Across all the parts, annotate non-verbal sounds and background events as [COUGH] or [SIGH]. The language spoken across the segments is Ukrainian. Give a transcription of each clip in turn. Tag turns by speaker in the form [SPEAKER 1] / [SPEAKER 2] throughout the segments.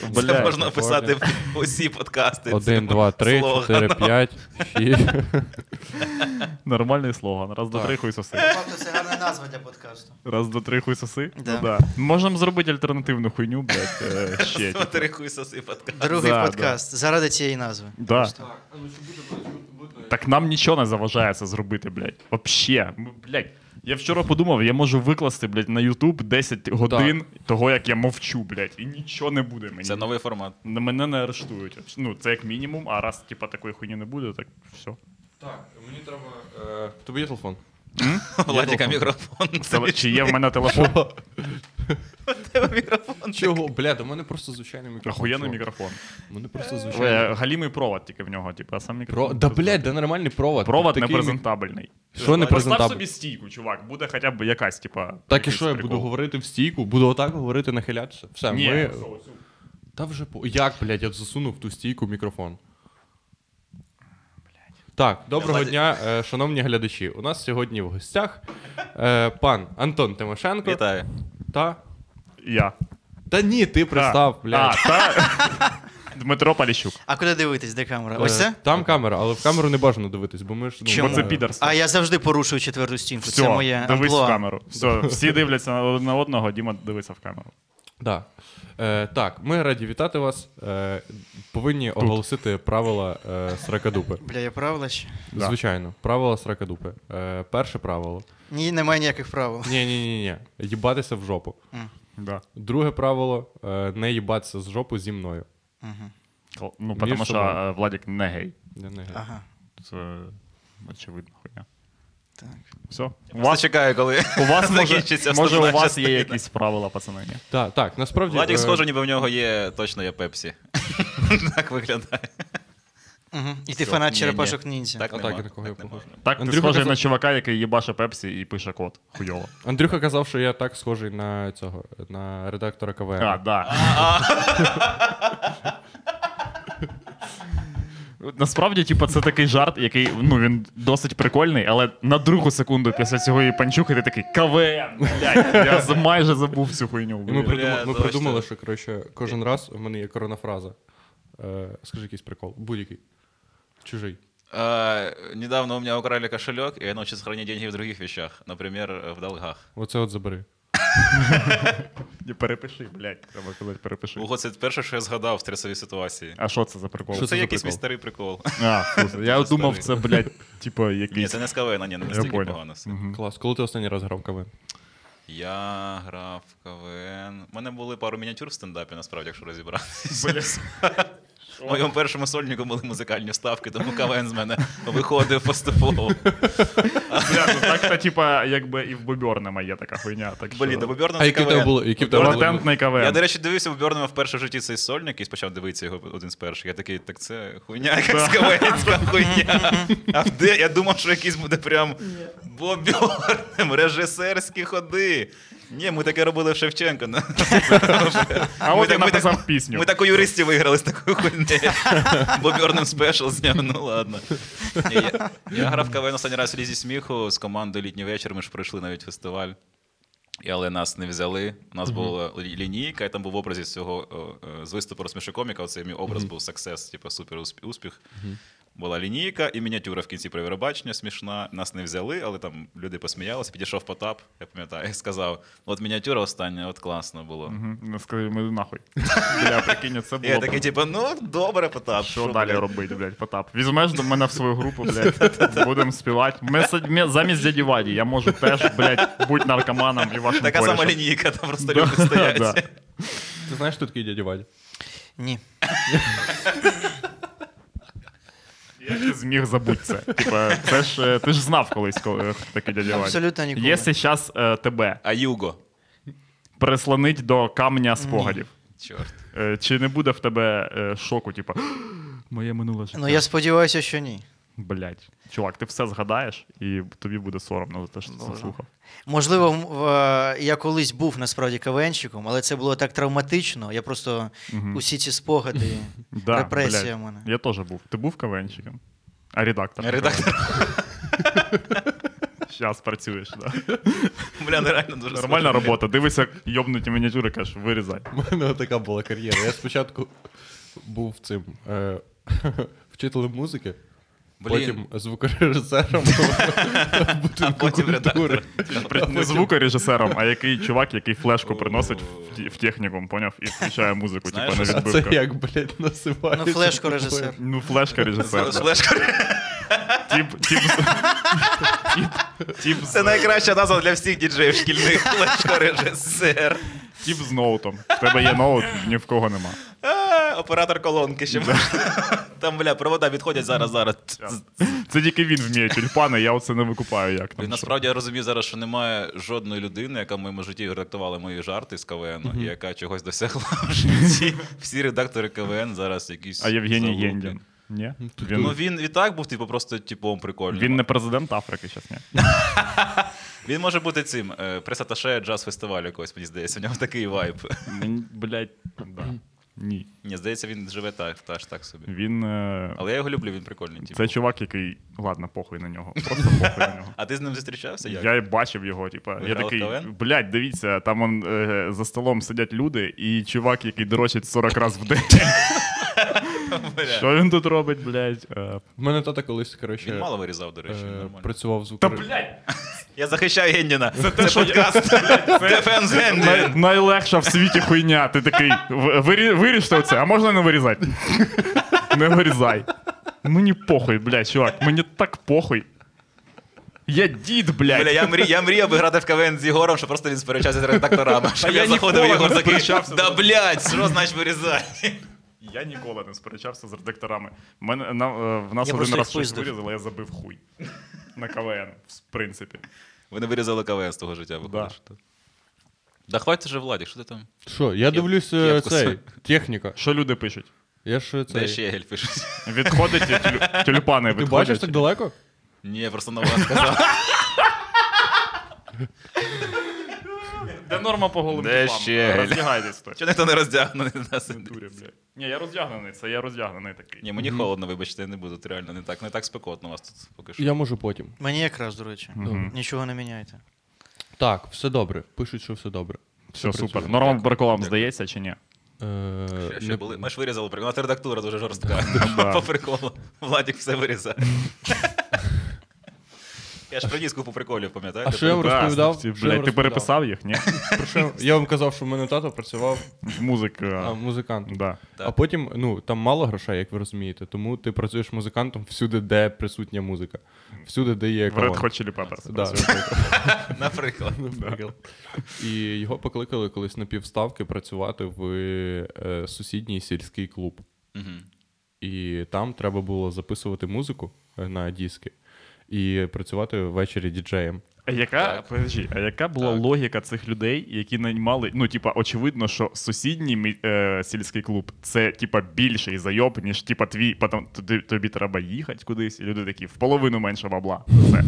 [SPEAKER 1] Це
[SPEAKER 2] блядь,
[SPEAKER 1] можна
[SPEAKER 2] прикольно.
[SPEAKER 1] писати в усі подкасти.
[SPEAKER 3] ну, Один, два, три,
[SPEAKER 1] слоганом.
[SPEAKER 3] чотири, п'ять, шість.
[SPEAKER 2] Нормальний слоган. Раз до
[SPEAKER 3] Так.
[SPEAKER 2] три хуй соси.
[SPEAKER 4] Тобто це гарна назва для подкасту.
[SPEAKER 2] Раз до три хуй соси.
[SPEAKER 4] Да.
[SPEAKER 2] Ну, да. Можемо зробити альтернативну хуйню, блядь,
[SPEAKER 3] [LAUGHS]
[SPEAKER 2] е, ще. типу.
[SPEAKER 1] Смотри, хуй соси подкаст.
[SPEAKER 4] Другий
[SPEAKER 2] Да,
[SPEAKER 4] подкаст заради цієї назви.
[SPEAKER 2] Да. Так нам нічого не заважає це зробити, блядь. Вообще. Ми, Блядь. Я вчора подумав, я можу викласти, блядь, на YouTube 10 годин того, як я мовчу, блядь, і нічого не буде мені.
[SPEAKER 1] Це новий формат.
[SPEAKER 2] На мене не арештують. Ну, це як мінімум, а раз, типа, такої хуйні не буде, так все.
[SPEAKER 3] Так, мені треба. е, Тобі є телефон? [LAUGHS]
[SPEAKER 1] Владіка мікрофон.
[SPEAKER 2] Теле- Чи є в мене телефон?
[SPEAKER 3] [LAUGHS]
[SPEAKER 1] мікрофон?
[SPEAKER 3] Чого? Бля, у мене просто звичайний мікрофон.
[SPEAKER 2] Охуєнний
[SPEAKER 3] чувак.
[SPEAKER 2] мікрофон.
[SPEAKER 3] У мене просто звичайний.
[SPEAKER 2] Е, Галімий провод тільки в нього, типу, а сам
[SPEAKER 3] Про...
[SPEAKER 2] мікрофон.
[SPEAKER 3] Да, блядь, да нормальний провод.
[SPEAKER 2] Провод
[SPEAKER 3] Тобто Такий мі-
[SPEAKER 2] непрезентабельний.
[SPEAKER 3] Що
[SPEAKER 2] Постав
[SPEAKER 3] непрезентабельний?
[SPEAKER 2] собі стійку, чувак, буде хоча б якась, типа.
[SPEAKER 3] Так і
[SPEAKER 2] якийсь
[SPEAKER 3] що я
[SPEAKER 2] прикол.
[SPEAKER 3] буду говорити в стійку, буду отак говорити, нахилятися. Все,
[SPEAKER 2] Ні,
[SPEAKER 3] ми.
[SPEAKER 2] все, ось.
[SPEAKER 3] Та вже по. Як, блядь, я засунув в ту стійку мікрофон. Так, доброго
[SPEAKER 1] Владі-
[SPEAKER 3] дня, е, шановні глядачі. У нас сьогодні в гостях е, пан Антон Тимошенко
[SPEAKER 1] Вітаю.
[SPEAKER 3] та.
[SPEAKER 2] Я.
[SPEAKER 3] Та ні, ти пристав, блядь.
[SPEAKER 2] А, та... [LAUGHS] Дмитро Поліщук.
[SPEAKER 4] А куди дивитись, де камера?
[SPEAKER 3] Е,
[SPEAKER 4] Ось це?
[SPEAKER 3] Там камера, але в камеру не бажано дивитись, бо ми ж. ну,
[SPEAKER 4] Чому?
[SPEAKER 2] Бо це підерство.
[SPEAKER 4] А я завжди порушую четверту стінку.
[SPEAKER 2] Все,
[SPEAKER 4] це моє
[SPEAKER 2] дивись
[SPEAKER 4] амплуа.
[SPEAKER 2] в камеру. Все, всі дивляться на- на одного, Діма дивиться в камеру.
[SPEAKER 3] Да. Е, так, ми раді вітати вас. Е, повинні оголосити правила е,
[SPEAKER 4] [LAUGHS]
[SPEAKER 3] сракадупи.
[SPEAKER 4] Бля, я правила ще?
[SPEAKER 2] Да.
[SPEAKER 3] Звичайно, правила сракадупи. Е, перше правило.
[SPEAKER 4] Ні, немає ніяких правил.
[SPEAKER 3] Ні, ні, ні, ні. Їбатися в жопу.
[SPEAKER 2] Да.
[SPEAKER 3] Друге правило е, не їбатися з жопу зі мною.
[SPEAKER 4] Мгм.
[SPEAKER 2] Кл- Ну,
[SPEAKER 3] Між
[SPEAKER 2] тому що
[SPEAKER 3] собою.
[SPEAKER 2] е, Владік не гей.
[SPEAKER 3] Я не гей.
[SPEAKER 4] Ага.
[SPEAKER 2] Це очевидно хуйня.
[SPEAKER 4] Так.
[SPEAKER 2] Все. У
[SPEAKER 1] Вас
[SPEAKER 2] вас,
[SPEAKER 1] чекаю, коли
[SPEAKER 2] у
[SPEAKER 3] [LAUGHS]
[SPEAKER 2] вас може,
[SPEAKER 1] закінчиться
[SPEAKER 2] може у
[SPEAKER 1] вступна
[SPEAKER 2] вас
[SPEAKER 1] частина.
[SPEAKER 2] є якісь правила, пацани? Ні?
[SPEAKER 3] Та, так, насправді.
[SPEAKER 1] Владік,
[SPEAKER 3] е,
[SPEAKER 1] схоже, ніби в нього є точно є пепсі. [LAUGHS] Так виглядає.
[SPEAKER 4] Мгм. І ти
[SPEAKER 1] Всьо,
[SPEAKER 4] фанат
[SPEAKER 1] ні-ні.
[SPEAKER 4] черепашок ніндзя.
[SPEAKER 1] Так
[SPEAKER 3] А
[SPEAKER 1] нема,
[SPEAKER 3] так, я такого я
[SPEAKER 1] так нема.
[SPEAKER 3] похож.
[SPEAKER 2] Так, ти
[SPEAKER 3] Андрюха
[SPEAKER 2] схожий
[SPEAKER 3] казав-
[SPEAKER 2] на чувака, який їбаше пепсі і пише код. Хуйово.
[SPEAKER 3] Андрюха казав, що я так схожий на цього, на редактора КВН.
[SPEAKER 2] А, да. [LAUGHS] Насправді, типу, це такий жарт, який ну він досить прикольний, але на другу секунду після цього її панчухи ти такий КВН,
[SPEAKER 1] [LAUGHS]
[SPEAKER 2] блядь, я з- майже забув цю хуйню.
[SPEAKER 1] Ну,
[SPEAKER 3] І Ну, ми,
[SPEAKER 2] блядь.
[SPEAKER 3] придумали, ми
[SPEAKER 1] точно.
[SPEAKER 3] придумали, що коротше, кожен раз в мене є коронафраза. Е, скажи якийсь прикол. Будь-який. Чужий.
[SPEAKER 1] Е, Недавно у меня украли кошелек, и я научился хранить деньги в других вещах, например, в долгах.
[SPEAKER 3] Оце от забери.
[SPEAKER 2] Ні, Перепиши, блядь, треба казати, перепиши.
[SPEAKER 1] Ого, це перше, що я згадав в стресовій ситуації.
[SPEAKER 2] А що це за прикол?
[SPEAKER 3] Що
[SPEAKER 1] Це
[SPEAKER 3] за
[SPEAKER 1] якийсь мій
[SPEAKER 3] прикол?
[SPEAKER 1] старий прикол.
[SPEAKER 2] А, слухай, я думав, це, блядь, типу,
[SPEAKER 1] Ні,
[SPEAKER 2] якийсь.
[SPEAKER 1] це не з КВН, ні, не
[SPEAKER 2] Я
[SPEAKER 1] настільки
[SPEAKER 2] понял.
[SPEAKER 1] погано. все.
[SPEAKER 3] Клас. Коли ти останній раз грав
[SPEAKER 1] Ну,
[SPEAKER 3] КВН?
[SPEAKER 1] Я грав в КВН. У мене були пару мініатюр в стендапі, насправді, якщо розібратися.
[SPEAKER 2] [LAUGHS] Блядь.
[SPEAKER 1] В моєму першому сольнику були музикальні вставки, тому КВН з мене виходив поступово.
[SPEAKER 2] Бля, ну так то типа, якби і в бобьорнема є така хуйня. Так що...
[SPEAKER 1] Блін, ну, до Боберна
[SPEAKER 3] А які в тебе були? Які в тебе були?
[SPEAKER 2] Латентний КВН.
[SPEAKER 1] Я, до речі, дивився Бобернема вперше в житті цей сольник і почав дивитися його один з перших. Я такий, так це хуйня, якась
[SPEAKER 2] [LAUGHS]
[SPEAKER 1] КВНська хуйня. А де? Я думав, що якийсь буде прям Бобернем, режисерські ходи. Ні, ми таке робили в Шевченка. Ну,
[SPEAKER 2] А
[SPEAKER 1] Ми
[SPEAKER 2] от я
[SPEAKER 1] так- ми так-
[SPEAKER 2] написав пісню.
[SPEAKER 1] Ми так у юристів виграли з такою хуйнею. Бобернем спешл зняв, ну ладно. Ні, Я, я грав в КВН останній раз в Лізі сміху з командою літній вечір. Ми ж пройшли навіть фестиваль. І, але нас не взяли. У нас була лі- лінійка, і там був образ із цього е, е, з виступу розсмішокоміка. Оцей мій образ був сексес, типу супер усп- успіх. Була лінійка і мініатюра в кінці про Євробачення смішна. Нас не взяли, але там люди посміялися. Підійшов Потап, я пам'ятаю, [LAUGHS] і сказав: от мініатюра остання, от класно було.
[SPEAKER 2] Мгм. Ну, скажи, ми нахуй. [LAUGHS] Бля, прикинь, це
[SPEAKER 1] І я
[SPEAKER 2] було.
[SPEAKER 1] такий,
[SPEAKER 2] б-
[SPEAKER 1] типу, ну добре, Потап.
[SPEAKER 2] Що далі
[SPEAKER 1] блядь?»
[SPEAKER 2] робити, блядь, Потап? Візьмеш до мене в свою
[SPEAKER 1] [LAUGHS]
[SPEAKER 2] групу, блядь, будемо співати. Ми с- ми- замість дяді Ваді, я можу теж, блядь, бути наркоманом і вашим
[SPEAKER 1] Така сама
[SPEAKER 2] корішем.
[SPEAKER 1] лінійка, там просто
[SPEAKER 2] [LAUGHS] Да,
[SPEAKER 1] люди стоять.
[SPEAKER 2] да.
[SPEAKER 3] Ти знаєш, хто такий дядя Вадя?
[SPEAKER 4] Ні.
[SPEAKER 2] Як ти зміг забути це? Типа, це ж е, ти ж знав колись, коли хто такий дядя Вадя.
[SPEAKER 4] Абсолютно ніколи.
[SPEAKER 2] Якщо зараз е, тебе
[SPEAKER 1] А Юго.
[SPEAKER 2] прислонить до камня спогадів,
[SPEAKER 1] Чорт.
[SPEAKER 2] е, чи не буде в тебе е, шоку, типа, моє минуле життя?
[SPEAKER 4] Ну я сподіваюся, що ні.
[SPEAKER 2] Блять, чувак, ти все згадаєш, і тобі буде соромно за те, що ти це
[SPEAKER 4] Добре.
[SPEAKER 2] слухав.
[SPEAKER 4] Можливо, м- в- е, я колись був насправді кавенщиком, але це було так травматично. Я просто усі
[SPEAKER 2] [LAUGHS]
[SPEAKER 4] ці спогади, репресія в
[SPEAKER 2] блядь.
[SPEAKER 4] мене.
[SPEAKER 2] Я теж був. Ти був кавенщиком? А редактор?
[SPEAKER 1] Редактор.
[SPEAKER 2] [LAUGHS] Щас працюєш. Да.
[SPEAKER 1] Бля, нереально дуже
[SPEAKER 2] Нормальна
[SPEAKER 1] сложно.
[SPEAKER 2] робота. Дивися, як йобнуті мініатюри, кажеш, вирізай.
[SPEAKER 3] У мене така була кар'єра. Я спочатку був цим е, [LAUGHS] вчителем музики,
[SPEAKER 1] Блін,
[SPEAKER 3] потім звукорежисером [LAUGHS]
[SPEAKER 1] а
[SPEAKER 3] будинку
[SPEAKER 1] потім
[SPEAKER 3] культури.
[SPEAKER 1] редактор.
[SPEAKER 2] Не звукорежисером, а який чувак, який флешку приносить в, ті- в технікум, поняв? І включає музику, типу,
[SPEAKER 1] Знаєш,
[SPEAKER 2] на
[SPEAKER 1] а це
[SPEAKER 3] А це
[SPEAKER 2] відбивках.
[SPEAKER 3] як, блядь, називається? Типу,
[SPEAKER 4] Ну, флешку режисер.
[SPEAKER 2] Ну, флешка режисер. да.
[SPEAKER 1] Флешка.
[SPEAKER 2] Тіп, тіп, з- тіп, тіп, з-
[SPEAKER 1] Це найкраща назва для всіх діджеїв шкільних. Флешка
[SPEAKER 2] [LAUGHS]
[SPEAKER 1] режисер.
[SPEAKER 2] тіп з ноутом. В тебе є ноут, ні в кого нема.
[SPEAKER 1] А, Оператор колонки ще. [LAUGHS] Там, бля, провода відходять зараз, зараз.
[SPEAKER 2] Це тільки він вміє тюльпани, я оце не викупаю як.
[SPEAKER 1] Блін,
[SPEAKER 2] Там, що.
[SPEAKER 1] насправді я розумію зараз, що немає жодної людини, яка в моєму житті редактувала мої жарти з КВН, і яка чогось досягла в житті. Всі редактори КВН зараз якісь.
[SPEAKER 2] А Євгеній
[SPEAKER 1] залупи.
[SPEAKER 2] Єндін. Ні?
[SPEAKER 1] Ну
[SPEAKER 2] Він,
[SPEAKER 1] він і так був, типу, просто типом прикольним.
[SPEAKER 2] він не президент Африки зараз, ні.
[SPEAKER 1] Він може бути цим. е, Пресаташе джаз фестивалю якогось, мені здається. У нього такий вайб.
[SPEAKER 2] Мені, блядь, да. Ні.
[SPEAKER 1] Ні, здається, він живе так, та ж так собі.
[SPEAKER 2] Він. е,
[SPEAKER 1] Але я його люблю, він прикольний. Типу.
[SPEAKER 2] Це чувак, який. Ладно, похуй
[SPEAKER 1] [LAUGHS]
[SPEAKER 2] на нього. Просто похуй на нього.
[SPEAKER 1] А ти з ним зустрічався? Як?
[SPEAKER 2] Я й бачив його, типа. Я
[SPEAKER 1] Виграв
[SPEAKER 2] такий,
[SPEAKER 1] КВН?
[SPEAKER 2] блядь, дивіться, там он, е, за столом сидять люди, і чувак, який дрочить 40 разів
[SPEAKER 1] [LAUGHS]
[SPEAKER 2] в день.
[SPEAKER 1] Бля.
[SPEAKER 2] Що він тут робить, блядь? Е,
[SPEAKER 3] У мене тата колись, коротше,
[SPEAKER 1] Він мало вирізав, до речі,
[SPEAKER 3] е,
[SPEAKER 1] нормально.
[SPEAKER 3] працював звук.
[SPEAKER 2] Та блядь,
[SPEAKER 1] Я захищаю Гендіна. Це,
[SPEAKER 2] [LAUGHS]
[SPEAKER 1] подкаст. ТФН з
[SPEAKER 2] най-
[SPEAKER 1] Гендіна.
[SPEAKER 2] найлегша в світі хуйня. Ти такий, в- вирі- виріжте оце, а можна не вирізати? Не вирізай. Мені похуй, блядь, чувак, мені так похуй. Я дід, блядь.
[SPEAKER 1] Бля, я, мрі, я мріяв би грати в КВН з Ігором, що просто він сперечався з редакторами. Щоб я, заходив,
[SPEAKER 2] ніколи
[SPEAKER 1] Ігор
[SPEAKER 2] не
[SPEAKER 1] такий,
[SPEAKER 2] сперечався.
[SPEAKER 1] да блядь, що значить вирізати? [LAUGHS]
[SPEAKER 2] Я ніколи не сперечався з редакторами. Мене, на, е, в нас
[SPEAKER 4] Я
[SPEAKER 2] один
[SPEAKER 4] просто
[SPEAKER 2] раз
[SPEAKER 4] їх
[SPEAKER 2] щось
[SPEAKER 4] пиздив.
[SPEAKER 2] вирізали, я забив хуй. На КВН, в принципі.
[SPEAKER 1] Вони вирізали КВН з того життя, виходиш. Да. Да хватить вже Владик, що ти там?
[SPEAKER 3] Що, я дивлюсь е,
[SPEAKER 1] кепку
[SPEAKER 3] цей,
[SPEAKER 1] сам.
[SPEAKER 3] техніка.
[SPEAKER 2] Що люди пишуть?
[SPEAKER 3] Я ж е, цей.
[SPEAKER 1] Де ще гель пишуть?
[SPEAKER 2] Відходить тюль- тюльпани,
[SPEAKER 3] Ти
[SPEAKER 2] відходять.
[SPEAKER 3] бачиш так далеко?
[SPEAKER 1] [LAUGHS] Ні, я просто нова сказав. [LAUGHS]
[SPEAKER 2] Де норма по голим
[SPEAKER 1] Де
[SPEAKER 2] тюльпанам?
[SPEAKER 1] ще?
[SPEAKER 2] Роздягайтесь то.
[SPEAKER 1] Чи ніхто не роздягнений на
[SPEAKER 2] Дурі,
[SPEAKER 1] сидить?
[SPEAKER 2] блядь. Ні, я роздягнений, це я роздягнений такий.
[SPEAKER 1] Ні, мені холодно, вибачте, я не буду. тут Реально не так. Не так спекотно у вас тут поки що.
[SPEAKER 3] Я можу потім.
[SPEAKER 4] Мені якраз, до речі.
[SPEAKER 2] Мгм.
[SPEAKER 4] Нічого не міняйте.
[SPEAKER 3] Так, все добре. Пишуть, що все добре.
[SPEAKER 2] Все,
[SPEAKER 3] працює.
[SPEAKER 2] супер. Норма приколам
[SPEAKER 1] Дякую.
[SPEAKER 2] здається чи ні?
[SPEAKER 3] Е,
[SPEAKER 1] Ще, ще
[SPEAKER 3] не-
[SPEAKER 1] були. Ми ж вирізали прикол. У нас редактура дуже
[SPEAKER 3] [LAUGHS]
[SPEAKER 1] жорстка.
[SPEAKER 2] Да.
[SPEAKER 1] По приколу. Владік все вирізає. Я ж приніс купу приколів, пам'ятаєте?
[SPEAKER 3] А що я вам
[SPEAKER 2] Да,
[SPEAKER 3] розповідав?
[SPEAKER 2] ці,
[SPEAKER 3] Що я
[SPEAKER 2] Блядь,
[SPEAKER 3] вам
[SPEAKER 2] ти
[SPEAKER 3] розповідав?
[SPEAKER 2] переписав їх, ні?
[SPEAKER 3] Про що- Я вам казав, що в мене тато працював
[SPEAKER 2] Музик. е,
[SPEAKER 3] а, музикантом.
[SPEAKER 2] Да.
[SPEAKER 1] Так.
[SPEAKER 3] А потім, ну там мало грошей, як ви розумієте, тому ти працюєш музикантом всюди, де присутня музика, всюди, де є
[SPEAKER 2] В Red
[SPEAKER 3] колонка.
[SPEAKER 2] Hot Chili Peppers.
[SPEAKER 3] Да.
[SPEAKER 1] [LAUGHS]
[SPEAKER 2] [LAUGHS]
[SPEAKER 1] Наприклад.
[SPEAKER 3] Наприклад. І його покликали колись на півставки працювати в е, сусідній сільський клуб.
[SPEAKER 1] Мгм.
[SPEAKER 3] І там треба було записувати музику е, на диски і працювати ввечері діджеєм.
[SPEAKER 2] А яка,
[SPEAKER 1] Так.
[SPEAKER 2] подожди, а яка була
[SPEAKER 1] Так.
[SPEAKER 2] логіка цих людей, які наймали? Ну, типа, очевидно, що сусідній мі- е, сільський клуб це типа більший зайоб, ніж типа твій, потім тобі, тобі треба їхати кудись, і люди такі в половину менше бабла. Все.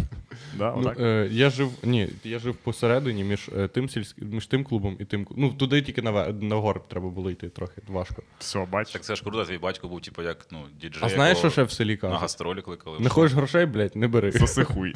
[SPEAKER 2] Да,
[SPEAKER 3] Ну,
[SPEAKER 2] отак?
[SPEAKER 3] е, я жив, ні, я жив посередині між е, тим сільським, між тим клубом і тим клубом. Ну туди тільки на, ве- на горб треба було йти трохи важко.
[SPEAKER 2] Все, бач.
[SPEAKER 1] Так це ж круто, твій батько був, типу, як ну, діджей.
[SPEAKER 3] А знаєш, що
[SPEAKER 1] якого
[SPEAKER 3] ще в селі
[SPEAKER 1] На
[SPEAKER 3] кажуть?
[SPEAKER 1] гастролі кликали.
[SPEAKER 3] Не хочеш грошей, блядь, не бери.
[SPEAKER 2] Соси
[SPEAKER 3] [LAUGHS]
[SPEAKER 2] хуй.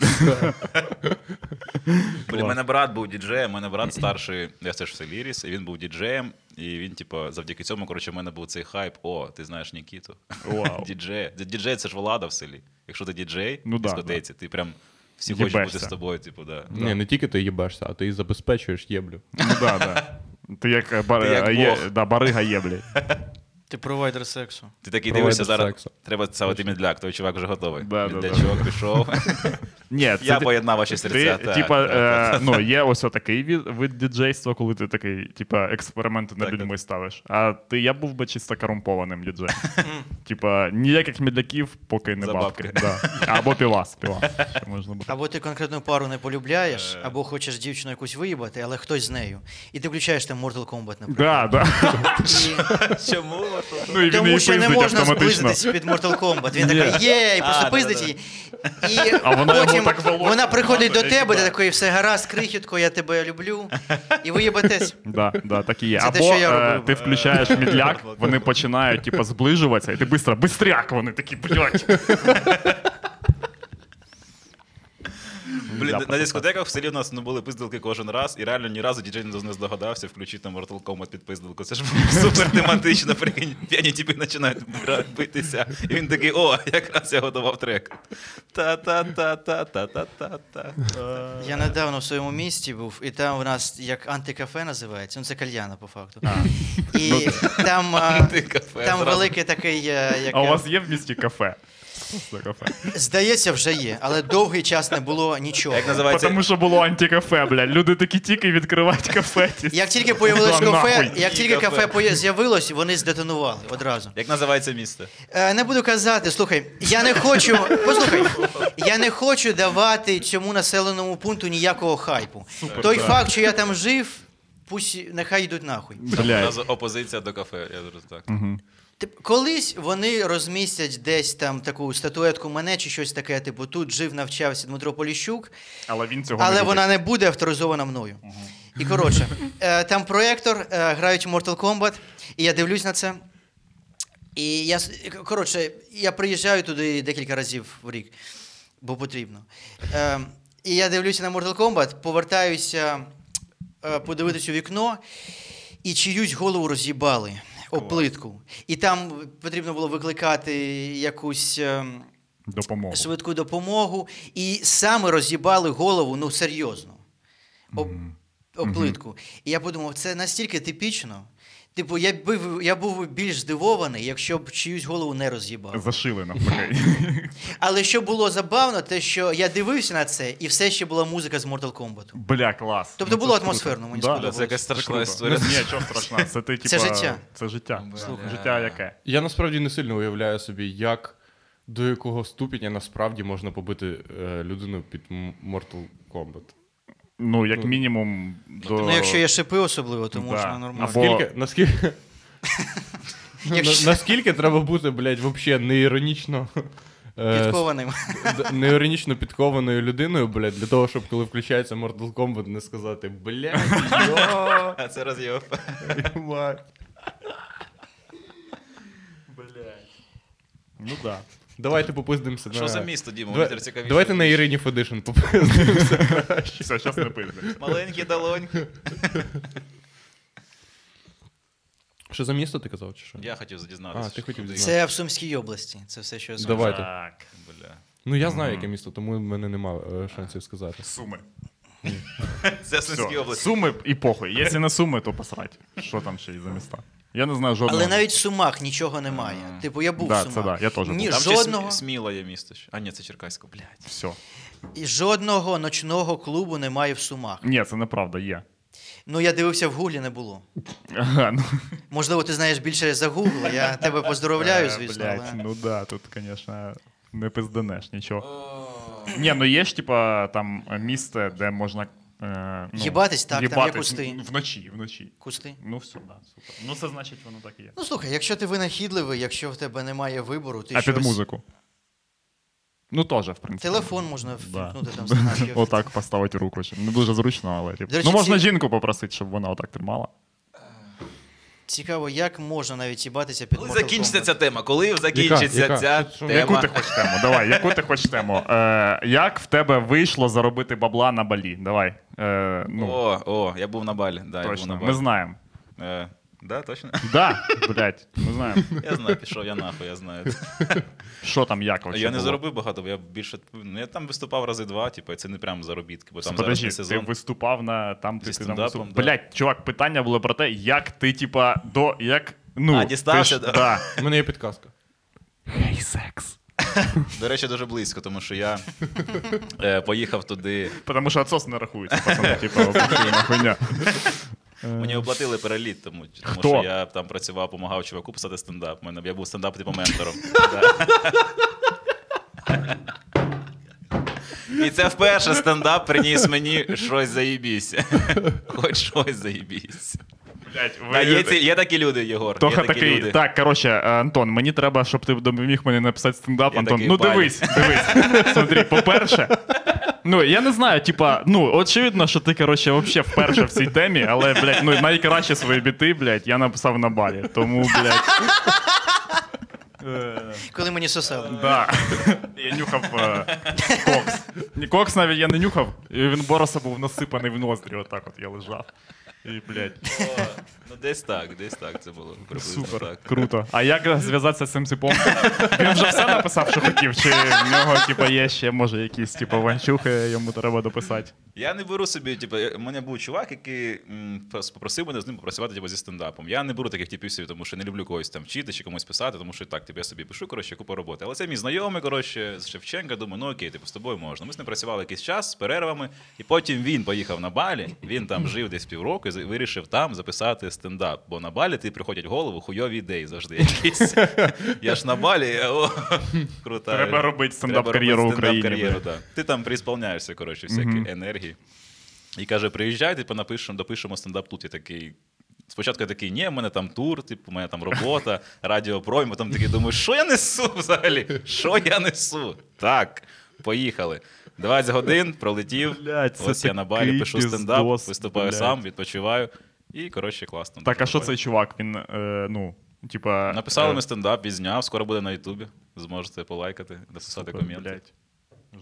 [SPEAKER 1] Блін, в мене брат був діджеєм, в мене брат старший, я теж в селі ріс, і він був діджеєм, і він, типу, завдяки цьому, коротше, в мене був цей хайп. О, ти знаєш Нікіту. [LAUGHS]
[SPEAKER 2] Вау.
[SPEAKER 1] Діджей. Діджей це ж влада в селі. Якщо ти діджей
[SPEAKER 2] Ну
[SPEAKER 1] ну,
[SPEAKER 2] да,
[SPEAKER 1] дискотеці, ти прям всі хочуть
[SPEAKER 2] Їбешся.
[SPEAKER 1] бути з тобою, типу, да.
[SPEAKER 3] Ні, не тільки ти їбешся, а ти і забезпечуєш єблю.
[SPEAKER 2] Ну да, да. Ти як, е, бар...
[SPEAKER 1] Ти як
[SPEAKER 2] а, є,
[SPEAKER 1] Бог.
[SPEAKER 2] да, барига є, блядь.
[SPEAKER 4] Ти провайдер сексу.
[SPEAKER 1] Ти такий
[SPEAKER 3] Провайдер
[SPEAKER 1] дивишся зараз.
[SPEAKER 3] сексу.
[SPEAKER 1] Треба ставити мідляк, той чувак вже готовий.
[SPEAKER 2] Да, да,
[SPEAKER 1] Мідлячок
[SPEAKER 2] [LAUGHS]
[SPEAKER 1] пішов.
[SPEAKER 2] Ні, це
[SPEAKER 1] [LAUGHS] Я
[SPEAKER 2] ти-
[SPEAKER 1] поєднав ваші серця.
[SPEAKER 2] Ти,
[SPEAKER 1] так,
[SPEAKER 2] типа,
[SPEAKER 1] [LAUGHS] так,
[SPEAKER 2] е,
[SPEAKER 1] так.
[SPEAKER 2] ну, є ось такий вид, вид діджейства, коли ти такий, типа, експерименти над
[SPEAKER 1] Так,
[SPEAKER 2] людьми ставиш. А ти я був би чисто корумпованим діджеєм. типа, ніяких мідляків, поки не
[SPEAKER 1] За
[SPEAKER 2] бабки.
[SPEAKER 1] бабки.
[SPEAKER 2] Да. Або півас, півас. Що можна було.
[SPEAKER 4] Або ти конкретну пару не
[SPEAKER 2] Е.
[SPEAKER 4] полюбляєш, або хочеш дівчину якусь виїбати, але хтось з нею. І ти включаєш там Mortal Kombat, наприклад.
[SPEAKER 2] Да, да.
[SPEAKER 1] Чому?
[SPEAKER 2] Ну, і він
[SPEAKER 4] Тому
[SPEAKER 2] її
[SPEAKER 4] що не
[SPEAKER 2] пиздить
[SPEAKER 4] можна
[SPEAKER 2] автоматично.
[SPEAKER 4] спиздитись під Mortal Kombat. Він такий є, і
[SPEAKER 1] А,
[SPEAKER 4] просто пиздить
[SPEAKER 1] да-да-да.
[SPEAKER 4] її. І
[SPEAKER 2] А вона його
[SPEAKER 4] потім
[SPEAKER 2] так волосся
[SPEAKER 4] вона приходить до
[SPEAKER 2] мазає,
[SPEAKER 4] тебе,
[SPEAKER 2] да.
[SPEAKER 4] ти такий, все гаразд, крихітко, я тебе люблю. І ви їбетесь.
[SPEAKER 2] Да, да, так і є.
[SPEAKER 4] Це
[SPEAKER 2] Або
[SPEAKER 4] те, що я
[SPEAKER 2] е,
[SPEAKER 4] робив.
[SPEAKER 2] ти включаєш мідляк, вони починають типа зближуватися, і ти бистро, бистряк, вони такі, блядь.
[SPEAKER 1] Блін, на дискотеках в селі у нас ну, були пиздилки кожен раз, і реально ні разу діджей не здогадався включити там Mortal Kombat під пиздилку. Це ж було [LAUGHS] супер тематично, прикинь, п'яні тіпи починають бра- битися. І він такий, о, якраз я готував трек. Та-та-та-та-та-та-та-та.
[SPEAKER 4] Я недавно в своєму місті був, і там в нас як антикафе називається, ну це кальяна по факту. І там, а,
[SPEAKER 1] Антикафе
[SPEAKER 4] там
[SPEAKER 1] зразу.
[SPEAKER 4] великий такий, е, як
[SPEAKER 2] Ну, А у вас є в місті кафе? Це кафе.
[SPEAKER 4] здається, вже є, але довгий час не було нічого.
[SPEAKER 1] Як називається?
[SPEAKER 2] Тому що було антикафе, блядь. Люди такі тільки відкривають кафе. ті-
[SPEAKER 4] Як тільки появилось
[SPEAKER 2] Вам
[SPEAKER 4] кафе,
[SPEAKER 2] нахуй.
[SPEAKER 4] як
[SPEAKER 1] І
[SPEAKER 4] тільки
[SPEAKER 1] кафе.
[SPEAKER 4] кафе поя- з'явилось, вони здетонували одразу.
[SPEAKER 1] Як називається місто?
[SPEAKER 4] Е, Не буду казати, слухай, я не хочу. Послухай, я не хочу давати цьому населеному пункту ніякого хайпу. Той факт, що я там жив, пусть нехай йдуть нахуй.
[SPEAKER 2] Блядь.
[SPEAKER 1] Одразу опозиція до кафе. Я зараз так.
[SPEAKER 4] Тип, колись вони розмістять десь там таку статуетку мене чи щось таке. Типу, тут жив, навчався Дмитро Поліщук,
[SPEAKER 2] Але він цього не
[SPEAKER 4] але
[SPEAKER 2] любить.
[SPEAKER 4] вона не буде авторизована мною. І коротше, е, там проектор, е, грають Mortal Kombat, і я дивлюсь на це. І я с- к- коротше, я приїжджаю туди декілька разів в рік, бо потрібно. Е, і я дивлюся на Mortal Kombat, повертаюся е, подивитись у вікно, і чиюсь голову роз'їбали об плитку. І там потрібно було викликати якусь. ем,
[SPEAKER 2] Допомогу.
[SPEAKER 4] швидку допомогу і саме роз'їбали голову, ну серйозно, об, об плитку. І я подумав, це настільки типічно. Типу, я б я був би більш здивований, якщо б чиюсь голову не роз'їбав.
[SPEAKER 2] Зашили
[SPEAKER 4] [LAUGHS]
[SPEAKER 2] навпаки.
[SPEAKER 4] Але що було забавно, те, що я дивився на це, і все ще була музика з Mortal Kombat.
[SPEAKER 2] Бля, клас.
[SPEAKER 4] Тобто було атмосферно, мені
[SPEAKER 2] Ну, Да.
[SPEAKER 1] Бля,
[SPEAKER 4] сподобалось.
[SPEAKER 1] Це якась страшна історія.
[SPEAKER 2] Ну, Ні, чого страшна. Це ти типа.
[SPEAKER 4] Це життя.
[SPEAKER 2] Це життя.
[SPEAKER 1] Бля.
[SPEAKER 2] Слухай, Життя яке?
[SPEAKER 3] Я насправді не сильно уявляю собі, як до якого ступеня насправді можна побити е, людину під М- Mortal Kombat.
[SPEAKER 2] Ну, як мінімум, до.
[SPEAKER 4] Ну, якщо є шипи особливо, то
[SPEAKER 2] Да.
[SPEAKER 4] можна нормально.
[SPEAKER 2] Бо-
[SPEAKER 3] Скільки, наскільки,
[SPEAKER 4] Якщо-
[SPEAKER 3] на- Ну, наскільки треба бути, блядь, взагалі неіронічно. е,
[SPEAKER 4] Підкованим.
[SPEAKER 3] д- неіронічно підкованою людиною, блядь, для того, щоб коли включається Mortal Kombat, не сказати, блядь, йо,
[SPEAKER 1] А це роз'єв.
[SPEAKER 3] мать.
[SPEAKER 2] Ну да.
[SPEAKER 3] Давайте попиздимося.
[SPEAKER 1] Що
[SPEAKER 3] на-
[SPEAKER 1] за місто, Діма?
[SPEAKER 3] Дава-
[SPEAKER 1] Мені тепер цікавіше.
[SPEAKER 3] Давайте на Ірині Федишн попиздимося.
[SPEAKER 2] Все, зараз не пизди.
[SPEAKER 1] Маленькі долоньки.
[SPEAKER 3] Що за місто ти казав, чи що?
[SPEAKER 1] [LAUGHS] Я хотів дізнатися.
[SPEAKER 3] А, ти
[SPEAKER 1] що
[SPEAKER 3] хотів
[SPEAKER 1] куди.
[SPEAKER 4] Це в Сумській області. Це все, що я знаю.
[SPEAKER 3] Давайте.
[SPEAKER 2] Так.
[SPEAKER 1] Бля.
[SPEAKER 3] Ну я знаю, яке місто, тому в мене нема е, шансів сказати.
[SPEAKER 2] Суми.
[SPEAKER 1] Це Сумській
[SPEAKER 2] Все.
[SPEAKER 1] області.
[SPEAKER 2] Суми і похуй. Якщо не суми, то посрать. Що там ще і за міста? Я не знаю жодного.
[SPEAKER 4] Але навіть в Сумах нічого немає. Типу, я був
[SPEAKER 2] Да,
[SPEAKER 4] в Сумах.
[SPEAKER 2] це да, я теж
[SPEAKER 4] Ні,
[SPEAKER 2] був.
[SPEAKER 1] Там ще
[SPEAKER 4] жодного.
[SPEAKER 1] Смі- Сміла є місто. ще. А ні, це Черкаська, блядь.
[SPEAKER 2] Все.
[SPEAKER 4] І жодного ночного клубу немає в Сумах.
[SPEAKER 2] Ні, це неправда, є. [LAUGHS]
[SPEAKER 4] Ну я дивився в гуглі, не було.
[SPEAKER 2] Ага, ну,
[SPEAKER 4] Можливо, ти знаєш більше за гугл.
[SPEAKER 2] [LAUGHS]
[SPEAKER 4] Я тебе поздоровляю,
[SPEAKER 2] е,
[SPEAKER 4] звісно.
[SPEAKER 2] блядь,
[SPEAKER 4] але-
[SPEAKER 2] ну да, тут, звісно, не пизданеш нічого. Ні, ну є ж, типа, там місце, де можна. Е, ну,
[SPEAKER 4] Їбатись, так, там є
[SPEAKER 2] їбатись
[SPEAKER 4] кусти.
[SPEAKER 2] Вночі, вночі.
[SPEAKER 4] Кусти.
[SPEAKER 2] Ну все, да, супер. Ну це значить, воно так і є.
[SPEAKER 4] Ну слухай, якщо ти винахідливий, якщо в тебе немає вибору, ти
[SPEAKER 2] а
[SPEAKER 4] щось...
[SPEAKER 2] під музику. Ну, теж, в принципі.
[SPEAKER 4] Телефон можна
[SPEAKER 2] Да. [LAUGHS]
[SPEAKER 4] втикнути там знахи.
[SPEAKER 2] Отак поставити руку. щоб- Не дуже зручно, але типу.
[SPEAKER 4] До речі,
[SPEAKER 2] Ну можна
[SPEAKER 4] ці-
[SPEAKER 2] жінку попросити, щоб вона отак тримала.
[SPEAKER 4] Цікаво, як можна навіть їбатися під
[SPEAKER 1] Коли
[SPEAKER 4] Mortal
[SPEAKER 1] закінчиться
[SPEAKER 4] Kombat?
[SPEAKER 1] ця тема? Коли закінчиться
[SPEAKER 3] Яка?
[SPEAKER 1] ця
[SPEAKER 3] Що- що-
[SPEAKER 1] тема?
[SPEAKER 2] Яку ти хочеш тему? Давай, яку ти хочеш тему? Е, як в тебе вийшло заробити бабла на балі? Давай. Е, ну,
[SPEAKER 1] О, о, я був на балі. Да, я був на
[SPEAKER 2] точно. Ми
[SPEAKER 1] балі.
[SPEAKER 2] знаємо.
[SPEAKER 1] Е, Да, точно.
[SPEAKER 2] Да, блядь, ми знаємо.
[SPEAKER 1] Я знаю, пішов я нахуй, я знаю.
[SPEAKER 2] Що там, як вообще
[SPEAKER 1] Я не
[SPEAKER 2] було?
[SPEAKER 1] заробив багато, бо я більше ну, я там виступав рази два, типу, і це не прям заробітки, бо там зараз
[SPEAKER 2] Подожди,
[SPEAKER 1] не
[SPEAKER 2] ти
[SPEAKER 1] сезон.
[SPEAKER 2] виступав на там ти,
[SPEAKER 1] Зі
[SPEAKER 2] ти там
[SPEAKER 1] стендапом,
[SPEAKER 2] виступ...
[SPEAKER 1] да.
[SPEAKER 2] Блядь, чувак, питання було про те, як ти, типа, до. Як, ну,
[SPEAKER 1] А,
[SPEAKER 2] ти
[SPEAKER 1] дістався,
[SPEAKER 2] ж-
[SPEAKER 1] да.
[SPEAKER 2] да.
[SPEAKER 3] У мене є підказка.
[SPEAKER 2] Гей секс.
[SPEAKER 1] До речі, дуже близько, тому що
[SPEAKER 3] [LAUGHS]
[SPEAKER 1] я е, поїхав туди.
[SPEAKER 2] Потому що отсос не рахується, пацани,
[SPEAKER 1] [LAUGHS]
[SPEAKER 2] типа, обіцяна хуйня.
[SPEAKER 1] Мені оплатили переліт, тому, тому
[SPEAKER 2] Хто?
[SPEAKER 1] що я там працював, допомагав чуваку писати стендап. У Мене, я був стендап типу ментором. Да. І це вперше стендап приніс мені щось заїбісь. Хоч щось заїбісь.
[SPEAKER 2] Блядь,
[SPEAKER 1] Та є, ці- є такі люди, Єгор.
[SPEAKER 2] Тоха
[SPEAKER 1] є такі
[SPEAKER 2] такий,
[SPEAKER 1] люди.
[SPEAKER 2] так, коротше, е, Антон, мені треба, щоб ти допоміг мені написати стендап,
[SPEAKER 1] Я
[SPEAKER 2] Антон.
[SPEAKER 1] такий,
[SPEAKER 2] ну
[SPEAKER 1] «Валя».
[SPEAKER 2] дивись, дивись. Смотри, по-перше. Ну, я не знаю, типа, ну, очевидно, що ти, коротше, вообще вперше в цій темі, але, блядь, ну, найкращі свої біти, блядь, я написав на балі. Тому, блядь. Е,
[SPEAKER 4] коли мені сосали.
[SPEAKER 2] Да. Я нюхав е, кокс. Ні, кокс навіть я не нюхав, і він Бороса був насипаний в ноздрі, отак от я лежав. І, блядь,
[SPEAKER 1] О, Ну, десь так, десь так це було. Приблизно
[SPEAKER 2] супер,
[SPEAKER 1] так.
[SPEAKER 2] круто. А як зв'язатися з цим ципом? Він вже все написав, що хотів, чи в нього, типу, є ще, може, якісь, типу, ванчухи йому треба дописати.
[SPEAKER 1] Я не беру собі, типу, я- у мене був чувак, який м, прос- попросив мене з ним попрацювати типу, зі стендапом. Я не беру таких типів собі, тому що не люблю когось там вчити чи комусь писати, тому що так, типу, я собі пишу, коротше, купа роботи. Але це мій знайомий, коротше, з Шевченка. Думаю, ну окей, типу, з тобою можна. Ми з ним працювали якийсь час з перервами, і потім він поїхав на Балі. Він там жив десь півроку і з- вирішив там записати стендап. Бо на Балі ти приходять в голову хуйові ідеї завжди якісь. Я ж на Балі. о, [LAUGHS] крута.
[SPEAKER 2] Треба робити стендап-кар'єру в
[SPEAKER 1] робити
[SPEAKER 2] Україні,
[SPEAKER 1] стендап-кар'єру,
[SPEAKER 2] блядь.
[SPEAKER 1] да. Ти там приісполняєшся, коротше, всякі енергії. І каже: приїжджай, типу, напишемо, допишемо стендап тут. Я такий. Спочатку я такий, ні, в мене там тур, типу, в мене там
[SPEAKER 2] [LAUGHS]
[SPEAKER 1] робота, радіопройм. Потім такий думаю, що я несу взагалі? Що я несу? Так, поїхали. 20 годин пролетів.
[SPEAKER 2] Блядь, це
[SPEAKER 1] Ось я на
[SPEAKER 2] такий
[SPEAKER 1] балі, пишу стендап,
[SPEAKER 2] піздос,
[SPEAKER 1] виступаю
[SPEAKER 2] блядь.
[SPEAKER 1] сам, відпочиваю. І, коротше, класно.
[SPEAKER 2] Так, а що
[SPEAKER 1] Давай.
[SPEAKER 2] цей чувак? Він, е, ну, типа.
[SPEAKER 1] Написали
[SPEAKER 2] е,
[SPEAKER 1] ми стендап, відзняв, скоро буде на Ютубі. Зможете полайкати, написати
[SPEAKER 2] супер,
[SPEAKER 1] коменти.
[SPEAKER 2] блядь.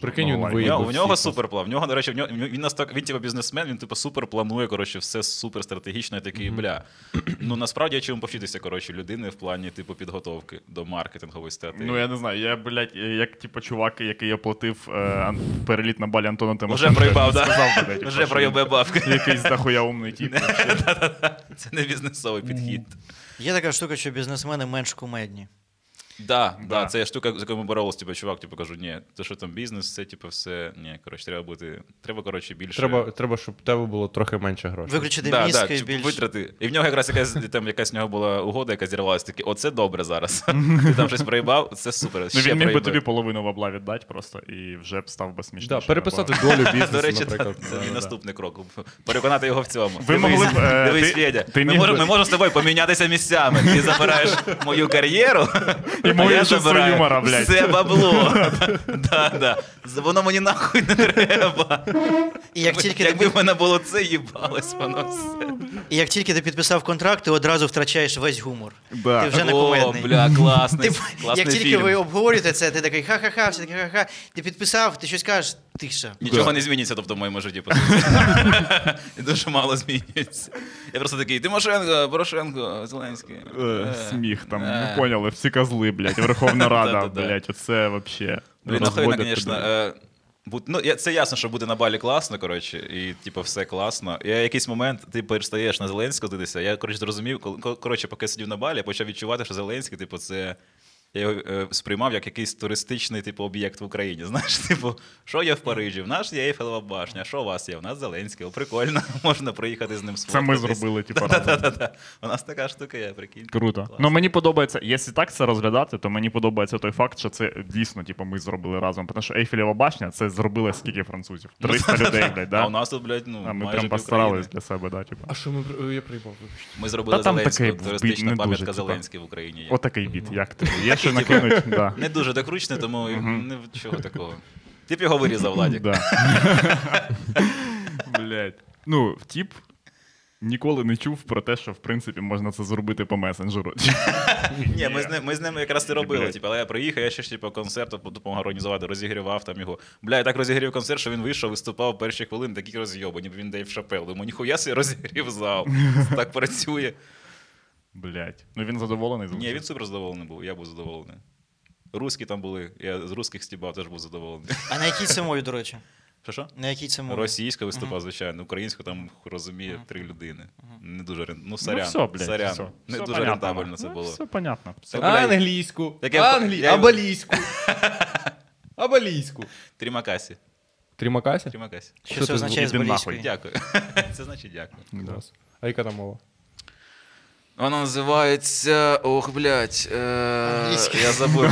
[SPEAKER 3] Прикинь, він
[SPEAKER 2] Журнал
[SPEAKER 1] У
[SPEAKER 3] виїбав.
[SPEAKER 1] нього,
[SPEAKER 3] Виїбав
[SPEAKER 1] у нього
[SPEAKER 3] всіх нас.
[SPEAKER 1] супер план. В нього, до речі, в нього він настільки, він типу бізнесмен, він типу супер планує, коротше, все супер стратегічно. Я такий, бля. Ну насправді я чому повчитися, коротше, людини в плані типу підготовки до маркетингової стратегії.
[SPEAKER 2] Ну я не знаю, я, блядь, е, як типу чувак, який оплатив е, ан- переліт на балі Антона Тимошенка.
[SPEAKER 1] Уже проїбав,
[SPEAKER 2] він сказав
[SPEAKER 1] да.
[SPEAKER 2] би, типу,
[SPEAKER 1] Вже
[SPEAKER 2] що
[SPEAKER 1] проїбе
[SPEAKER 2] він
[SPEAKER 1] бабки. [LAUGHS]
[SPEAKER 2] Якийсь дохуя умний тип.
[SPEAKER 1] Це не бізнесовий підхід.
[SPEAKER 4] Є така штука, що бізнесмени менш кумедні.
[SPEAKER 1] Да,
[SPEAKER 2] Да.
[SPEAKER 1] да, це штука, з якою ми боролися, типу, чувак, типу, кажу, ні, то що там бізнес, це типу все. Ні, коротше, треба бути. Треба, коротше, більше.
[SPEAKER 3] Треба, треба, щоб в тебе було трохи менше грошей.
[SPEAKER 4] Виключити
[SPEAKER 1] Да,
[SPEAKER 4] мізки
[SPEAKER 1] да, типу,
[SPEAKER 4] більш.
[SPEAKER 1] витрати. І в нього якраз якась [LAUGHS] там якась в нього була угода, яка зірвалася. Такі, оце добре
[SPEAKER 2] [LAUGHS]
[SPEAKER 1] зараз. Ти там щось проїбав, це супер.
[SPEAKER 2] Ну
[SPEAKER 1] Ще
[SPEAKER 2] він міг би
[SPEAKER 1] проїби.
[SPEAKER 2] тобі половину бабла віддати просто і вже б став би смішнішим.
[SPEAKER 3] Да,
[SPEAKER 2] або-
[SPEAKER 3] переписати долю бізнесу,
[SPEAKER 1] До речі,
[SPEAKER 3] наприклад.
[SPEAKER 1] це-
[SPEAKER 3] Да,
[SPEAKER 1] це мій
[SPEAKER 3] да.
[SPEAKER 1] наступний крок. Переконати його в цьому.
[SPEAKER 2] Ви могли б, е,
[SPEAKER 1] Дивись,
[SPEAKER 2] ти-
[SPEAKER 1] Федя.
[SPEAKER 2] ти
[SPEAKER 1] Ми
[SPEAKER 2] міг
[SPEAKER 1] можемо-
[SPEAKER 2] би-
[SPEAKER 1] ми можемо з тобою помінятися місцями. Ти забираєш мою кар'єру,
[SPEAKER 2] [LAUGHS] І
[SPEAKER 1] а
[SPEAKER 2] мою
[SPEAKER 1] я
[SPEAKER 2] чувство
[SPEAKER 1] забираю
[SPEAKER 2] юмора, блядь.
[SPEAKER 1] все бабло. Да, да. З- Воно мені нахуй не треба.
[SPEAKER 4] І як тільки
[SPEAKER 1] [LAUGHS]
[SPEAKER 4] ти
[SPEAKER 1] Якби в мене було це, їбалось воно все.
[SPEAKER 4] І як тільки ти підписав контракт, ти одразу втрачаєш весь гумор.
[SPEAKER 2] Да.
[SPEAKER 4] Ти вже не
[SPEAKER 1] О,
[SPEAKER 4] кумедний.
[SPEAKER 1] бля, класний,
[SPEAKER 4] Ти,
[SPEAKER 1] класний
[SPEAKER 4] як тільки
[SPEAKER 1] фільм.
[SPEAKER 4] ви обговорюєте це, ти такий ха-ха-ха, всі такі ха-ха. Ти підписав, ти щось кажеш, тиша.
[SPEAKER 1] Нічого не зміниться, тобто в моєму житті. по суті. І Дуже мало змінюється. Я просто такий Тимошенко, Порошенко, Зеленський.
[SPEAKER 2] Е, Сміх там,
[SPEAKER 1] Е.
[SPEAKER 2] ну поняли, всі козли, блядь,
[SPEAKER 3] [LAUGHS]
[SPEAKER 2] Верховна Рада,
[SPEAKER 1] Да-да-да.
[SPEAKER 2] блядь, оце вообще.
[SPEAKER 1] Блін, нахуй,
[SPEAKER 2] розводять
[SPEAKER 1] звісно.
[SPEAKER 2] туди.
[SPEAKER 1] е, бу- Ну, я- це ясно, що буде на балі класно, коротше, і типу все класно. Я якийсь момент ти перестаєш на Зеленського дивитися. Я коротше зрозумів, коли- ко- коротше, поки сидів на балі, я почав відчувати, що Зеленський, типу, це. Я його е, сприймав як якийсь туристичний типу об'єкт в Україні. [LAUGHS] Знаєш, типу, що є в Парижі? В нас є Ейфелева башня, що у вас є? У нас Зеленський, О, прикольно, [LAUGHS] можна приїхати з ним
[SPEAKER 2] Це ми
[SPEAKER 1] сфоткатись. [LAUGHS]
[SPEAKER 2] зробили, типу, разом.
[SPEAKER 1] Та-та-та. У нас така штука є, прикинь.
[SPEAKER 2] Круто.
[SPEAKER 1] Клас.
[SPEAKER 2] Ну мені подобається, якщо так це розглядати, то мені подобається той факт, що це дійсно, типу, ми зробили разом. Тому що Ейфелєва башня це зробили скільки французів?
[SPEAKER 1] Ну,
[SPEAKER 2] 300 людей, блядь, да?
[SPEAKER 1] А у нас тут, блядь, ну,
[SPEAKER 2] А ми
[SPEAKER 1] майже півкраїни.
[SPEAKER 2] прям постарались для себе, да, типу.
[SPEAKER 3] А що ми при- я приїбав, вибачте.
[SPEAKER 1] Ми зробили
[SPEAKER 2] Та там
[SPEAKER 1] Зеленського,
[SPEAKER 2] такий був, не
[SPEAKER 1] туристична
[SPEAKER 2] дуже,
[SPEAKER 1] пам'ятка
[SPEAKER 2] типа.
[SPEAKER 1] Зеленський в Україні є.
[SPEAKER 2] Отакий біт, як ти? Є
[SPEAKER 1] [LAUGHS]
[SPEAKER 2] що накинуть? Да.
[SPEAKER 1] Не дуже докручений, тому не чого такого. Ти б його вирізав, Владік.
[SPEAKER 2] Ну, Да. [LAUGHS] Блять. Ну, тіп ніколи не чув про те, що в принципі можна це зробити по месенджеру. [LAUGHS]
[SPEAKER 1] Ні, ми з ним ми з ним якраз і робили.
[SPEAKER 2] Блядь.
[SPEAKER 1] Типу, але я приїхав, я ще ж типу концерт допомагав організувати, розігрівав там його. Бля, я так розігрів концерт, що він вийшов, виступав перші хвилини, такі розйоби, ніби він Дейв Шапел. Думаю, ніхуя себе розігрів
[SPEAKER 2] [LAUGHS]
[SPEAKER 1] зал. Це Так працює.
[SPEAKER 2] Блять. Ну він задоволений
[SPEAKER 1] Ні,
[SPEAKER 2] залишився?
[SPEAKER 1] він супер задоволений був, я був задоволений. Руські там були, я з русських стібав, теж був задоволений.
[SPEAKER 4] А на якій це мові, до речі?
[SPEAKER 1] Що що?
[SPEAKER 4] На якій це мові?
[SPEAKER 1] Російська виступа, звичайно, українську там розуміє три людини. Не дуже рен- ну,
[SPEAKER 2] Ну
[SPEAKER 1] сорян,
[SPEAKER 2] все, блядь,
[SPEAKER 1] сорян.
[SPEAKER 2] все.
[SPEAKER 1] Не
[SPEAKER 2] Все
[SPEAKER 1] дуже
[SPEAKER 2] понятно.
[SPEAKER 1] рентабельно це
[SPEAKER 2] Ну,
[SPEAKER 1] було.
[SPEAKER 2] Все понятно. Все.
[SPEAKER 1] Та, блядь,
[SPEAKER 3] Англійську.
[SPEAKER 1] Так я-
[SPEAKER 3] Англі-
[SPEAKER 1] я- [LAUGHS]
[SPEAKER 3] Абалійську. Абалійську.
[SPEAKER 1] Трімакасі.
[SPEAKER 3] Трімакася?
[SPEAKER 1] Трімакасі.
[SPEAKER 4] Що,
[SPEAKER 3] Що
[SPEAKER 4] це
[SPEAKER 3] ти
[SPEAKER 4] означає з
[SPEAKER 2] іди нахуй.
[SPEAKER 4] боліською?
[SPEAKER 1] Дякую. [LAUGHS] Це значить дякую.
[SPEAKER 3] Клас. А яка там мова?
[SPEAKER 1] Вона називається. Ох, блядь. Е...
[SPEAKER 4] Англійська.
[SPEAKER 1] Я забув.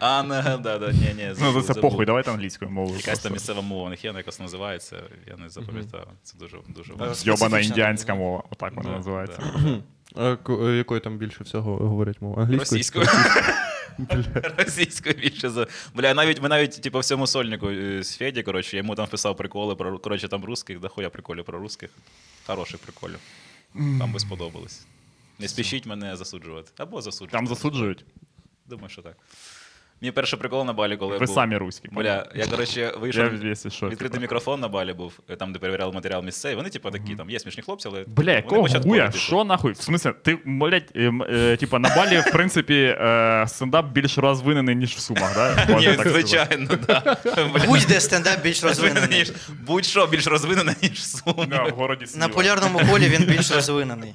[SPEAKER 1] Анна, ну, да, да, ні, ні.
[SPEAKER 2] Ну,
[SPEAKER 1] забув,
[SPEAKER 2] за це
[SPEAKER 1] забув.
[SPEAKER 2] похуй, давайте англійською мовою.
[SPEAKER 1] Якась там
[SPEAKER 2] просто.
[SPEAKER 1] місцева мова у них є, вона якось називається. Я не запам'ятав. Це дуже дуже важко.
[SPEAKER 2] Йобана
[SPEAKER 4] Специфічна
[SPEAKER 2] індіанська
[SPEAKER 4] така,
[SPEAKER 2] мова, отак вона
[SPEAKER 1] Да,
[SPEAKER 2] називається.
[SPEAKER 3] А, ко- е, якою там більше всього говорять мову? Англійською?
[SPEAKER 1] Російською. [LAUGHS] Російською більше за. Бля, навіть ми навіть типу, всьому сольнику е, з Феді, коротше, я йому там писав приколи про коротше, там русських, да хуя приколів про русських. Хороших приколів. Там би сподобались. Не спішіть мене засуджувати. Або засуджувати.
[SPEAKER 2] Там засуджують.
[SPEAKER 1] Думаю, що так. Мені перший прикол на балі, коли
[SPEAKER 2] Ви
[SPEAKER 1] був...
[SPEAKER 2] самі руські.
[SPEAKER 1] Бля, я,
[SPEAKER 2] [LAUGHS]
[SPEAKER 1] коротше, вийшов.
[SPEAKER 2] Я весь що.
[SPEAKER 1] Відкритий мікрофон на балі був, е, там, де перевіряли матеріал місцей. Вони, типу, такі, там є смішні хлопці, але.
[SPEAKER 2] Бля, якого хуя?
[SPEAKER 1] типу.
[SPEAKER 2] Що нахуй? В смысле, ти, блядь, ем, е, типа на балі, в принципі, е, стендап більш розвинений, ніж в Сумах, да? Можна
[SPEAKER 1] Ні,
[SPEAKER 2] так сказати.
[SPEAKER 1] звичайно,
[SPEAKER 2] [LAUGHS]
[SPEAKER 1] так.
[SPEAKER 4] Будь-де стендап більш розвинений.
[SPEAKER 1] Будь-що більш розвинений, ніж сум.
[SPEAKER 2] Да, в городі
[SPEAKER 4] На
[SPEAKER 2] Сміла.
[SPEAKER 4] полярному полі він більш розвинений.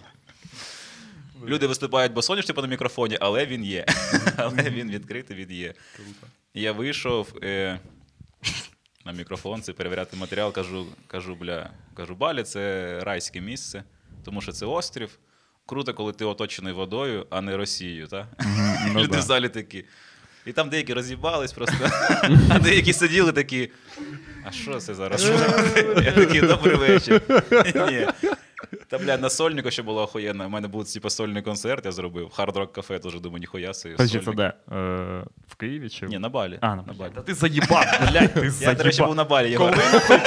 [SPEAKER 1] Люди виступають босоніж, типу, на мікрофоні, але він є. Але він відкритий, він є. Я вийшов е, на мікрофон, це перевіряти матеріал, кажу, кажу, бля, кажу, балі, це райське місце, тому що це острів. Круто, коли ти оточений водою, а не Росією, так?
[SPEAKER 2] ну
[SPEAKER 1] Люди
[SPEAKER 2] да.
[SPEAKER 1] в залі такі. І там деякі роз'їбались просто, [LAUGHS] а деякі сиділи такі. А що це зараз? Я такий, добрий вечір. Ні. Та, бля, на сольнику ще було охуєнно. У мене був типу, сольний концерт, я зробив. Hard Rock Cafe, теж думаю, ніхуя собі.
[SPEAKER 2] Подожди, це
[SPEAKER 1] сольник.
[SPEAKER 2] де? Е, в Києві чи?
[SPEAKER 1] Ні, на балі.
[SPEAKER 2] А, на
[SPEAKER 1] Балі.
[SPEAKER 2] балі. Та ти заїбав, блядь, ти
[SPEAKER 1] Я, до речі, був
[SPEAKER 2] заїбав.
[SPEAKER 1] на балі. Я
[SPEAKER 2] Коли,
[SPEAKER 1] говорю,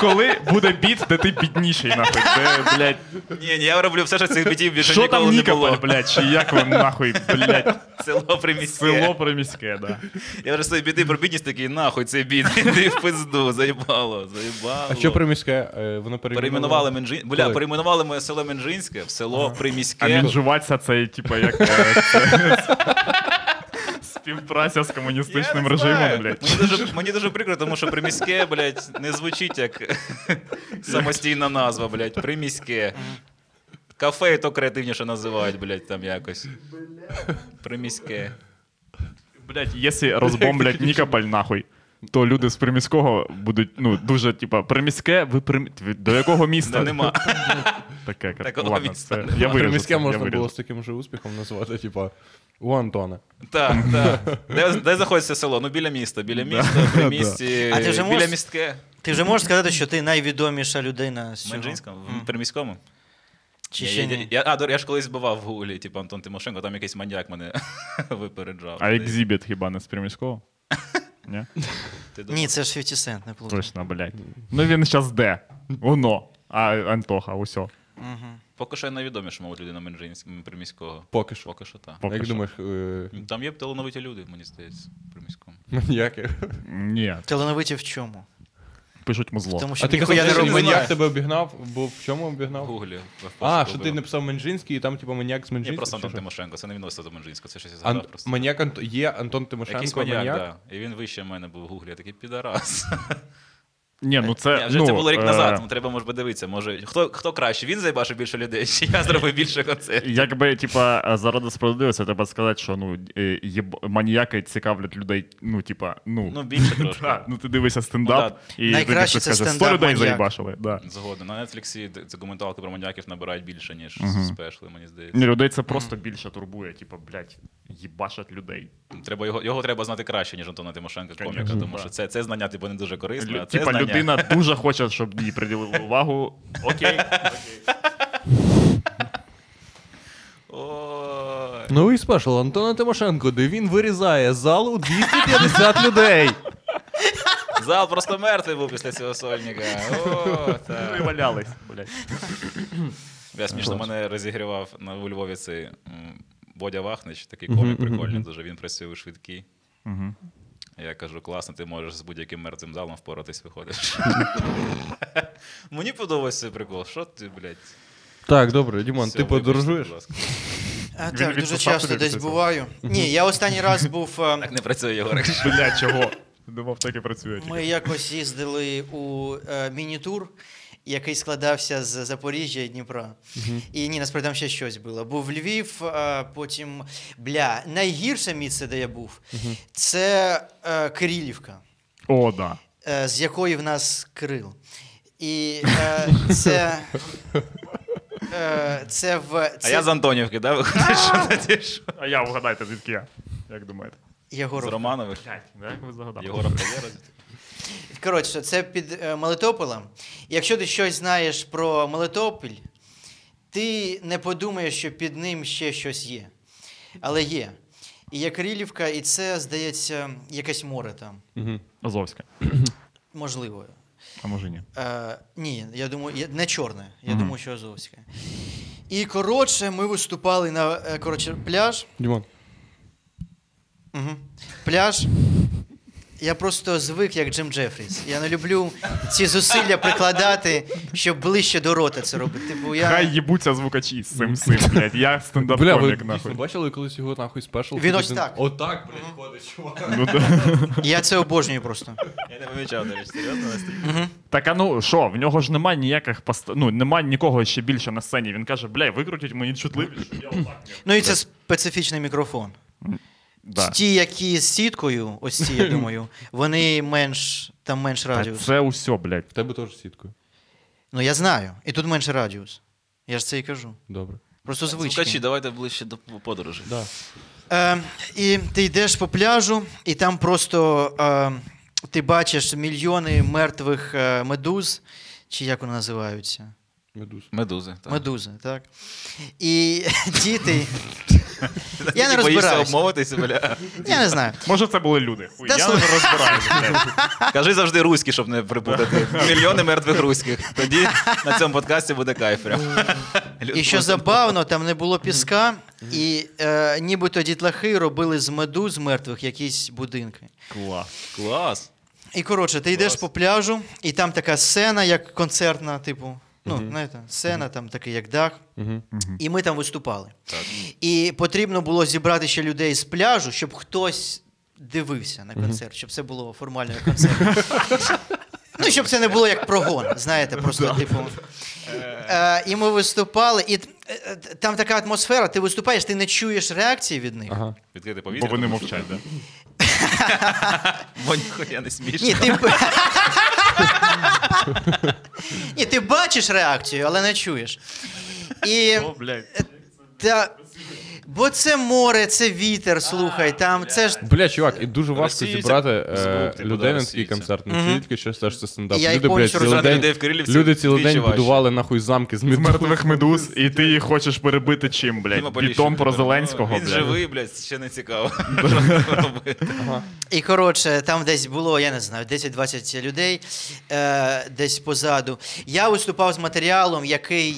[SPEAKER 2] коли буде біт, де ти бідніший, нахуй, де, блядь,
[SPEAKER 1] Ні, ні, я роблю все, що цих бітів більше
[SPEAKER 2] що там
[SPEAKER 1] ніколи не було.
[SPEAKER 2] Нікополь, блядь, чи як ви, нахуй, блядь,
[SPEAKER 1] Село приміське.
[SPEAKER 2] село приміське, да.
[SPEAKER 1] Я вже свої біди про бідність такий, нахуй цей бід. [LAUGHS] Іди в пизду, заїбало, заїбало.
[SPEAKER 3] А що приміське? Е, Воно
[SPEAKER 1] Перейменували Менджин... Бля,
[SPEAKER 3] Коли?
[SPEAKER 1] перейменували моє село Менжинське в село Приміське.
[SPEAKER 2] А мінжуватися це, типа, як... е, це- Співпраця з комуністичним
[SPEAKER 1] Я не знаю.
[SPEAKER 2] режимом, блядь.
[SPEAKER 1] Мені дуже, мені дуже прикро, тому що приміське, блядь, не звучить [LAUGHS] як самостійна назва, блядь, приміське. Кафе і то креативніше називають, блядь, там якось. Приміське.
[SPEAKER 2] Блять, якщо розбомблять Нікополь нахуй, то люди з приміського будуть ну дуже, типа, приміське, ви прим... ви до якого міста?
[SPEAKER 1] Та нема.
[SPEAKER 2] [LAUGHS] Таке, як...
[SPEAKER 1] Такого
[SPEAKER 2] ладно,
[SPEAKER 1] міста
[SPEAKER 2] це...
[SPEAKER 1] нема.
[SPEAKER 2] я виріжу це,
[SPEAKER 3] Приміське
[SPEAKER 2] я
[SPEAKER 3] можна
[SPEAKER 2] виріжу.
[SPEAKER 3] було з таким же успіхом назвати, типа, у Антона.
[SPEAKER 1] Так, так. Де, де знаходиться село? Ну, біля міста. Біля міста, при місті.
[SPEAKER 4] А ти вже
[SPEAKER 1] біля
[SPEAKER 4] можеш-
[SPEAKER 1] містке.
[SPEAKER 4] Ти вже можеш сказати, що ти найвідоміша людина з
[SPEAKER 1] В
[SPEAKER 4] цього?
[SPEAKER 1] Менжинському?
[SPEAKER 4] М.
[SPEAKER 1] В приміському?
[SPEAKER 4] Чи
[SPEAKER 1] Ні,
[SPEAKER 4] ще
[SPEAKER 1] я,
[SPEAKER 4] ні?
[SPEAKER 1] я, а, до- я ж колись бував в гуглі, типу Антон Тимошенко, там якийсь маньяк мене [LAUGHS] випереджав.
[SPEAKER 2] А
[SPEAKER 1] Ти-
[SPEAKER 2] екзібіт хіба не з приміського? Ні?
[SPEAKER 1] ти думав?
[SPEAKER 4] Ні, це ж 50 Cent, не плутай.
[SPEAKER 2] Точно, блядь. Ну він зараз де? Воно. А Антоха, усьо.
[SPEAKER 4] Мгм.
[SPEAKER 1] Поки що я найвідоміша, мабуть, людина Менжинськ- приміського.
[SPEAKER 3] Поки що.
[SPEAKER 1] Поки що так.
[SPEAKER 2] Поки
[SPEAKER 3] Як
[SPEAKER 2] що.
[SPEAKER 3] думаєш, е,
[SPEAKER 1] Ну, Там є талановиті люди, мені здається, при міському.
[SPEAKER 3] маньяки?
[SPEAKER 2] Ні,
[SPEAKER 4] Талановиті в чому?
[SPEAKER 2] пишуть музло.
[SPEAKER 4] Тому що
[SPEAKER 3] А ти
[SPEAKER 4] ніхуя
[SPEAKER 3] казав,
[SPEAKER 4] не
[SPEAKER 3] що
[SPEAKER 1] робив.
[SPEAKER 4] робила.
[SPEAKER 1] знаю.
[SPEAKER 3] маньяк тебе обігнав, бо в чому
[SPEAKER 1] В
[SPEAKER 3] обігнав?
[SPEAKER 1] гуглі. в
[SPEAKER 3] А,
[SPEAKER 1] пошуку
[SPEAKER 3] що ти
[SPEAKER 1] вбив.
[SPEAKER 3] написав Менжинський, і там, типа, маньяк з
[SPEAKER 1] Ні,
[SPEAKER 3] Менжинського?
[SPEAKER 1] просто
[SPEAKER 3] чи
[SPEAKER 1] Антон
[SPEAKER 3] що?
[SPEAKER 1] Тимошенко, це не відноситься до Менжинського, це щось я
[SPEAKER 3] Ан-
[SPEAKER 1] згадав просто.
[SPEAKER 3] Маньяк Анто- є Антон Тимошенко,
[SPEAKER 1] Якийсь маньяк, да. І він вище мене був в гуглі, я такий підарас.
[SPEAKER 2] Ні,
[SPEAKER 1] [LAUGHS]
[SPEAKER 2] ну
[SPEAKER 1] Це,
[SPEAKER 2] це.
[SPEAKER 1] вже
[SPEAKER 2] ну,
[SPEAKER 1] це було рік
[SPEAKER 2] е,
[SPEAKER 1] назад, тому треба, може би, дивитися. Може, хто, хто краще, він заїбашив більше людей, чи я зробив більше концертів.
[SPEAKER 2] Якби, типа, заради справедливості, треба сказати, що ну, е, єб... маніяки цікавлять людей, ну, типа, ну.
[SPEAKER 1] Ну,
[SPEAKER 2] [LAUGHS]
[SPEAKER 1] більше трошки.
[SPEAKER 2] Да, ну ти дивишся стендап,
[SPEAKER 1] Ну,
[SPEAKER 2] і
[SPEAKER 4] Найкраще
[SPEAKER 2] ти
[SPEAKER 4] це
[SPEAKER 2] скажеш, 100
[SPEAKER 4] стендап
[SPEAKER 2] людей
[SPEAKER 4] маньяк».
[SPEAKER 2] заїбашили. Да.
[SPEAKER 1] Згоден. На Нетфліксі д- документалки про маньяків набирають більше, ніж
[SPEAKER 2] Мгм.
[SPEAKER 1] спешли, мені
[SPEAKER 2] Ні,
[SPEAKER 1] здається.
[SPEAKER 2] людей це просто більше турбує, типу, блядь, їбашать людей.
[SPEAKER 1] Треба його, його треба знати краще, ніж Антона Тимошенка, коміка,
[SPEAKER 2] Конечно,
[SPEAKER 1] тому
[SPEAKER 2] да.
[SPEAKER 1] що це, це знання, типу, не дуже корисне, а
[SPEAKER 2] Лю,
[SPEAKER 1] це
[SPEAKER 2] типа
[SPEAKER 1] знання...
[SPEAKER 2] людина дуже хоче, щоб їй приділили увагу. Окей.
[SPEAKER 1] Ой.
[SPEAKER 3] Новий Ну, спешл Антона Тимошенко, де він вирізає залу [LAUGHS] 250 людей.
[SPEAKER 1] Зал просто мертвий був після цього сольника. О,
[SPEAKER 2] Ну
[SPEAKER 1] так.
[SPEAKER 2] і валялись, блядь.
[SPEAKER 1] Я смішно мене розігрівав на у Львові цей м, Бодя Вахнич, такий комік прикольний дуже. Він працює у швидкій.
[SPEAKER 2] Мгм.
[SPEAKER 1] Я кажу, класно, ти можеш з будь-яким мертвим залом впоратись, виходиш. Мені подобається цей прикол. Що ти, блядь?
[SPEAKER 3] Так, добре, Дімон,
[SPEAKER 1] Все,
[SPEAKER 3] ти
[SPEAKER 1] вибачте,
[SPEAKER 3] подорожуєш?
[SPEAKER 1] будь ласка.
[SPEAKER 2] Він
[SPEAKER 4] А Е, так, дуже
[SPEAKER 2] відписав
[SPEAKER 4] часто
[SPEAKER 2] тобі
[SPEAKER 4] десь
[SPEAKER 2] після цього?
[SPEAKER 4] буваю. Ні, я останній раз був. е,
[SPEAKER 1] Так не працює Єгорик.
[SPEAKER 2] Блядь, чого? Думав, так і працює. типу.
[SPEAKER 4] Ми якось їздили у е, міні-тур, який складався з Запоріжжя і Дніпра. І ні, насправді там ще щось було. Був Львів, е, потім бля, найгірше місце, де я був, це е, Кирилівка.
[SPEAKER 2] О, да.
[SPEAKER 4] е, з якої в нас Кирил. І е, це.
[SPEAKER 1] [LAUGHS]
[SPEAKER 4] Е, це в.
[SPEAKER 1] А
[SPEAKER 4] Це,
[SPEAKER 1] я з Антонівки, да? Виходиш, що тоді що?
[SPEAKER 2] А я вгадайте, звідки я. Як думаєте?
[SPEAKER 1] З
[SPEAKER 4] Єгоров.
[SPEAKER 1] Романових.
[SPEAKER 2] Блядь, ну як ви загадали?
[SPEAKER 1] Єгора Кавєра.
[SPEAKER 4] Коротше, це під е, Мелитополем. Якщо ти щось знаєш про Мелитопіль, ти не подумаєш, що під ним ще щось є. Але є. І є Кирилівка, і це, здається, якесь море там.
[SPEAKER 2] Азовська.
[SPEAKER 4] Можливо.
[SPEAKER 2] А може ні.
[SPEAKER 4] Е, ні, я думаю, я- не чорне. Я
[SPEAKER 2] Мгм.
[SPEAKER 4] думаю, що Азовське. І коротше, ми виступали на е, коротше, пляж.
[SPEAKER 3] Дімон.
[SPEAKER 4] Угу. Пляж. Я просто звик, як Джим Джефріс. Я не люблю ці зусилля прикладати, щоб ближче до рота це робити. Типу, я...
[SPEAKER 2] Хай їбуться звукачі з цим всім, блядь. Я стендап
[SPEAKER 3] Бля, ви
[SPEAKER 2] комік
[SPEAKER 3] дійсно
[SPEAKER 2] нахуй.
[SPEAKER 3] бачили колись його нахуй спешл?
[SPEAKER 4] Він ось так.
[SPEAKER 3] Отак, блядь, ходить, чувак.
[SPEAKER 2] Ну, да.
[SPEAKER 4] Я це обожнюю просто.
[SPEAKER 1] Я не помічав, до речі, серйозно настільки.
[SPEAKER 2] Так а ну що, в нього ж нема ніяких пост... ну, нема нікого ще більше на сцені. Він каже, бля, викрутіть мені чутливість, щоб я отак. не-».
[SPEAKER 4] Ну і це специфічний мікрофон.
[SPEAKER 2] Да.
[SPEAKER 4] Ті, які з сіткою, ось ці, я думаю, вони менш там менш
[SPEAKER 2] Та
[SPEAKER 4] радіус.
[SPEAKER 2] це усе, блядь.
[SPEAKER 3] В тебе теж сіткою.
[SPEAKER 4] Ну я знаю. І тут менше радіус. Я ж це і кажу.
[SPEAKER 3] Добре.
[SPEAKER 4] Просто
[SPEAKER 1] Слухачі,
[SPEAKER 4] звички.
[SPEAKER 1] давайте ближче до подорожі.
[SPEAKER 3] Да.
[SPEAKER 4] Е, і ти йдеш по пляжу, і там просто е, ти бачиш мільйони мертвих е, медуз, чи як вони називаються?
[SPEAKER 3] Медуз.
[SPEAKER 1] Медузи. так.
[SPEAKER 4] Медузи, так. І [LAUGHS] діти. Я не
[SPEAKER 1] Ти боїшся
[SPEAKER 4] розбираюсь.
[SPEAKER 1] обмовитися, бля.
[SPEAKER 4] Я не знаю.
[SPEAKER 2] Може, це були люди. Хуй,
[SPEAKER 4] Та
[SPEAKER 2] я не
[SPEAKER 4] слухай.
[SPEAKER 2] розбираюся,
[SPEAKER 1] [LAUGHS]
[SPEAKER 2] блядь.
[SPEAKER 1] Кажи завжди руські, щоб не припутати. Мільйони мертвих руських. Тоді на цьому подкасті буде кайф. [LAUGHS] прям.
[SPEAKER 4] І що забавно, там не було піска, і е, нібито дітлахи робили з медуз мертвих якісь будинки.
[SPEAKER 2] Клас.
[SPEAKER 1] Клас.
[SPEAKER 4] І коротше, ти йдеш по пляжу, і там така сцена, як концертна, типу. Ну, знаєте, сцена, там такий, як дах.
[SPEAKER 3] Угу.
[SPEAKER 4] І ми там виступали. І потрібно було зібрати ще людей з пляжу, щоб хтось дивився на концерт, щоб це було формально як концерт. Ну, щоб це не було як прогон, знаєте, просто типу. Е, І ми виступали, і т- е, т- там така атмосфера, ти виступаєш, ти не чуєш реакції від них.
[SPEAKER 3] Ага.
[SPEAKER 1] Відкрити повітря.
[SPEAKER 2] Бо вони
[SPEAKER 1] тому що-
[SPEAKER 2] мовчать, да?
[SPEAKER 1] Бо ніхуя не смішно.
[SPEAKER 4] Ні, ти... б- Ні, ти бачиш реакцію, але не чуєш. І...
[SPEAKER 2] О, блядь.
[SPEAKER 4] Та... Бо це море, це вітер, слухай, там це ж.
[SPEAKER 3] Бля, чувак, і дуже важко
[SPEAKER 1] Російця.
[SPEAKER 3] зібрати
[SPEAKER 1] Звук,
[SPEAKER 3] е,
[SPEAKER 1] типу, да,
[SPEAKER 3] людей на такий
[SPEAKER 1] російця.
[SPEAKER 3] концерт. Не
[SPEAKER 4] Мгм.
[SPEAKER 3] тільки що теж це стендап.
[SPEAKER 4] Я їх
[SPEAKER 3] Люди, блядь,
[SPEAKER 4] повністю
[SPEAKER 3] цілий
[SPEAKER 1] розумію. Людей
[SPEAKER 3] день,
[SPEAKER 1] в Кирилівці
[SPEAKER 3] люди цілий
[SPEAKER 1] вдвічі
[SPEAKER 3] день
[SPEAKER 1] важче.
[SPEAKER 3] будували нахуй замки з
[SPEAKER 2] З
[SPEAKER 3] медуз.
[SPEAKER 2] мертвих медуз, і ти їх хочеш перебити чим,
[SPEAKER 1] Діма
[SPEAKER 2] блядь?
[SPEAKER 1] Поліщук.
[SPEAKER 2] Бітом про Зеленського,
[SPEAKER 1] Він
[SPEAKER 2] блядь.
[SPEAKER 1] живий, блядь, ще не
[SPEAKER 2] [LAUGHS]
[SPEAKER 1] цікаво. Що з ним робити?
[SPEAKER 4] І коротше, там десь було, я не знаю, 10-20 людей е, десь позаду. Я виступав з матеріалом, який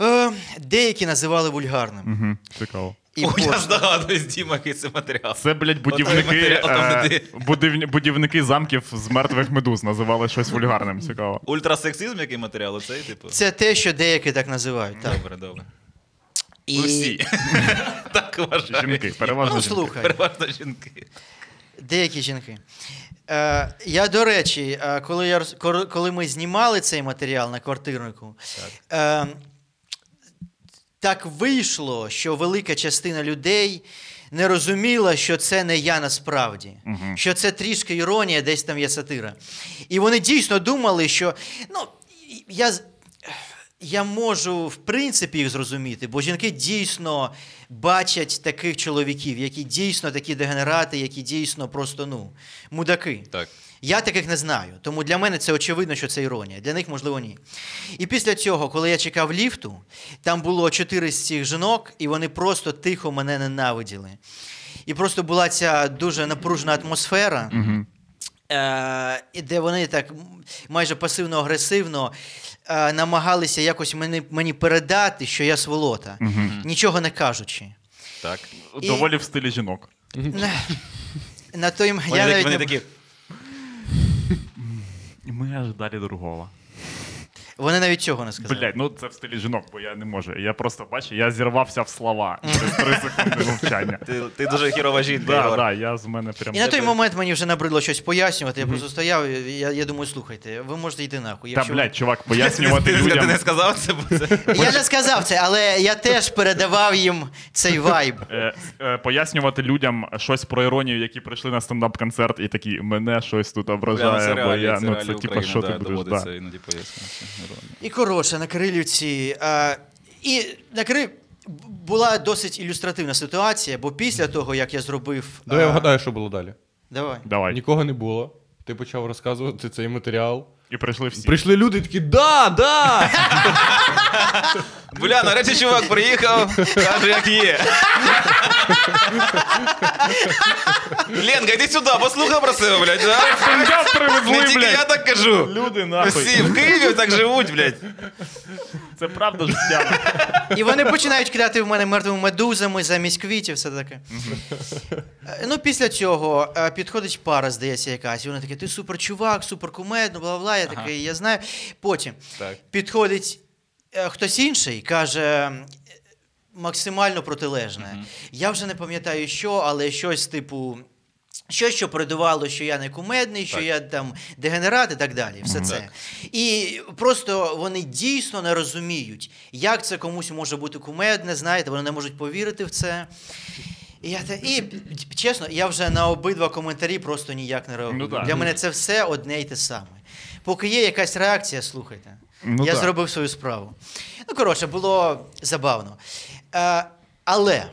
[SPEAKER 4] е, деякі називали вульгарним.
[SPEAKER 2] Угу, цікаво.
[SPEAKER 1] О,
[SPEAKER 4] І
[SPEAKER 1] я
[SPEAKER 4] пошлим.
[SPEAKER 1] здогадуюсь, Діма, який це матеріал.
[SPEAKER 2] Це, блядь,
[SPEAKER 1] Отой
[SPEAKER 2] будівники,
[SPEAKER 1] матеріал, там не
[SPEAKER 2] е,
[SPEAKER 1] ти.
[SPEAKER 2] будівні- будівники замків з мертвих медуз називали щось вульгарним, цікаво.
[SPEAKER 1] Ультрасексизм, який матеріал, оцей, типу.
[SPEAKER 4] Це те, що деякі так називають. Так.
[SPEAKER 1] Добре, добре.
[SPEAKER 4] І...
[SPEAKER 1] І... Усі. так вважають.
[SPEAKER 2] Жінки, переважно
[SPEAKER 4] Ну,
[SPEAKER 2] жінки.
[SPEAKER 4] слухай.
[SPEAKER 1] Переважно жінки.
[SPEAKER 4] Деякі жінки. Е, я, до речі, е, коли, я, роз- кор- коли ми знімали цей матеріал на квартирнику, так. Е, так вийшло, що велика частина людей не розуміла, що це не я насправді, що це трішки іронія, десь там є сатира. І вони дійсно думали, що ну, я, з- я можу в принципі їх зрозуміти, бо жінки дійсно бачать таких чоловіків, які дійсно такі дегенерати, які дійсно просто ну, мудаки.
[SPEAKER 1] Так.
[SPEAKER 4] Я таких не знаю, тому для мене це очевидно, що це іронія. Для них, можливо, ні. І після цього, коли я чекав ліфту, там було чотири з цих жінок, і вони просто тихо мене ненавиділи. І просто була ця дуже напружена атмосфера, е- і де вони так м- майже пасивно-агресивно е- намагалися якось мені, мені передати, що я сволота, нічого не кажучи.
[SPEAKER 1] Так.
[SPEAKER 4] І-
[SPEAKER 2] Доволі в стилі жінок.
[SPEAKER 4] На, на той м-
[SPEAKER 1] Вони,
[SPEAKER 4] я
[SPEAKER 1] такі,
[SPEAKER 4] навіть
[SPEAKER 1] вони
[SPEAKER 4] не-
[SPEAKER 1] такі,
[SPEAKER 2] І ми аж далі другого.
[SPEAKER 4] вони навіть цього не сказали.
[SPEAKER 2] Блять, ну це в стилі жінок, бо я не можу. Я просто бачу, я зірвався в слова через три секунди мовчання.
[SPEAKER 1] ти, ти дуже хірова жінка.
[SPEAKER 2] Да,
[SPEAKER 1] Ігор.
[SPEAKER 2] да, я з мене прям.
[SPEAKER 4] І на той момент мені вже набридло щось пояснювати. Я просто стояв, і я, я думаю, слухайте, ви можете йти нахуй.
[SPEAKER 2] Та
[SPEAKER 4] якщо ви-
[SPEAKER 2] блять, чувак,
[SPEAKER 1] Ти, [LAUGHS] ти,
[SPEAKER 2] пояснювати
[SPEAKER 1] ти, ти
[SPEAKER 2] людям.
[SPEAKER 1] не сказав це, бо це
[SPEAKER 4] Я не сказав це, але я теж передавав їм цей вайб.
[SPEAKER 2] е, с- е, Пояснювати людям щось про іронію, які прийшли на стендап-концерт, і такі мене щось тут ображає, бо я ну це типа що ти будеш.
[SPEAKER 1] доводиться
[SPEAKER 2] Да.
[SPEAKER 1] іноді пояснювати. Іронія.
[SPEAKER 4] І коротше, на Кирилівці. А, і на Кирилів була досить ілюстративна ситуація, бо після того, як я зробив.
[SPEAKER 3] Давай я
[SPEAKER 4] а,
[SPEAKER 3] вгадаю, що було далі.
[SPEAKER 4] Давай.
[SPEAKER 2] Давай.
[SPEAKER 3] Нікого не було. Ти почав розказувати цей матеріал.
[SPEAKER 2] І прийшли всі.
[SPEAKER 3] Прийшли люди такі, да, да!
[SPEAKER 1] Бля, нарешті чувак приїхав, каже, як є. Ленка, йди сюди, послухай про себе, блядь. Да?
[SPEAKER 2] Стендап
[SPEAKER 1] Не
[SPEAKER 2] привезли,
[SPEAKER 1] тільки я
[SPEAKER 2] блядь.
[SPEAKER 1] так кажу.
[SPEAKER 2] Люди нахуй.
[SPEAKER 1] Всі в Києві так живуть, блядь.
[SPEAKER 2] Це правда життя.
[SPEAKER 4] І вони починають кидати в мене мертвими медузами замість квітів, все таке. Е, Ну, після цього е, підходить пара, здається, якась, і вона така, ти супер чувак, супер кумедно, бла бла. Я
[SPEAKER 1] Ага.
[SPEAKER 4] такий, я знаю. Потім
[SPEAKER 1] Так.
[SPEAKER 4] підходить е, хтось інший, каже. е, Максимально протилежне. Я вже не пам'ятаю, що, але щось типу. Щось, що передувало, що я не кумедний, що
[SPEAKER 1] Так.
[SPEAKER 4] я там дегенерат і так далі. Все це. І просто вони дійсно не розуміють, як це комусь може бути кумедне, знаєте, вони не можуть повірити в це. І, я, та- і чесно, я вже на обидва коментарі просто ніяк не реагую.
[SPEAKER 2] Ну так.
[SPEAKER 4] Для мене це все одне й те саме. Поки є якась реакція, слухайте.
[SPEAKER 2] Ну
[SPEAKER 4] я
[SPEAKER 2] так.
[SPEAKER 4] зробив свою справу. Ну, коротше, було забавно. Е, але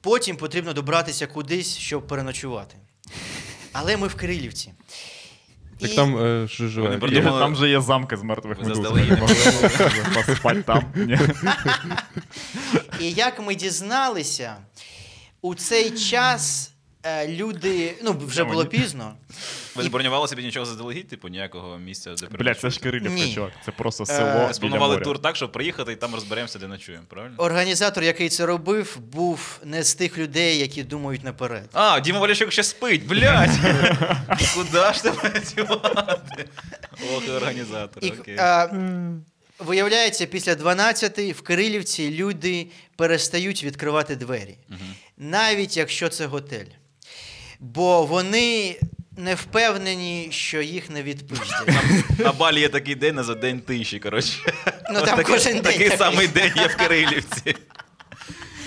[SPEAKER 4] потім потрібно добратися кудись, щоб переночувати. Але ми в Кирилівці.
[SPEAKER 3] Так
[SPEAKER 4] І-
[SPEAKER 3] там е, ж
[SPEAKER 1] Вони
[SPEAKER 3] живе.
[SPEAKER 1] про-
[SPEAKER 2] Ні, Там же є замки з мертвих
[SPEAKER 1] Ви
[SPEAKER 2] медуз.
[SPEAKER 1] заздалегідь.
[SPEAKER 2] Можна Поспать там. Ні.
[SPEAKER 4] І як ми дізналися, у цей час е, люди, ну вже
[SPEAKER 2] Ні,
[SPEAKER 4] було
[SPEAKER 2] ні.
[SPEAKER 4] пізно.
[SPEAKER 1] Ви
[SPEAKER 4] І-
[SPEAKER 1] не бронювали собі нічого заздалегідь, типу, ніякого місця, де
[SPEAKER 2] Блядь, це ж Кирилівка,
[SPEAKER 4] Ні.
[SPEAKER 2] чувак. Це просто
[SPEAKER 4] Е,
[SPEAKER 2] село. біля
[SPEAKER 1] Спланували
[SPEAKER 2] моря.
[SPEAKER 1] тур так, щоб приїхати і там розберемося, де ночуємо, правильно?
[SPEAKER 4] Організатор, який це робив, був не з тих людей, які думають наперед.
[SPEAKER 1] А, Діма Валящук ще спить,
[SPEAKER 4] [LAUGHS]
[SPEAKER 1] блядь! Куда ж ти працювати? Ох, і організатор,
[SPEAKER 4] І,
[SPEAKER 1] окей.
[SPEAKER 4] е, виявляється, після 12 в Кирилівці люди перестають відкривати двері, навіть якщо це готель. Бо вони не впевнені, що їх
[SPEAKER 1] [LAUGHS]
[SPEAKER 4] не відпустять.
[SPEAKER 1] На Балі є такий день, а за день тиші, коротше.
[SPEAKER 4] Ну,
[SPEAKER 1] Ось [LAUGHS]
[SPEAKER 4] там
[SPEAKER 1] такий-
[SPEAKER 4] кожен день
[SPEAKER 1] Такий
[SPEAKER 4] такий.
[SPEAKER 1] самий день є
[SPEAKER 4] [LAUGHS]
[SPEAKER 1] в Кирилівці.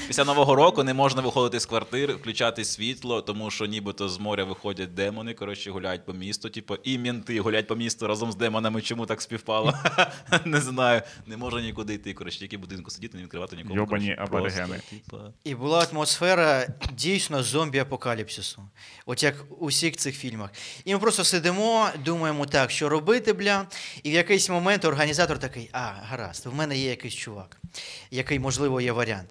[SPEAKER 1] Після Нового року не можна виходити з квартир, включати світло, тому що нібито з моря виходять демони, коротше, гуляють по місту, типу, і мінти гуляють по місту разом з демонами. Чому так співпало? [LAUGHS] Не знаю. Не можна нікуди йти, коротше, тільки в будинку сидіти, не відкривати нікому.
[SPEAKER 2] Йобані
[SPEAKER 1] коротше, просто,
[SPEAKER 2] аборигени.
[SPEAKER 1] типа.
[SPEAKER 4] І була атмосфера дійсно зомбі-апокаліпсису. От як у всіх цих фільмах. І ми просто сидимо, думаємо так, що робити, бля. І в якийсь момент організатор такий: а, гаразд, в мене є якийсь чувак, який, можливо, є варіант.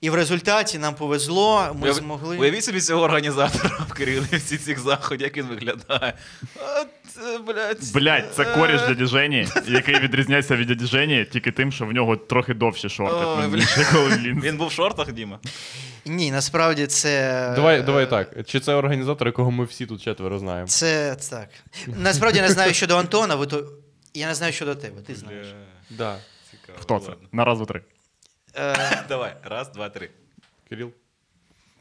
[SPEAKER 4] І в результаті нам повезло, ми
[SPEAKER 1] Уяв-
[SPEAKER 4] змогли.
[SPEAKER 1] Уявіть собі цього організатора в Кирилівці цих заходів, як він виглядає. А, це, блядь. е,
[SPEAKER 2] Блять, це коріш дяді Жені, який відрізняється від дяді Жені тільки тим, що в нього трохи довші
[SPEAKER 1] Ой,
[SPEAKER 2] шорти.
[SPEAKER 1] блядь.
[SPEAKER 2] ніж [LAUGHS] коли він-
[SPEAKER 1] Він був в шортах, Діма?
[SPEAKER 4] Ні, насправді це. е,
[SPEAKER 3] Давай, давай так. Чи це організатор, якого ми всі тут четверо знаємо?
[SPEAKER 4] Це так. Насправді я не знаю щодо Антона, ви то. Я не знаю щодо тебе, ти знаєш.
[SPEAKER 3] Да.
[SPEAKER 1] Цікаво.
[SPEAKER 2] Хто це? На раз, два, три.
[SPEAKER 4] Е,
[SPEAKER 1] Давай, раз, два, три.
[SPEAKER 3] Кирил.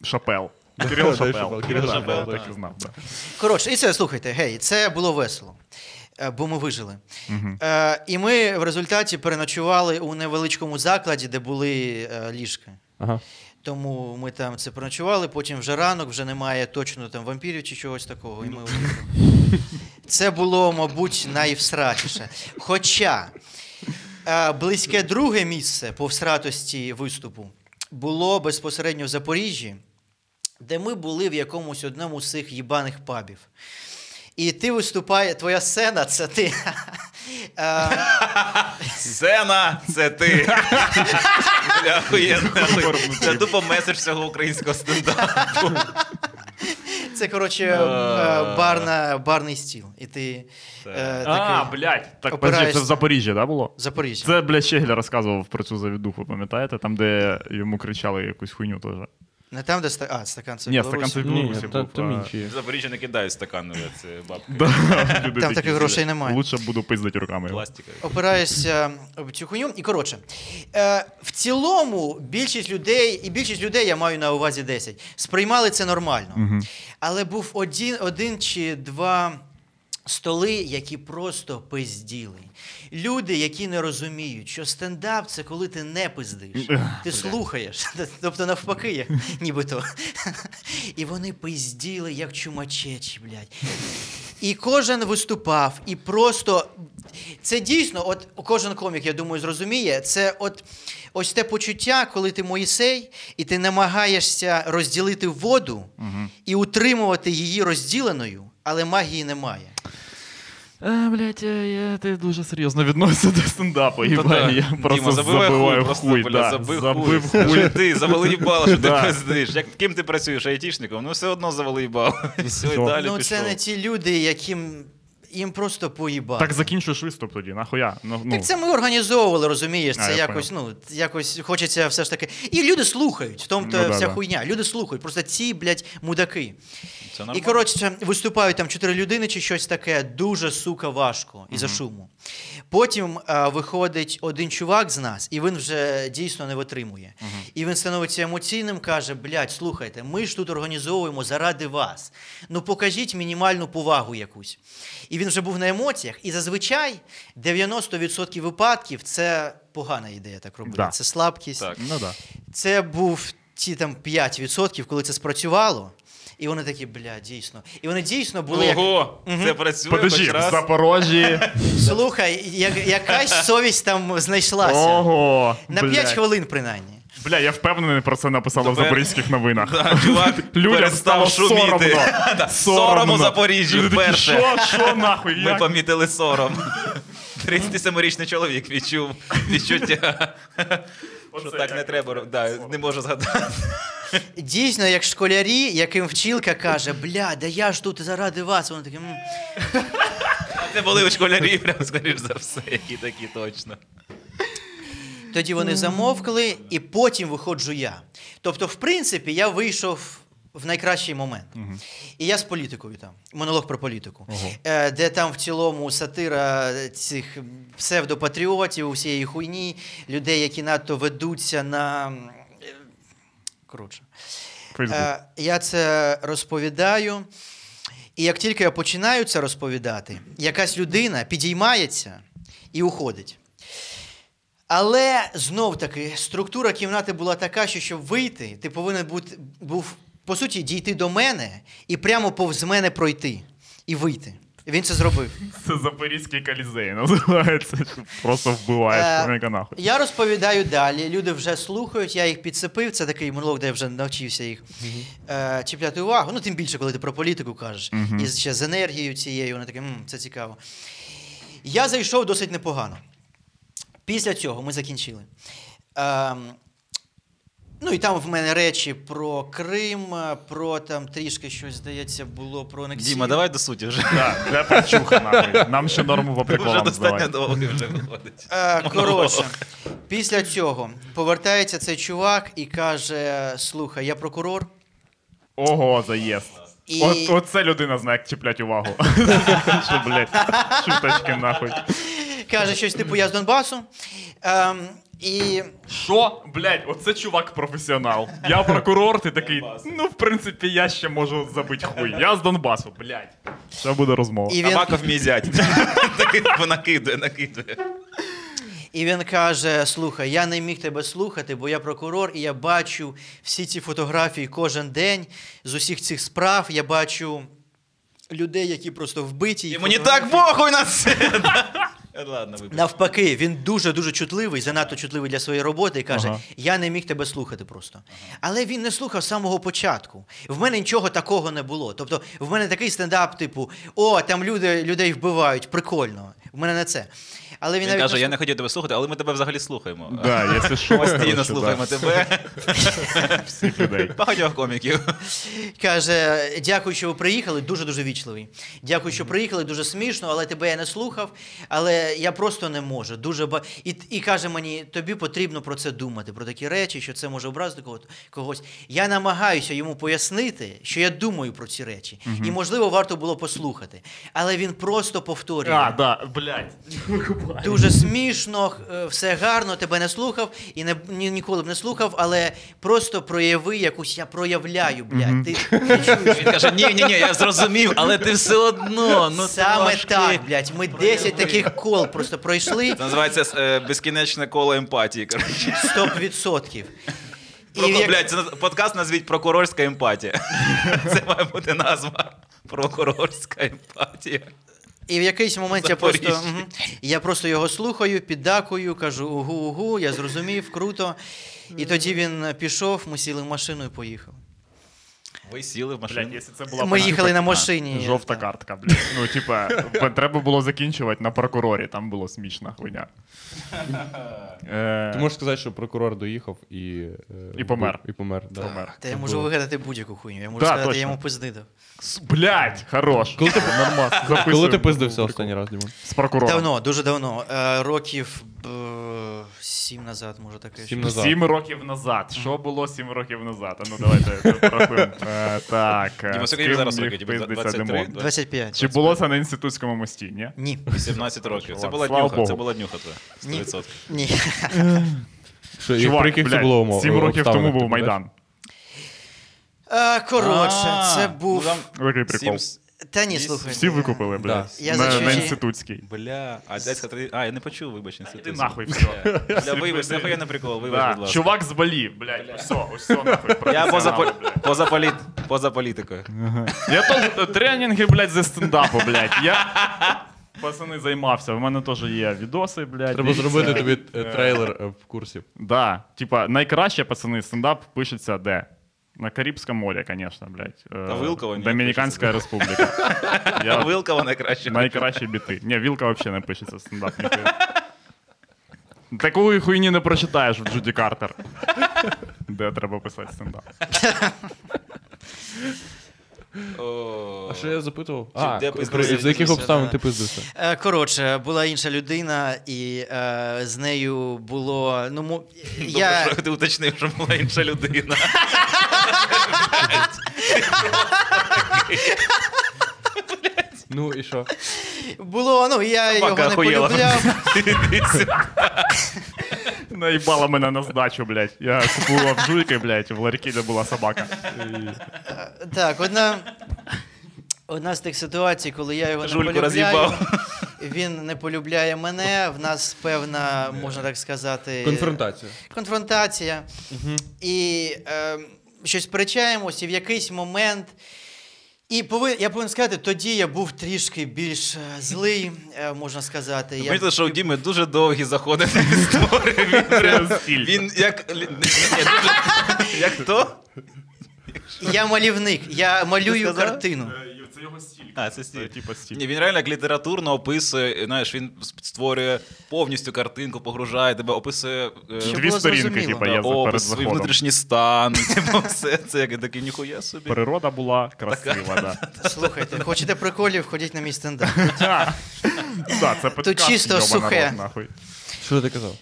[SPEAKER 2] Шапел.
[SPEAKER 3] Да,
[SPEAKER 2] Кирил
[SPEAKER 3] Шапел,
[SPEAKER 2] Шапел.
[SPEAKER 3] Кирил
[SPEAKER 2] Да,
[SPEAKER 1] Шапел,
[SPEAKER 2] да,
[SPEAKER 1] так.
[SPEAKER 2] Так і знав, да.
[SPEAKER 4] Коротше, і це слухайте, гей, це було весело, е, бо ми вижили. Е, і ми в результаті переночували у невеличкому закладі, де були е, ліжка.
[SPEAKER 3] Ага.
[SPEAKER 4] Тому ми там це переночували, потім вже ранок, вже немає точно там вампірів чи чогось такого. І ми
[SPEAKER 1] Ну.
[SPEAKER 4] уїхали. це було, мабуть, найвсратіше. Хоча е, близьке друге місце по всратості виступу було безпосередньо в Запоріжжі, де ми були в якомусь одному з цих їбаних пабів. І ти виступає, твоя сцена це ти. [LAUGHS] Е,
[SPEAKER 1] Сцена, це ти. Бля, охуєнно. Це тупо меседж всього українського стендапу.
[SPEAKER 4] Це, коротше, е,
[SPEAKER 1] А.
[SPEAKER 4] барна, барний стіл. І ти
[SPEAKER 1] Так.
[SPEAKER 4] е,
[SPEAKER 2] А,
[SPEAKER 4] такий
[SPEAKER 2] блять. Так,
[SPEAKER 4] Опираєшся.
[SPEAKER 2] подожди, це в Запоріжжі, да, було?
[SPEAKER 4] Запоріжжя.
[SPEAKER 2] Це, блядь, Щегля розказував про цю завідуху, пам'ятаєте? Там, де йому кричали якусь хуйню теж.
[SPEAKER 4] Не там, де ста... а, стакан це
[SPEAKER 2] Ні,
[SPEAKER 4] Білорусь.
[SPEAKER 2] стакан це в Білорусі був. а-
[SPEAKER 1] В Запоріжжі не кидають стаканове, це бабки
[SPEAKER 2] [LAUGHS] Да, люди
[SPEAKER 4] Там таких
[SPEAKER 2] такі,
[SPEAKER 4] грошей
[SPEAKER 2] блядь,
[SPEAKER 4] немає.
[SPEAKER 2] Лучше буду пиздити руками. його.
[SPEAKER 1] пластикові.
[SPEAKER 4] Опираєшся об цю хуйню. І коротше, е, в цілому більшість людей, і більшість людей, я маю на увазі 10, сприймали це нормально. Але був один, один чи два столи, які просто пизділи. Люди, які не розуміють, що стендап це коли ти не пиздиш, ти слухаєш, [LAUGHS] тобто навпаки, як [LAUGHS] нібито. І вони пизділи, як чумачечі, блядь. І кожен виступав, і просто це дійсно, от кожен комік, я думаю, зрозуміє. Це от ось те почуття, коли ти Моїсей, і ти намагаєшся розділити воду і утримувати її розділеною, але магії немає.
[SPEAKER 2] Е, блядь, е, я, ти дуже серйозно відносишся до стендапу. І
[SPEAKER 1] Та-та.
[SPEAKER 2] я просто
[SPEAKER 1] Діма, забивай
[SPEAKER 2] забиваю
[SPEAKER 1] просто,
[SPEAKER 2] хуй.
[SPEAKER 1] бля,
[SPEAKER 2] да,
[SPEAKER 1] забив,
[SPEAKER 2] забив
[SPEAKER 1] хуй.
[SPEAKER 2] хуй.
[SPEAKER 1] Чи Ти заволейбала, що ти
[SPEAKER 2] [LAUGHS] Да.
[SPEAKER 1] пиздиш. Як ким ти працюєш, айтішником? Ну все одно заволейбав. Все, і
[SPEAKER 2] Що?
[SPEAKER 1] далі
[SPEAKER 4] ну,
[SPEAKER 1] пішло.
[SPEAKER 4] це не ті люди, яким. їм просто поїбати.
[SPEAKER 2] Так закінчуєш виступ тоді, нахуя? Ну, ну.
[SPEAKER 4] Так це ми організовували, розумієш,
[SPEAKER 2] А,
[SPEAKER 4] це
[SPEAKER 2] я
[SPEAKER 4] якось, ну, якось хочеться все ж таки. І люди слухають, в тому то
[SPEAKER 2] Ну, да,
[SPEAKER 4] вся
[SPEAKER 2] да.
[SPEAKER 4] хуйня. Люди слухають, просто ці, блядь, мудаки.
[SPEAKER 1] Це
[SPEAKER 4] І
[SPEAKER 1] нормально.
[SPEAKER 4] коротше, виступають там чотири людини чи щось таке, дуже сука важко і за шуму. Потім е, виходить один чувак з нас, і він вже дійсно не витримує. І він становиться емоційним, каже: блядь, слухайте, ми ж тут організовуємо заради вас. Ну покажіть мінімальну повагу якусь. І він вже був на емоціях. І зазвичай 90% випадків це погана ідея так робити.
[SPEAKER 2] Да.
[SPEAKER 4] Це слабкість.
[SPEAKER 1] Так.
[SPEAKER 2] Ну, да.
[SPEAKER 4] Це був ті там 5%, коли це спрацювало. І вони такі, бля, дійсно. І вони дійсно були як.
[SPEAKER 1] Ого, це працює
[SPEAKER 2] Подожди,
[SPEAKER 1] хоч
[SPEAKER 2] в
[SPEAKER 1] раз. [LAUGHS]
[SPEAKER 2] Запорожжі.
[SPEAKER 4] Слухай, я, якась совість там знайшлася.
[SPEAKER 2] Ого.
[SPEAKER 4] На 5
[SPEAKER 2] блядь.
[SPEAKER 4] хвилин принаймні.
[SPEAKER 2] Бля, я впевнений, про це написала в
[SPEAKER 1] Тепер-
[SPEAKER 2] запорізьких
[SPEAKER 1] [LAUGHS]
[SPEAKER 2] новинах.
[SPEAKER 1] Да, чувак
[SPEAKER 2] [LAUGHS] Людям стало
[SPEAKER 1] перестав шуміти.
[SPEAKER 2] соромно.
[SPEAKER 1] [LAUGHS] Да, Сором у Запоріжжі
[SPEAKER 2] Люди такі,
[SPEAKER 1] вперше.
[SPEAKER 2] Що, що
[SPEAKER 1] [LAUGHS]
[SPEAKER 2] нахуй?
[SPEAKER 1] Ми
[SPEAKER 2] як?
[SPEAKER 1] помітили сором. [LAUGHS] 37-річний чоловік відчув
[SPEAKER 2] [LAUGHS]
[SPEAKER 1] відчуття, що
[SPEAKER 2] Оце
[SPEAKER 1] так не
[SPEAKER 2] як
[SPEAKER 1] треба
[SPEAKER 2] називається
[SPEAKER 1] робити. Да,
[SPEAKER 2] сором.
[SPEAKER 1] Не можу згадати.
[SPEAKER 4] Дійсно, як школярі, яким вчилка каже, бля, да я ж тут заради вас. Вони такі. «М».
[SPEAKER 1] Це були у школярі, прям скоріш за все, які такі точно.
[SPEAKER 4] Тоді вони замовкли, і потім виходжу я. Тобто, в принципі, я вийшов в найкращий момент. І я з політикою там. Монолог про політику, Е, де там в цілому сатира цих псевдопатріотів, усієї хуйні, людей, які надто ведуться на. м, е, Коротше.
[SPEAKER 2] Фейсбук.
[SPEAKER 4] Е, я це розповідаю. І як тільки я починаю це розповідати, якась людина підіймається і уходить. Але знов таки структура кімнати була така, що щоб вийти, ти повинен бути був по суті дійти до мене і прямо повз мене пройти і вийти. Він це зробив.
[SPEAKER 2] Це запорізький колізей називається. Просто
[SPEAKER 4] Е,
[SPEAKER 2] вбиваєш прямо нахуй.
[SPEAKER 4] Я розповідаю далі. Люди вже слухають, я їх підсипив. Це такий монолог, де я вже навчився їх е, чіпляти увагу. Ну, тим більше, коли ти про політику кажеш. І ще з енергією цією, вони такі, «М, це цікаво. Я зайшов досить непогано. Після цього ми закінчили. Ем, Ну і там в мене речі про Крим, е, про там трішки щось, здається, було про анексію.
[SPEAKER 1] Діма, давай до суті вже.
[SPEAKER 2] Да, для прочуха нахуй. Нам ще норму в
[SPEAKER 1] Ти вже
[SPEAKER 2] априколам
[SPEAKER 1] достатньо
[SPEAKER 2] здавати.
[SPEAKER 1] довгий вже
[SPEAKER 2] [LAUGHS]
[SPEAKER 1] виходить.
[SPEAKER 4] Е, коротше,
[SPEAKER 1] Монолог.
[SPEAKER 4] після цього повертається цей чувак і каже: Слухай, я прокурор.
[SPEAKER 2] Ого, заїзд.
[SPEAKER 4] І-
[SPEAKER 2] От, оце людина знає, як чіплять
[SPEAKER 4] [LAUGHS]
[SPEAKER 2] увагу. Що, блядь, шуточки нахуй.
[SPEAKER 4] Каже щось типу я з Донбасу. Ем, і
[SPEAKER 2] Що? Блядь, оце чувак професіонал. Я прокурор, ти такий. Ну, в принципі, я ще можу забити хуй. Я з Донбасу, блядь. Ще буде розмова.
[SPEAKER 4] І
[SPEAKER 1] А
[SPEAKER 4] він-
[SPEAKER 1] Маков мій зять. Такий,
[SPEAKER 2] типу
[SPEAKER 1] бо накидує, накидує.
[SPEAKER 4] І він каже: Слухай, я не міг тебе слухати, бо я прокурор, і я бачу всі ці фотографії кожен день з усіх цих справ. Я бачу людей, які просто вбиті.
[SPEAKER 1] Йому не
[SPEAKER 4] фотографії-
[SPEAKER 1] так похуй на це. [LAUGHS] Ладно, вибач.
[SPEAKER 4] Навпаки, він дуже дуже чутливий, занадто чутливий для своєї роботи і каже:
[SPEAKER 2] Ага.
[SPEAKER 4] Я не міг тебе слухати просто. Але він не слухав з самого початку. В мене нічого такого не було. Тобто, в мене такий стендап, типу, о, там люди людей вбивають, прикольно. В мене не це. Але він,
[SPEAKER 1] Він
[SPEAKER 4] навіть
[SPEAKER 1] каже,
[SPEAKER 4] не
[SPEAKER 1] я не хотів тебе слухати, але ми тебе взагалі слухаємо.
[SPEAKER 2] Да, якщо що,
[SPEAKER 1] Постійно
[SPEAKER 2] коротше,
[SPEAKER 1] слухаємо тебе.
[SPEAKER 2] да, [LAUGHS] всіх людей.
[SPEAKER 1] Багатьох коміків.
[SPEAKER 4] Каже, дякую, що ви приїхали, дуже дуже вічливий. Дякую, що приїхали, дуже смішно, але тебе я не слухав. Але я просто не можу. Дуже ба... і, і каже мені, тобі потрібно про це думати, про такі речі, що це може образити кого- когось. Я намагаюся йому пояснити, що я думаю про ці речі, і можливо варто було послухати. Але він просто повторює
[SPEAKER 2] А, да, блядь.
[SPEAKER 4] дуже смішно, е, все гарно, тебе не слухав і не ні, ніколи б не слухав, але просто прояви якусь я проявляю, блядь. Ти не чуєш.
[SPEAKER 1] Він каже: ні, ні, ні, я зрозумів, але ти все одно. Ну, ти
[SPEAKER 4] Саме
[SPEAKER 1] важкий».
[SPEAKER 4] так, блядь. Ми 10 таких кол
[SPEAKER 1] [LAUGHS]
[SPEAKER 4] просто пройшли
[SPEAKER 1] Це називається е, безкінечне коло емпатії. коротше.
[SPEAKER 4] 100%. І
[SPEAKER 1] Проко-
[SPEAKER 4] як-
[SPEAKER 1] ну. Блядь, це наз- подкаст назвіть прокурорська емпатія. [LAUGHS] Це має бути назва. Прокурорська емпатія.
[SPEAKER 4] І в якийсь момент я просто,
[SPEAKER 1] Запоріжжя.
[SPEAKER 4] мгм, я просто його слухаю, піддакую, кажу угу, угу, я зрозумів, круто. І тоді він пішов, ми сіли в машину і поїхали.
[SPEAKER 1] Ви сіли в [LAUGHS]
[SPEAKER 2] Блядь,
[SPEAKER 1] машину.
[SPEAKER 2] якщо це була
[SPEAKER 4] Ми
[SPEAKER 2] б,
[SPEAKER 4] їхали
[SPEAKER 1] типа,
[SPEAKER 4] на
[SPEAKER 1] а,
[SPEAKER 4] машині.
[SPEAKER 2] жовта картка, блядь. Ну, типа, б- треба було закінчувати на прокурорі, там було смішна
[SPEAKER 4] [LAUGHS]
[SPEAKER 2] хуйня. Е,
[SPEAKER 3] Ти можеш сказати, що прокурор доїхав і. е,
[SPEAKER 2] І помер.
[SPEAKER 3] І помер, да.
[SPEAKER 2] Помер.
[SPEAKER 4] Та я можу вигадати будь-яку хуйню. Я можу
[SPEAKER 2] Да,
[SPEAKER 4] сказати,
[SPEAKER 2] точно.
[SPEAKER 4] я йому пизди дав.
[SPEAKER 2] С- Блядь, хорош.
[SPEAKER 3] Коли ти,
[SPEAKER 2] Нормас, записуємо.
[SPEAKER 3] [LAUGHS] коли ти пиздився останній раз, Дімон?
[SPEAKER 2] З прокурором.
[SPEAKER 4] Давно, дуже давно. Е, Років б, сім назад, може таке.
[SPEAKER 3] Сім
[SPEAKER 4] щось.
[SPEAKER 3] назад.
[SPEAKER 2] Сім років назад. Що було сім років назад? А ну давайте
[SPEAKER 3] [LAUGHS]
[SPEAKER 2] порахуємо. Е, Так. е,
[SPEAKER 1] Діма,
[SPEAKER 2] з
[SPEAKER 1] скільки
[SPEAKER 2] ким
[SPEAKER 1] зараз
[SPEAKER 2] міг
[SPEAKER 1] років? Тобі за-
[SPEAKER 2] пиздиться
[SPEAKER 1] 23?
[SPEAKER 2] Димон?
[SPEAKER 4] 25.
[SPEAKER 2] Чи було це на інститутському мості? Ні?
[SPEAKER 4] Ні.
[SPEAKER 1] 18 років. Це
[SPEAKER 2] Ладно,
[SPEAKER 1] була
[SPEAKER 2] слава
[SPEAKER 1] днюха, це
[SPEAKER 2] Богу.
[SPEAKER 1] була днюха твоя.
[SPEAKER 4] Ні.
[SPEAKER 1] 100%.
[SPEAKER 4] Ні.
[SPEAKER 3] Що, і
[SPEAKER 2] Чувак,
[SPEAKER 3] при яких це
[SPEAKER 2] блядь,
[SPEAKER 3] було умов?
[SPEAKER 2] сім років
[SPEAKER 3] обставинах,
[SPEAKER 2] тому
[SPEAKER 3] ти
[SPEAKER 2] був
[SPEAKER 3] пам'ятаєш?
[SPEAKER 2] Майдан.
[SPEAKER 4] Е, Коротше,
[SPEAKER 1] А,
[SPEAKER 4] це
[SPEAKER 1] ну
[SPEAKER 4] був.
[SPEAKER 1] там
[SPEAKER 2] Такий прикол.
[SPEAKER 1] сім-
[SPEAKER 4] Та ні,
[SPEAKER 1] Всі-
[SPEAKER 4] слухай.
[SPEAKER 2] Всі викупили, блядь.
[SPEAKER 4] Я за
[SPEAKER 2] На,
[SPEAKER 4] чужі.
[SPEAKER 2] на інститутський.
[SPEAKER 1] Бля, а дядька три. А, я не почув, вибач,
[SPEAKER 2] Ти
[SPEAKER 1] інститут.
[SPEAKER 2] нахуй все.
[SPEAKER 1] Бля, вибач, це я на прикол, вибач, будь ласка.
[SPEAKER 2] Чувак з Балі, блядь, все, все нахуй.
[SPEAKER 1] Я поза,
[SPEAKER 2] професіонал,
[SPEAKER 1] пол-
[SPEAKER 2] блядь.
[SPEAKER 1] поза, політ- поза політикою.
[SPEAKER 2] Я теж тренінги, блядь, зі стендапу, блядь. Я пацани займався. У мене теж є відоси, блядь.
[SPEAKER 3] Треба
[SPEAKER 2] дивіться.
[SPEAKER 3] зробити тобі е, трейлер е, в курсі.
[SPEAKER 2] Да, типа, найкраще, пацани, стендап пишеться де? На Карибському морі, звісно, блядь. Е,
[SPEAKER 1] Та Вилково, ні, [LAUGHS]
[SPEAKER 2] Домініканська республіка. Я
[SPEAKER 1] Вилка вона краще.
[SPEAKER 2] Найкращі біти. Ні, вілка взагалі не пишеться стендап. ніхуя. Такої хуйні не прочитаєш в Джуді Картер. Де треба писати стендап.
[SPEAKER 1] О.
[SPEAKER 3] А що я запитував?
[SPEAKER 1] Чи де
[SPEAKER 3] к-
[SPEAKER 1] пиздився?
[SPEAKER 3] з яких обставин
[SPEAKER 4] Да.
[SPEAKER 3] ти пиздився?
[SPEAKER 4] Е, Коротше, була інша людина, і е, з нею було. Ну,
[SPEAKER 1] [LAUGHS]
[SPEAKER 4] мо-
[SPEAKER 1] Добре,
[SPEAKER 4] я...
[SPEAKER 1] що ти уточнив, що була інша людина.
[SPEAKER 3] Ну і що?
[SPEAKER 4] Було, ну я
[SPEAKER 1] Собака
[SPEAKER 4] його не
[SPEAKER 1] охуєла. [LAUGHS]
[SPEAKER 4] полюбляв.
[SPEAKER 2] Наїбала мене на здачу, блядь. Я купував жуйки, блядь, в ларьки, де була собака.
[SPEAKER 4] Так, одна. Одна з тих ситуацій, коли я його не
[SPEAKER 1] Жульку
[SPEAKER 4] полюбляю,
[SPEAKER 1] роз'їбав.
[SPEAKER 4] він не полюбляє мене. В нас певна, можна так сказати,
[SPEAKER 3] Конфронтація.
[SPEAKER 4] конфронтація. І е, щось сперечаємось, і в якийсь момент. І пови... я повинен сказати, тоді я був трішки більш е, злий, е, можна сказати. Я...
[SPEAKER 1] Помітили, що у Діми дуже довгі заходи на історію. Він прям-
[SPEAKER 2] Стіль.
[SPEAKER 1] Він як. лі- ні, ні, дуже- Як то?
[SPEAKER 4] я малівник, я малюю
[SPEAKER 1] сказав?
[SPEAKER 4] картину.
[SPEAKER 2] Це його стіль.
[SPEAKER 1] А, це стіль.
[SPEAKER 2] Типа стіль.
[SPEAKER 1] Ні, він реально як літературно описує, знаєш, він створює повністю картинку, погружає тебе, описує. е,
[SPEAKER 4] Щоб
[SPEAKER 2] Дві
[SPEAKER 4] було
[SPEAKER 2] сторінки,
[SPEAKER 4] зрозуміло.
[SPEAKER 2] типа, я за перед
[SPEAKER 1] Опис, свій
[SPEAKER 2] заходом.
[SPEAKER 1] внутрішній стан, [LAUGHS] типу, все це як я такий ніхуя собі.
[SPEAKER 2] Природа
[SPEAKER 4] [LAUGHS]
[SPEAKER 2] була красива, да.
[SPEAKER 4] Слухайте, хочете приколів, ходіть на мій стендап.
[SPEAKER 2] Ха. Да, це подкаст,
[SPEAKER 4] чисто
[SPEAKER 2] йоба
[SPEAKER 4] сухе.
[SPEAKER 2] народ, нахуй.
[SPEAKER 3] Що ти казав?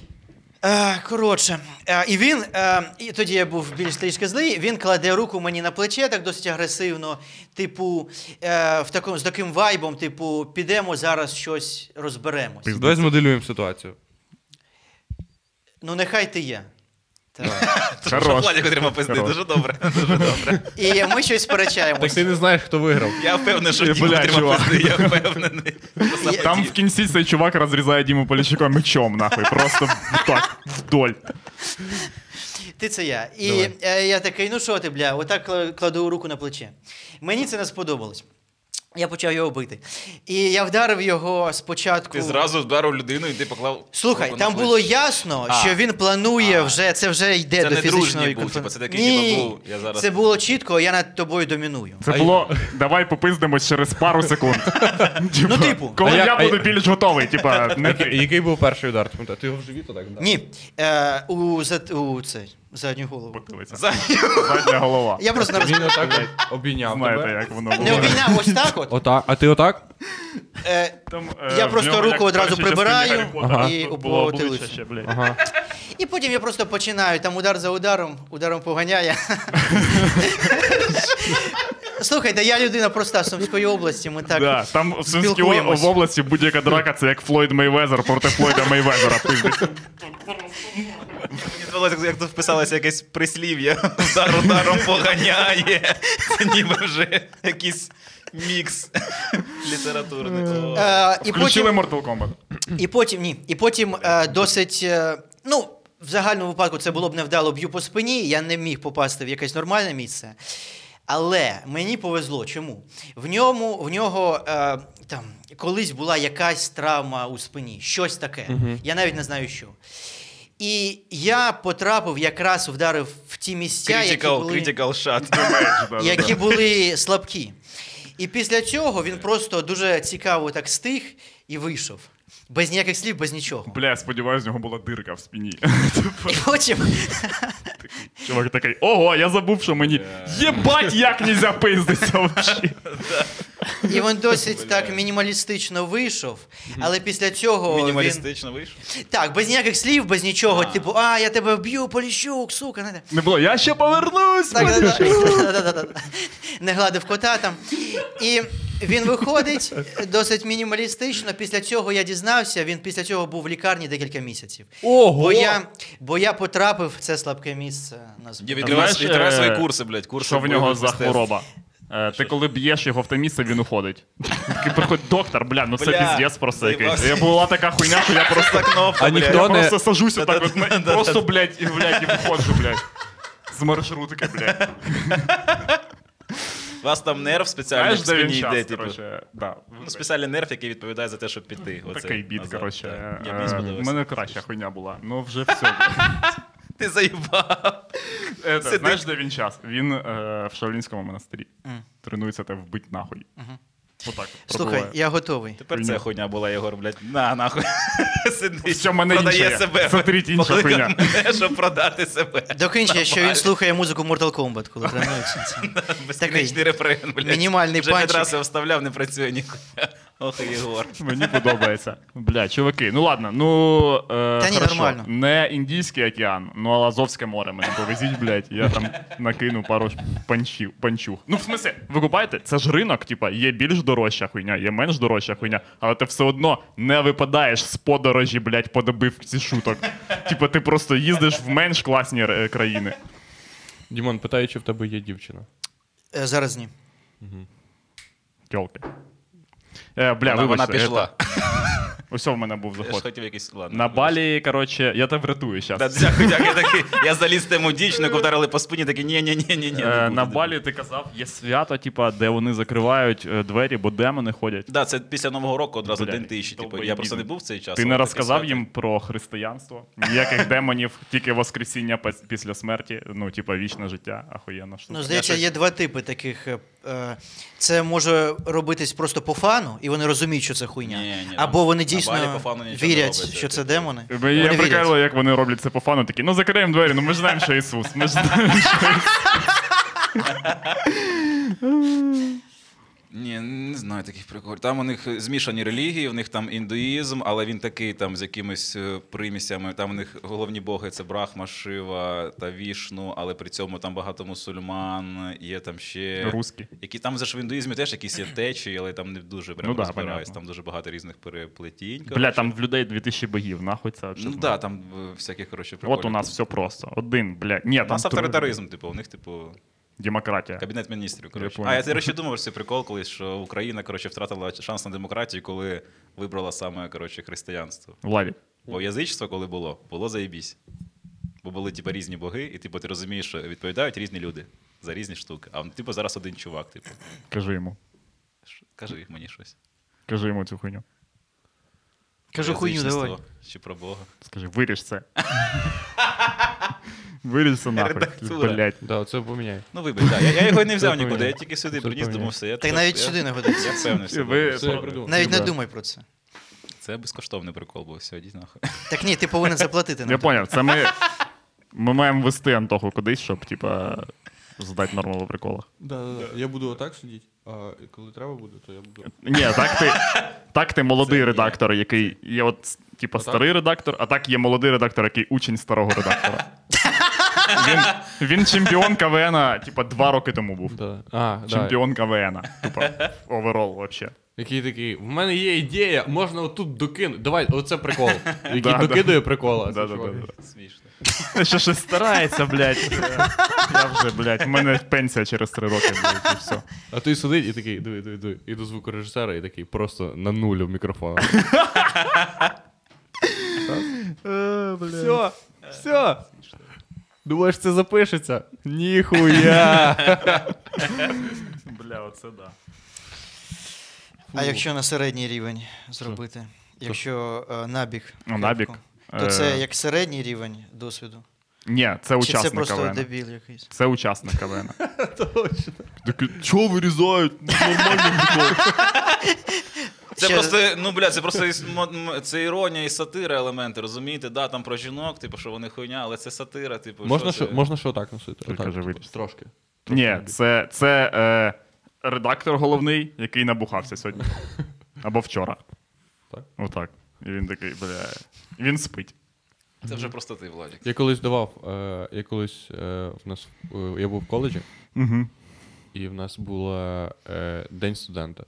[SPEAKER 4] Е, коротше, е, і він, е, і тоді я був більш трішки злий, він кладе руку мені на плече так досить агресивно, типу, е, в такому, з таким вайбом, типу, підемо зараз щось розберемось.
[SPEAKER 3] Давай змоделюємо ситуацію.
[SPEAKER 4] Ну, нехай ти є. Так.
[SPEAKER 1] Що
[SPEAKER 2] Хорош.
[SPEAKER 1] Владик отримав пизди,
[SPEAKER 2] Хорош.
[SPEAKER 1] дуже добре, дуже добре.
[SPEAKER 4] І ми щось
[SPEAKER 3] Так
[SPEAKER 4] сперечаємось.
[SPEAKER 3] ти не знаєш, хто виграв.
[SPEAKER 1] Я впевнений, що
[SPEAKER 2] Е, Бля,
[SPEAKER 1] Діма отримав
[SPEAKER 2] чувак.
[SPEAKER 1] пизди, я впевнений.
[SPEAKER 4] Я-
[SPEAKER 2] Там в кінці цей чувак розрізає Діму Поліщука мечом, нахуй. Просто так, вдоль.
[SPEAKER 4] Ти це я. І
[SPEAKER 3] Давай.
[SPEAKER 4] е, я такий, ну що ти, бля, отак кла- кладу руку на плече. Мені це не сподобалось. Я почав його бити. І я вдарив його спочатку.
[SPEAKER 1] Ти зразу вдарив людину і ти поклав.
[SPEAKER 4] Слухай,
[SPEAKER 1] руку на
[SPEAKER 4] там
[SPEAKER 1] плечі.
[SPEAKER 4] було ясно,
[SPEAKER 1] А.
[SPEAKER 4] що він планує
[SPEAKER 1] А.
[SPEAKER 4] вже, це вже йде
[SPEAKER 1] Це
[SPEAKER 4] до
[SPEAKER 1] не
[SPEAKER 4] фізичної
[SPEAKER 1] дружній був, типу, це такий,
[SPEAKER 4] Ні.
[SPEAKER 1] типу, був, я зараз-
[SPEAKER 4] Це було чітко, я над тобою доміную.
[SPEAKER 2] Це
[SPEAKER 3] А
[SPEAKER 2] було. Давай попиздимось через пару секунд. Типа,
[SPEAKER 4] типу.
[SPEAKER 2] Коли
[SPEAKER 3] А я-
[SPEAKER 2] я
[SPEAKER 3] а
[SPEAKER 2] буду
[SPEAKER 3] я-
[SPEAKER 2] більш готовий, типа, не
[SPEAKER 3] Який,
[SPEAKER 2] ти.
[SPEAKER 3] який був перший удар? Ти пам'ятаєш? Ти його в живіт так дав?
[SPEAKER 4] Ні, е, у, за, у цей, задню голову.
[SPEAKER 2] Потилиця.
[SPEAKER 1] За-
[SPEAKER 2] Задня голова.
[SPEAKER 4] Я просто не
[SPEAKER 3] Він
[SPEAKER 4] розкажу.
[SPEAKER 3] отак от обійняв
[SPEAKER 2] Знаєте,
[SPEAKER 3] тебе.
[SPEAKER 2] як воно
[SPEAKER 4] Не
[SPEAKER 2] було.
[SPEAKER 4] обійняв ось так от.
[SPEAKER 3] Отак, а ти отак?
[SPEAKER 4] Е,
[SPEAKER 2] Там, е,
[SPEAKER 4] Я
[SPEAKER 2] в
[SPEAKER 4] просто
[SPEAKER 2] нього,
[SPEAKER 4] руку
[SPEAKER 2] як
[SPEAKER 4] одразу
[SPEAKER 2] перша частина
[SPEAKER 4] прибираю
[SPEAKER 2] Гаррі Поттера,
[SPEAKER 4] і
[SPEAKER 2] тут було обличчя
[SPEAKER 4] обличчя.
[SPEAKER 2] ще, блядь.
[SPEAKER 3] Ага.
[SPEAKER 4] і потім я просто починаю, там удар за ударом, ударом поганяє. Слухайте, я людина проста з Сумської області, ми так.
[SPEAKER 2] Да, там в Сумській о-
[SPEAKER 4] спілкуємось.
[SPEAKER 2] в області будь-яка драка це як Флойд Мейвезер проти Флойда Мейвезера.
[SPEAKER 4] [LAUGHS]
[SPEAKER 2] пиздець.
[SPEAKER 1] Мені здавалося, як тут вписалося якесь прислів'я. Удар ударом поганяє. Це ніби вже якийсь мікс літературний. О.
[SPEAKER 4] Е, і
[SPEAKER 2] Включили
[SPEAKER 4] потім
[SPEAKER 2] Mortal Kombat.
[SPEAKER 4] І потім ні. І потім е, досить. Е, ну, в загальному випадку це було б невдало б'ю по спині. Я не міг попасти в якесь нормальне місце. Але мені повезло. Чому? В ньому в нього е, там колись була якась травма у спині, щось таке. Я навіть не знаю що. І я потрапив, якраз вдарив в ті місця, які
[SPEAKER 1] Critical,
[SPEAKER 4] були,
[SPEAKER 1] critical shot.
[SPEAKER 4] які були слабкі. І після цього він просто дуже цікаво так стих і вийшов. Без ніяких слів, без нічого.
[SPEAKER 2] Бля, сподіваюсь, в нього була дирка в спині. [LAUGHS]
[SPEAKER 4] І потім
[SPEAKER 2] Чувак такий, ого, я забув, що мені. Єбать, як нельзя пиздитися вообще.
[SPEAKER 4] і він досить так мінімалістично вийшов, але після цього він...
[SPEAKER 1] Мінімалістично вийшов.
[SPEAKER 4] Так, без ніяких слів, без нічого. Типу, а, я тебе вб'ю, поліщук, сука, не.
[SPEAKER 2] Не було, я ще повернусь.
[SPEAKER 4] Так,
[SPEAKER 2] блядь».
[SPEAKER 4] так, [LAUGHS] так, так, так, так. не гладив кота там. І він виходить досить мінімалістично. Після цього я дізнався, він після цього був в лікарні декілька місяців.
[SPEAKER 2] Ого!
[SPEAKER 4] Бо я, бо я потрапив в це слабке місце на зб-
[SPEAKER 1] Я
[SPEAKER 2] Знаєш,
[SPEAKER 1] відкриваю відкриваю
[SPEAKER 2] е,
[SPEAKER 1] свої курси, блядь. Курси
[SPEAKER 2] Що в нього
[SPEAKER 1] бойових
[SPEAKER 2] за
[SPEAKER 1] мистецтв.
[SPEAKER 2] хвороба? Е, Ти коли б'єш його в те місце, він уходить. Такий приходить доктор, бля, ну це
[SPEAKER 1] Бля,
[SPEAKER 2] піздець просто якийсь.
[SPEAKER 1] заїбався.
[SPEAKER 2] Я була така хуйня, що я просто
[SPEAKER 1] Просто кнопка,
[SPEAKER 5] А
[SPEAKER 1] блядь.
[SPEAKER 5] ніхто-
[SPEAKER 2] Я
[SPEAKER 5] То не-
[SPEAKER 2] просто сажусь отак от,
[SPEAKER 1] Да-да-да,
[SPEAKER 2] на- просто, блядь, і, блядь, і виходжу, блядь. З маршрутки, блядь.
[SPEAKER 1] У Вас там нерв спеціальний
[SPEAKER 2] Знаєш,
[SPEAKER 1] в
[SPEAKER 2] де він
[SPEAKER 1] спині йде,
[SPEAKER 2] час,
[SPEAKER 1] типу.
[SPEAKER 2] коротше, да.
[SPEAKER 1] Ну, спеціальний нерв, який відповідає за те, щоб піти. Оце
[SPEAKER 2] Такий біт,
[SPEAKER 1] назад,
[SPEAKER 2] коротше.
[SPEAKER 1] так. Я
[SPEAKER 2] Е,
[SPEAKER 1] мені
[SPEAKER 2] У
[SPEAKER 1] сподобався.
[SPEAKER 2] мене краща хуйня була. Ну
[SPEAKER 1] [LAUGHS]
[SPEAKER 2] вже все. блядь.
[SPEAKER 1] Ти заїбав.
[SPEAKER 2] Е, та,
[SPEAKER 1] Сидить.
[SPEAKER 2] Знаєш, де він час? Він е, в Шаолінському монастирі. Тренується те вбить нахуй. Отак. от
[SPEAKER 4] Слухай,
[SPEAKER 2] пробуває.
[SPEAKER 4] я готовий.
[SPEAKER 1] Тепер
[SPEAKER 2] Хуйня.
[SPEAKER 1] ця хуйня була, Єгор, блядь. На, нахуй. [LAUGHS] Сидить.
[SPEAKER 2] Все, в мене інше є.
[SPEAKER 1] Продає себе.
[SPEAKER 2] Смотрите, інша
[SPEAKER 1] Покликав
[SPEAKER 2] хуйня.
[SPEAKER 1] мене, щоб продати себе.
[SPEAKER 4] Докінчує, що він
[SPEAKER 1] Нормально.
[SPEAKER 4] слухає музику Mortal Kombat, коли тренується. Це-
[SPEAKER 1] [LAUGHS] Безкінечний рефрен, блядь.
[SPEAKER 4] мінімальний
[SPEAKER 1] Вже
[SPEAKER 4] панчик.
[SPEAKER 1] п'ять разів вставляв, не працює ніхуя. Ох, Єгор.
[SPEAKER 2] Мені подобається. Бля, чуваки, ну ладно, ну. Е,
[SPEAKER 4] Та ні,
[SPEAKER 2] хорошо.
[SPEAKER 4] нормально.
[SPEAKER 2] Не Індійський океан, ну а Азовське море мене повезіть, блядь, я там накину пару ж панчів, панчух. Ну, в смысле, ви купаєте? Це ж ринок, типа, є більш дорожча хуйня, є менш дорожча хуйня, але ти все одно не випадаєш з подорожі, блядь, подобив ці шуток. Типа, ти просто їздиш в менш класні е, країни.
[SPEAKER 3] Дімон, питає, чи в тебе є дівчина.
[SPEAKER 4] Е, Зараз ні.
[SPEAKER 2] Тьолки. Е, бля,
[SPEAKER 1] Вона- Вона
[SPEAKER 2] вибачте,
[SPEAKER 1] пішла.
[SPEAKER 2] Усьо в мене був
[SPEAKER 1] Я ж
[SPEAKER 2] заход.
[SPEAKER 1] хотів якийсь ладно.
[SPEAKER 2] На Балі, коротше, я тебе врятую зараз.
[SPEAKER 1] Та дякую, дякую, я такий. Я заліз тему дічнику, вдарили по спині, такий ні, ні, ні, ну, ні, ні.
[SPEAKER 2] Е, на балі ти казав, є свято, типа, де вони закривають е, двері, бо демони ходять.
[SPEAKER 1] Да, це після Нового року одразу
[SPEAKER 2] Бля,
[SPEAKER 1] день тиші. Типу, я
[SPEAKER 2] долбоєбізм.
[SPEAKER 1] просто не був в цей час.
[SPEAKER 2] Ти
[SPEAKER 1] але
[SPEAKER 2] не
[SPEAKER 1] таке
[SPEAKER 2] розказав
[SPEAKER 1] свято.
[SPEAKER 2] їм про християнство, ніяких демонів, тільки воскресіння пес- після смерті, ну, типа, вічне життя, ахуєнна штука.
[SPEAKER 1] Тобто
[SPEAKER 4] Ну, здається, є два типи таких. е, е, Це може робитись просто по фану, і вони розуміють, що це хуйня.
[SPEAKER 1] Ні, ні,
[SPEAKER 4] Або
[SPEAKER 1] ну,
[SPEAKER 4] вони
[SPEAKER 1] на Балі по
[SPEAKER 4] дійсно
[SPEAKER 1] фану нічого не
[SPEAKER 4] вірять,
[SPEAKER 1] робиться,
[SPEAKER 4] що це
[SPEAKER 1] типу.
[SPEAKER 4] демони.
[SPEAKER 2] Е, Я
[SPEAKER 4] Вони вірять.
[SPEAKER 2] прикалую, як вони роблять це по фану, такі, ну закриємо двері, ну ми ж знаємо, що
[SPEAKER 1] [LAUGHS]
[SPEAKER 2] Ісус. Ми ж знаємо, що...
[SPEAKER 1] Ні, не знаю таких приколів. Там у них е, змішані релігії, у них там індуїзм, але він такий там з якимись е, примісями. Там у них головні боги це Брахма, Шива та Вішну, але при цьому там багато мусульман, є там ще
[SPEAKER 2] Русські.
[SPEAKER 1] Які там же ж в індуїзмі теж якісь є течії, але там не дуже прямо
[SPEAKER 2] Ну да,
[SPEAKER 1] розбираюсь.
[SPEAKER 2] понятно.
[SPEAKER 1] Там дуже багато різних переплетінь.
[SPEAKER 2] Бля, там в людей 2000 богів, нахуй це
[SPEAKER 1] Ну
[SPEAKER 2] взагалі.
[SPEAKER 1] так, да, там е, всяких, коротше, приколів.
[SPEAKER 2] От у нас все просто. Один, бля. Ні,
[SPEAKER 1] У
[SPEAKER 2] там
[SPEAKER 1] нас авторитаризм, типу, у них, типу,
[SPEAKER 2] Демократія.
[SPEAKER 1] кабінет міністрів. Коротше.
[SPEAKER 2] понял.
[SPEAKER 1] а я до речі думав, що це прикол, колись, що Україна коротше, втратила шанс на демократію, коли вибрала саме коротше, християнство.
[SPEAKER 2] Владик.
[SPEAKER 1] Бо язичство, коли було, було заєбісь. Бо були типу, різні боги, і типу, ти розумієш, що відповідають різні люди за різні штуки. А типу зараз один чувак, типу.
[SPEAKER 2] Кажи йому.
[SPEAKER 1] Ш- Кажи мені щось.
[SPEAKER 2] Кажи йому цю хуйню.
[SPEAKER 4] Кажу
[SPEAKER 1] Про
[SPEAKER 4] хуйню,
[SPEAKER 1] язичництво
[SPEAKER 4] давай.
[SPEAKER 1] Чи про Бога.
[SPEAKER 2] Скажи, виріж це. Виріж це нахуй.
[SPEAKER 1] Редактура.
[SPEAKER 2] Блять.
[SPEAKER 3] Да, це поміняй.
[SPEAKER 1] Ну, вибач, так. Я, я його і не взяв
[SPEAKER 3] Це
[SPEAKER 1] нікуди, я
[SPEAKER 3] понятно.
[SPEAKER 1] тільки сюди
[SPEAKER 3] Це
[SPEAKER 1] приніс,
[SPEAKER 3] понятно.
[SPEAKER 1] думав, все. Я
[SPEAKER 4] Так
[SPEAKER 1] тут-
[SPEAKER 4] навіть
[SPEAKER 1] я-
[SPEAKER 4] сюди не годиться.
[SPEAKER 1] Я впевнений. в собі.
[SPEAKER 2] Ви
[SPEAKER 3] Все, я придумав.
[SPEAKER 4] Навіть не
[SPEAKER 3] Добре.
[SPEAKER 4] думай про це.
[SPEAKER 1] Це безкоштовний прикол був сьогодні, нахуй.
[SPEAKER 4] Так ні, ти повинен заплатити
[SPEAKER 2] Я
[SPEAKER 4] нам.
[SPEAKER 2] поняв, це ми. Ми маємо вести Антоху кудись, щоб, типа, здати норму в приколах.
[SPEAKER 3] Да, да, да. Я буду отак сидіти, а коли треба буде, то я буду.
[SPEAKER 2] Ні, так ти, так ти молодий
[SPEAKER 1] Це ні.
[SPEAKER 2] редактор, який є от, типа, старий редактор, а так є молодий редактор, який учень старого редактора. Він, він чемпіон КВН, типа, два роки тому був.
[SPEAKER 3] Да. А, да.
[SPEAKER 2] Чемпіон КВН. Типа, оверол вообще.
[SPEAKER 3] Який такий, в мене є ідея, можна отут докинути. Давай, оце прикол.
[SPEAKER 2] [LAUGHS]
[SPEAKER 3] Який
[SPEAKER 2] Да, да.
[SPEAKER 3] докидує прикола.
[SPEAKER 2] Да, да, да, да.
[SPEAKER 1] Смішно.
[SPEAKER 2] Ще щось старається, [LAUGHS] блядь. Я вже, блядь, в мене пенсія через три роки, блядь, і все.
[SPEAKER 3] А ти сидить і такий, диви, диви, диви. І до звукорежисера, і такий просто на нулю
[SPEAKER 2] [LAUGHS]
[SPEAKER 3] в мікрофон. Е, Все, все. Думаєш, це запишеться? Ніхуя.
[SPEAKER 2] [LAUGHS] Бля, оце да.
[SPEAKER 4] А якщо на середній рівень зробити? Якщо е, набіг.
[SPEAKER 2] Ну, набік.
[SPEAKER 4] кепку? То
[SPEAKER 2] Е,
[SPEAKER 4] це як середній рівень досвіду.
[SPEAKER 2] Ні, це
[SPEAKER 4] Чи це
[SPEAKER 2] учасник
[SPEAKER 4] просто
[SPEAKER 2] КВН.
[SPEAKER 4] дебіл якийсь?
[SPEAKER 2] Це учасник
[SPEAKER 4] [LAUGHS]
[SPEAKER 2] КВН. Точно. Чого вирізають? Нормально було.
[SPEAKER 1] Це
[SPEAKER 4] Ще-
[SPEAKER 1] просто, ну бля, це просто іс- м- м- це іронія і сатира елементи, розумієте? Да, там про жінок, типу, що вони хуйня, але це сатира, типу,
[SPEAKER 3] Можна
[SPEAKER 1] що
[SPEAKER 3] що,
[SPEAKER 1] це-
[SPEAKER 3] можна що отак носити?
[SPEAKER 2] Тільки
[SPEAKER 3] Отак,
[SPEAKER 2] живий.
[SPEAKER 3] типу, Трошки.
[SPEAKER 2] Ні, це, це е, редактор головний, який набухався сьогодні. Або вчора.
[SPEAKER 3] Так.
[SPEAKER 2] Отак. І він такий, бля. Він спить.
[SPEAKER 1] Це вже просто ти, Владік.
[SPEAKER 3] Я колись давав, е, я колись е, в нас е, я був в коледжі,
[SPEAKER 2] Угу.
[SPEAKER 3] і в нас був е, День студента.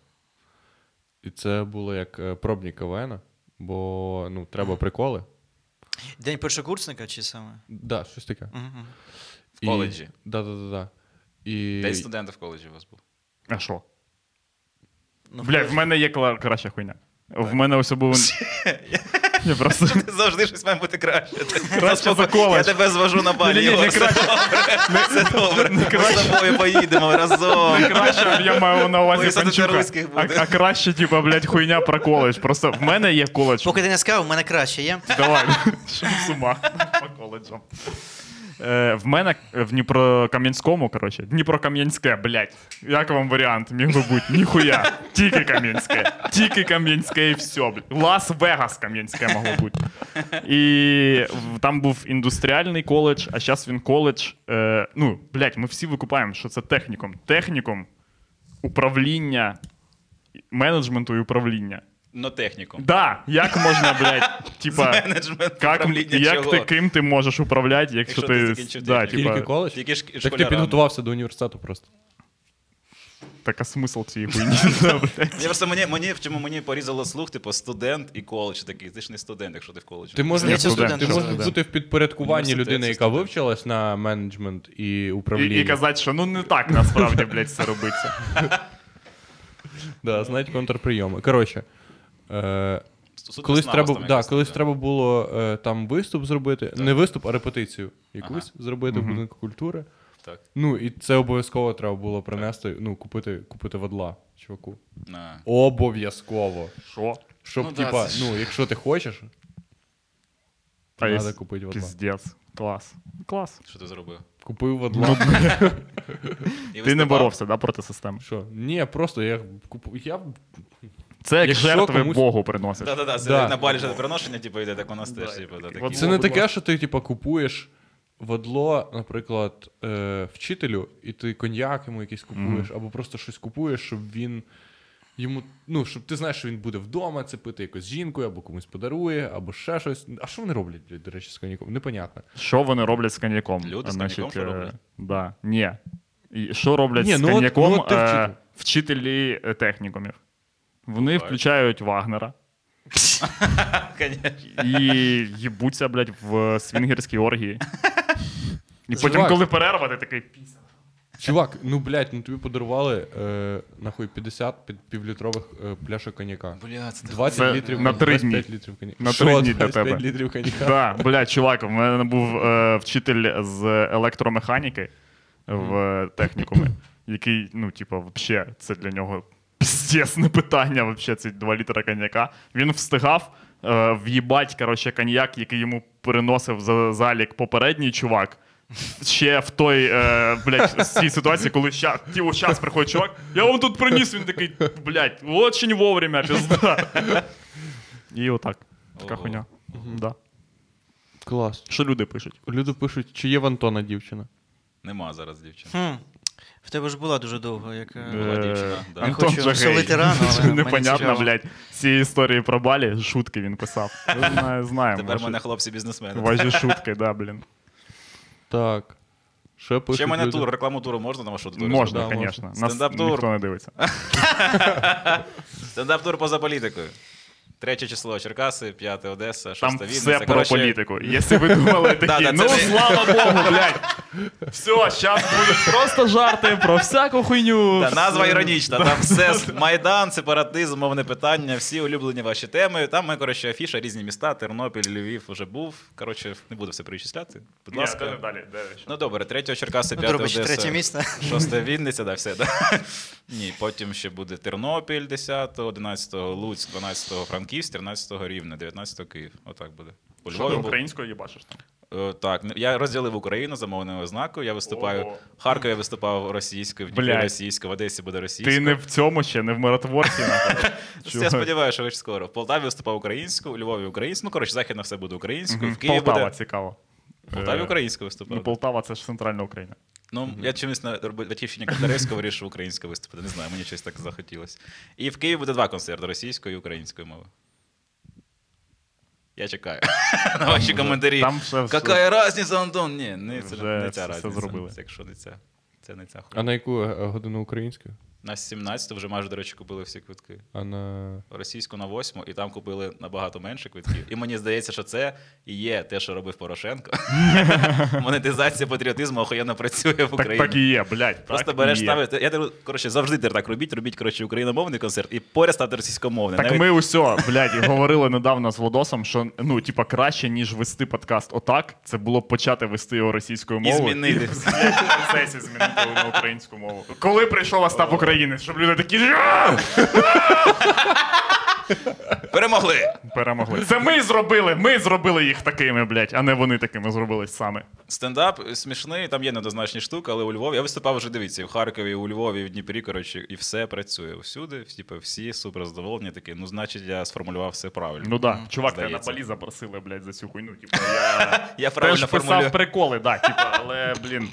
[SPEAKER 3] І це було як е, пробні КВН, бо ну, треба приколи.
[SPEAKER 4] День першокурсника чи саме?
[SPEAKER 3] Да, щось таке.
[SPEAKER 4] Мгм.
[SPEAKER 3] В
[SPEAKER 1] коледжі?
[SPEAKER 3] Да, да, да, да. І...
[SPEAKER 1] День студента в коледжі у вас був. [LAUGHS]
[SPEAKER 2] А що?
[SPEAKER 4] Ну,
[SPEAKER 2] Бля, в мене є кла- краща хуйня. В мене ось був. Я просто.
[SPEAKER 1] Ти завжди щось має бути краще. Ти-
[SPEAKER 2] Краще
[SPEAKER 1] Наскільки-
[SPEAKER 2] за коледж.
[SPEAKER 1] Я тебе звожу на балі,
[SPEAKER 2] Ні-ні-ні, не
[SPEAKER 1] Ігор, все добре. Все добре. Ми з тобою поїдемо разом.
[SPEAKER 2] Краще я маю на
[SPEAKER 1] Ой,
[SPEAKER 2] увазі
[SPEAKER 1] все
[SPEAKER 2] панчука.
[SPEAKER 1] терористських
[SPEAKER 2] А,
[SPEAKER 1] буде.
[SPEAKER 2] а краще, типа, блядь, хуйня про коледж. Просто в мене є коледж.
[SPEAKER 4] Поки ти не сказав, в мене краще є.
[SPEAKER 2] Давай, [LAUGHS] щоб з ума [LAUGHS] по коледжам. Е, в мене е, в Дніпрокам'янському, коротше, Дніпрокам'янське, блядь. Як вам варіант? Міг би бути ніхуя. Тільки Кам'янське. Тільки Кам'янське і все. блядь. Лас-Вегас Кам'янське могло бути. І в- там був індустріальний коледж, а зараз він коледж. Е, ну, блядь, ми всі викупаємо, що це технікум. Технікум управління, менеджменту і управління.
[SPEAKER 1] Но техніку.
[SPEAKER 2] Да, як можна, блядь, [LAUGHS] типа.
[SPEAKER 1] Менеджмент
[SPEAKER 2] Как,
[SPEAKER 1] управління
[SPEAKER 2] як
[SPEAKER 1] чого?
[SPEAKER 2] ти ким ти можеш управляти,
[SPEAKER 1] Якщо
[SPEAKER 2] якщо,
[SPEAKER 1] ти
[SPEAKER 2] ти,
[SPEAKER 1] закінчив
[SPEAKER 2] да,
[SPEAKER 1] техніку.
[SPEAKER 2] типа,
[SPEAKER 3] Тільки коледж?
[SPEAKER 1] Тільки ж
[SPEAKER 3] так ти
[SPEAKER 1] школярами.
[SPEAKER 3] підготувався до університету просто.
[SPEAKER 2] так а смисл цієї хуйні?
[SPEAKER 1] Я просто мені, мені в чому мені порізало слух, типу студент і коледж такий. Ти ж не студент, якщо ти в коледжі.
[SPEAKER 3] Ти можеш,
[SPEAKER 4] Здається,
[SPEAKER 3] бути-
[SPEAKER 4] студент,
[SPEAKER 3] ти
[SPEAKER 4] що
[SPEAKER 3] можеш
[SPEAKER 2] студент.
[SPEAKER 3] бути в підпорядкуванні
[SPEAKER 1] Університет,
[SPEAKER 3] людини,
[SPEAKER 1] це
[SPEAKER 3] яка
[SPEAKER 1] студент.
[SPEAKER 3] вивчилась на менеджмент і
[SPEAKER 2] і,
[SPEAKER 3] управління.
[SPEAKER 2] і казати, що ну не так насправді, блядь, це робиться.
[SPEAKER 3] Да, знають контрприйоми. Коротше, е,
[SPEAKER 1] Суд
[SPEAKER 3] колись,
[SPEAKER 1] весна у вас
[SPEAKER 3] треба,
[SPEAKER 1] там
[SPEAKER 3] да,
[SPEAKER 1] якась
[SPEAKER 3] колись
[SPEAKER 1] буде.
[SPEAKER 3] треба було е, там виступ зробити. Не виступ, а репетицію якусь зробити в будинку культури.
[SPEAKER 1] Так.
[SPEAKER 3] Ну, і це обов'язково треба було принести, ну, купити, купити ведла, чуваку.
[SPEAKER 1] На.
[SPEAKER 3] Обов'язково.
[SPEAKER 2] Що?
[SPEAKER 3] Щоб,
[SPEAKER 1] Ну да,
[SPEAKER 3] типа,
[SPEAKER 1] це ж-
[SPEAKER 3] ну, якщо ти хочеш,
[SPEAKER 2] Та
[SPEAKER 3] Надо
[SPEAKER 2] є-
[SPEAKER 3] купить водла.
[SPEAKER 2] Піздец. Клас. Клас.
[SPEAKER 1] Що ти зробив?
[SPEAKER 3] купив
[SPEAKER 1] Ну, І
[SPEAKER 3] ведла.
[SPEAKER 2] Ти не
[SPEAKER 1] виступав?
[SPEAKER 2] боровся, да, проти системи?
[SPEAKER 3] Що? Ні, просто я купив. Я...
[SPEAKER 2] Це як
[SPEAKER 3] Якщо
[SPEAKER 2] жертви
[SPEAKER 3] комусь-
[SPEAKER 2] Богу приносиш.
[SPEAKER 1] Да-да-да, це
[SPEAKER 3] Да.
[SPEAKER 1] як на балі же переношення, типу, йде, так у нас теж, типу, да, такі.
[SPEAKER 2] От
[SPEAKER 3] Це
[SPEAKER 2] Ну,
[SPEAKER 3] не
[SPEAKER 2] будь
[SPEAKER 3] таке,
[SPEAKER 2] ласка.
[SPEAKER 3] що ти, типа, купуєш ведло, наприклад, е, вчителю, і ти коньяк йому якийсь купуєш, або просто щось купуєш, щоб він. Йому, ну, щоб ти знаєш, що він буде вдома, це пити якось з жінкою, або комусь подарує, або ще щось. А що вони роблять, блядь, до речі, з коньяком? Непонятно.
[SPEAKER 2] Що вони роблять з коньяком?
[SPEAKER 1] Люди з коньяком
[SPEAKER 2] Значить,
[SPEAKER 1] що
[SPEAKER 2] е,
[SPEAKER 1] роблять?
[SPEAKER 2] Да. Ні. І що роблять
[SPEAKER 3] Ні,
[SPEAKER 2] з
[SPEAKER 3] ну от-
[SPEAKER 2] коньяком
[SPEAKER 3] ну от ти
[SPEAKER 2] е,
[SPEAKER 3] вчитель.
[SPEAKER 2] вчителі е, технікумів? Вони включають Вагнера.
[SPEAKER 1] Конечно.
[SPEAKER 2] і їбуться, блядь, в
[SPEAKER 1] [LAUGHS]
[SPEAKER 2] свінгерській оргії. І
[SPEAKER 3] Чувак.
[SPEAKER 2] потім, коли перерва, ти такий піса.
[SPEAKER 3] Чувак, ну блядь, ну тобі подарували е, нахуй 50 під півлітрових е, пляшок коньяка.
[SPEAKER 1] Бля, це
[SPEAKER 3] 20
[SPEAKER 2] Це
[SPEAKER 3] літрів
[SPEAKER 2] на три
[SPEAKER 3] 25
[SPEAKER 2] дні.
[SPEAKER 3] літрів коньяка.
[SPEAKER 2] На
[SPEAKER 3] Що,
[SPEAKER 2] три дні для
[SPEAKER 3] 25
[SPEAKER 2] тебе.
[SPEAKER 3] літрів коньяка.
[SPEAKER 2] Да, блядь, чувак, в мене був е, вчитель з електромеханіки в е, технікумі, який, ну, типа, взагалі, це для нього піздєсне питання, вообще, ці 2 літра коньяка. Він встигав е, в'їбать, коротше, коньяк, який йому переносив за залік попередній чувак. Ще в той, е, блядь, з цій ситуації, коли щас, ті, щас приходить чувак, я вам тут приніс, він такий, блядь, очень вовремя, пізда. І отак. Така
[SPEAKER 1] Ого.
[SPEAKER 2] хуйня. Да.
[SPEAKER 3] Клас.
[SPEAKER 2] Що люди пишуть?
[SPEAKER 3] Люди пишуть, чи є в Антона дівчина.
[SPEAKER 1] Нема зараз дівчин.
[SPEAKER 4] Хм. В тебе ж була дуже довго, як. е,
[SPEAKER 1] Е, Була дівчина, да.
[SPEAKER 4] Не
[SPEAKER 2] Антон
[SPEAKER 4] хочу солити рано,
[SPEAKER 2] [LAUGHS]
[SPEAKER 4] але
[SPEAKER 2] Це
[SPEAKER 4] мені
[SPEAKER 2] непонятно,
[SPEAKER 4] цікаво.
[SPEAKER 2] блядь. Ці історії про балі, шутки він писав. Ми зна- Знаємо.
[SPEAKER 1] Тепер
[SPEAKER 2] ваші-
[SPEAKER 1] в мене хлопці бізнесмени.
[SPEAKER 2] Ваші шутки,
[SPEAKER 1] [LAUGHS]
[SPEAKER 2] да, блін.
[SPEAKER 3] Так. Ще пишуть.
[SPEAKER 1] Ще в мене
[SPEAKER 3] люди.
[SPEAKER 1] тур, рекламу туру можна на вашу туру?
[SPEAKER 2] Можна,
[SPEAKER 3] да,
[SPEAKER 2] звісно.
[SPEAKER 1] можна.
[SPEAKER 2] Нас
[SPEAKER 1] Стендап-тур.
[SPEAKER 2] ніхто не дивиться.
[SPEAKER 1] Стендап тур поза політикою. Третє число Черкаси, п'яте Одеса,
[SPEAKER 2] Там
[SPEAKER 1] шосте Вінниця.
[SPEAKER 2] все про
[SPEAKER 1] Коротше,
[SPEAKER 2] політику. Якщо
[SPEAKER 1] [LAUGHS]
[SPEAKER 2] ви думали такі,
[SPEAKER 1] Да-да, це
[SPEAKER 2] ну
[SPEAKER 1] не-
[SPEAKER 2] слава
[SPEAKER 1] [LAUGHS]
[SPEAKER 2] Богу, блядь. Все, зараз будуть просто жарти про всяку хуйню.
[SPEAKER 1] Та назва
[SPEAKER 2] Все.
[SPEAKER 1] іронічна. Там все з- майдан, сепаратизм, мовне питання, всі улюблені ваші теми. Там ми, коротше, афіша, різні міста, Тернопіль, Львів уже був. Коротше, не буду все перечисляти. Будь
[SPEAKER 2] Ні,
[SPEAKER 1] ласка.
[SPEAKER 2] далі, далі, далі.
[SPEAKER 1] Ну добре, третього Черкаси,
[SPEAKER 4] Ну,
[SPEAKER 1] п'яте
[SPEAKER 4] добре, ще
[SPEAKER 1] Одеса.
[SPEAKER 4] третє місце. [LAUGHS]
[SPEAKER 1] Шосте Вінниця, да, все. Да. Ні, потім ще буде Тернопіль 10, 11 Луцьк, 12 Франківськ, 13 Рівне, 19 Київ. Отак буде. У
[SPEAKER 2] Що ти
[SPEAKER 1] Львові був.
[SPEAKER 2] Ну, українською їбачиш там?
[SPEAKER 1] Е, Так, ну, я розділив Україну за мовною ознакою. Я виступаю
[SPEAKER 2] Ого.
[SPEAKER 1] в Харкові, виступав російською, в Дніпрі
[SPEAKER 2] Блядь.
[SPEAKER 1] російською, в Одесі буде
[SPEAKER 2] Ти
[SPEAKER 1] російською.
[SPEAKER 2] не в цьому ще, не в миротворці. нахуй.
[SPEAKER 1] Я
[SPEAKER 2] Чувак.
[SPEAKER 1] сподіваюся, що ви ж скоро. В Полтаві виступав українською, у Львові українською. Ну, коротше, західно все буде українською.
[SPEAKER 2] Мгм.
[SPEAKER 1] [LAUGHS] В Києві
[SPEAKER 2] Полтава,
[SPEAKER 1] буде
[SPEAKER 2] цікаво.
[SPEAKER 1] в Полтаві
[SPEAKER 2] Е,
[SPEAKER 1] українською виступав.
[SPEAKER 2] Ну, Полтава це ж центральна Україна.
[SPEAKER 1] Ну, я чомусь на роб- батьківщині Котляревського вирішив українською виступити. Не знаю, мені щось так захотілося. І в Києві буде два концерти російською і українською мови. Я чекаю [LAUGHS] на ваші коментарі.
[SPEAKER 2] там все- все-
[SPEAKER 1] Какая різниця, Антон? Ні, ні, це
[SPEAKER 2] Вже
[SPEAKER 1] не ця
[SPEAKER 2] все
[SPEAKER 1] разниця.
[SPEAKER 2] зробили.
[SPEAKER 1] Це якщо не ця. Це не ця хуйня.
[SPEAKER 3] А на яку е, годину українську?
[SPEAKER 1] На 17 вже майже, до речі, купили всі квитки.
[SPEAKER 3] А на.
[SPEAKER 1] Російську на 8, і там купили набагато менше квитків. І мені здається, що це і є те, що робив
[SPEAKER 2] [LAUGHS]
[SPEAKER 1] Порошенко. Монетизація патріотизму охуєнно працює в
[SPEAKER 2] Так,
[SPEAKER 1] Україні.
[SPEAKER 2] так і є, блядь.
[SPEAKER 1] Просто
[SPEAKER 2] так і
[SPEAKER 1] береш
[SPEAKER 2] є.
[SPEAKER 1] ставити. Я кажу, коротше, завжди тепер так робіть, робіть коротше україномовний концерт і поряд ставте російськомовний.
[SPEAKER 2] Так
[SPEAKER 1] Навіть-
[SPEAKER 2] ми усьо, блядь, і говорили недавно з Владосом, що ну, типа, краще, ніж вести подкаст отак, це було б почати вести його російською
[SPEAKER 1] І
[SPEAKER 2] мовою.
[SPEAKER 1] змінити.
[SPEAKER 2] [LAUGHS] в процесі змінити його на українську мову. Коли прийшов Остап України, щоб люди такі «Жа!»
[SPEAKER 1] Перемогли!
[SPEAKER 2] перемогли. Це ми зробили, ми зробили їх такими, блядь, а не вони такими зробили самі.
[SPEAKER 1] Стендап смішний, там є недозначні штуки, але у Львові. Я виступав вже дивіться, і в Харкові, і у Львові, і в Дніпрі, коротше, і все працює. Всюди, всі, типу, всі супер задоволені такі. Ну, значить, я сформулював все правильно.
[SPEAKER 2] Ну да, чувак, тебе на
[SPEAKER 1] Здається.
[SPEAKER 2] балі запросили, блядь, за цю хуйню. Типа, я
[SPEAKER 1] Я
[SPEAKER 2] теж
[SPEAKER 1] правильно формулюю.
[SPEAKER 2] писав приколи, да, типа, але, блін.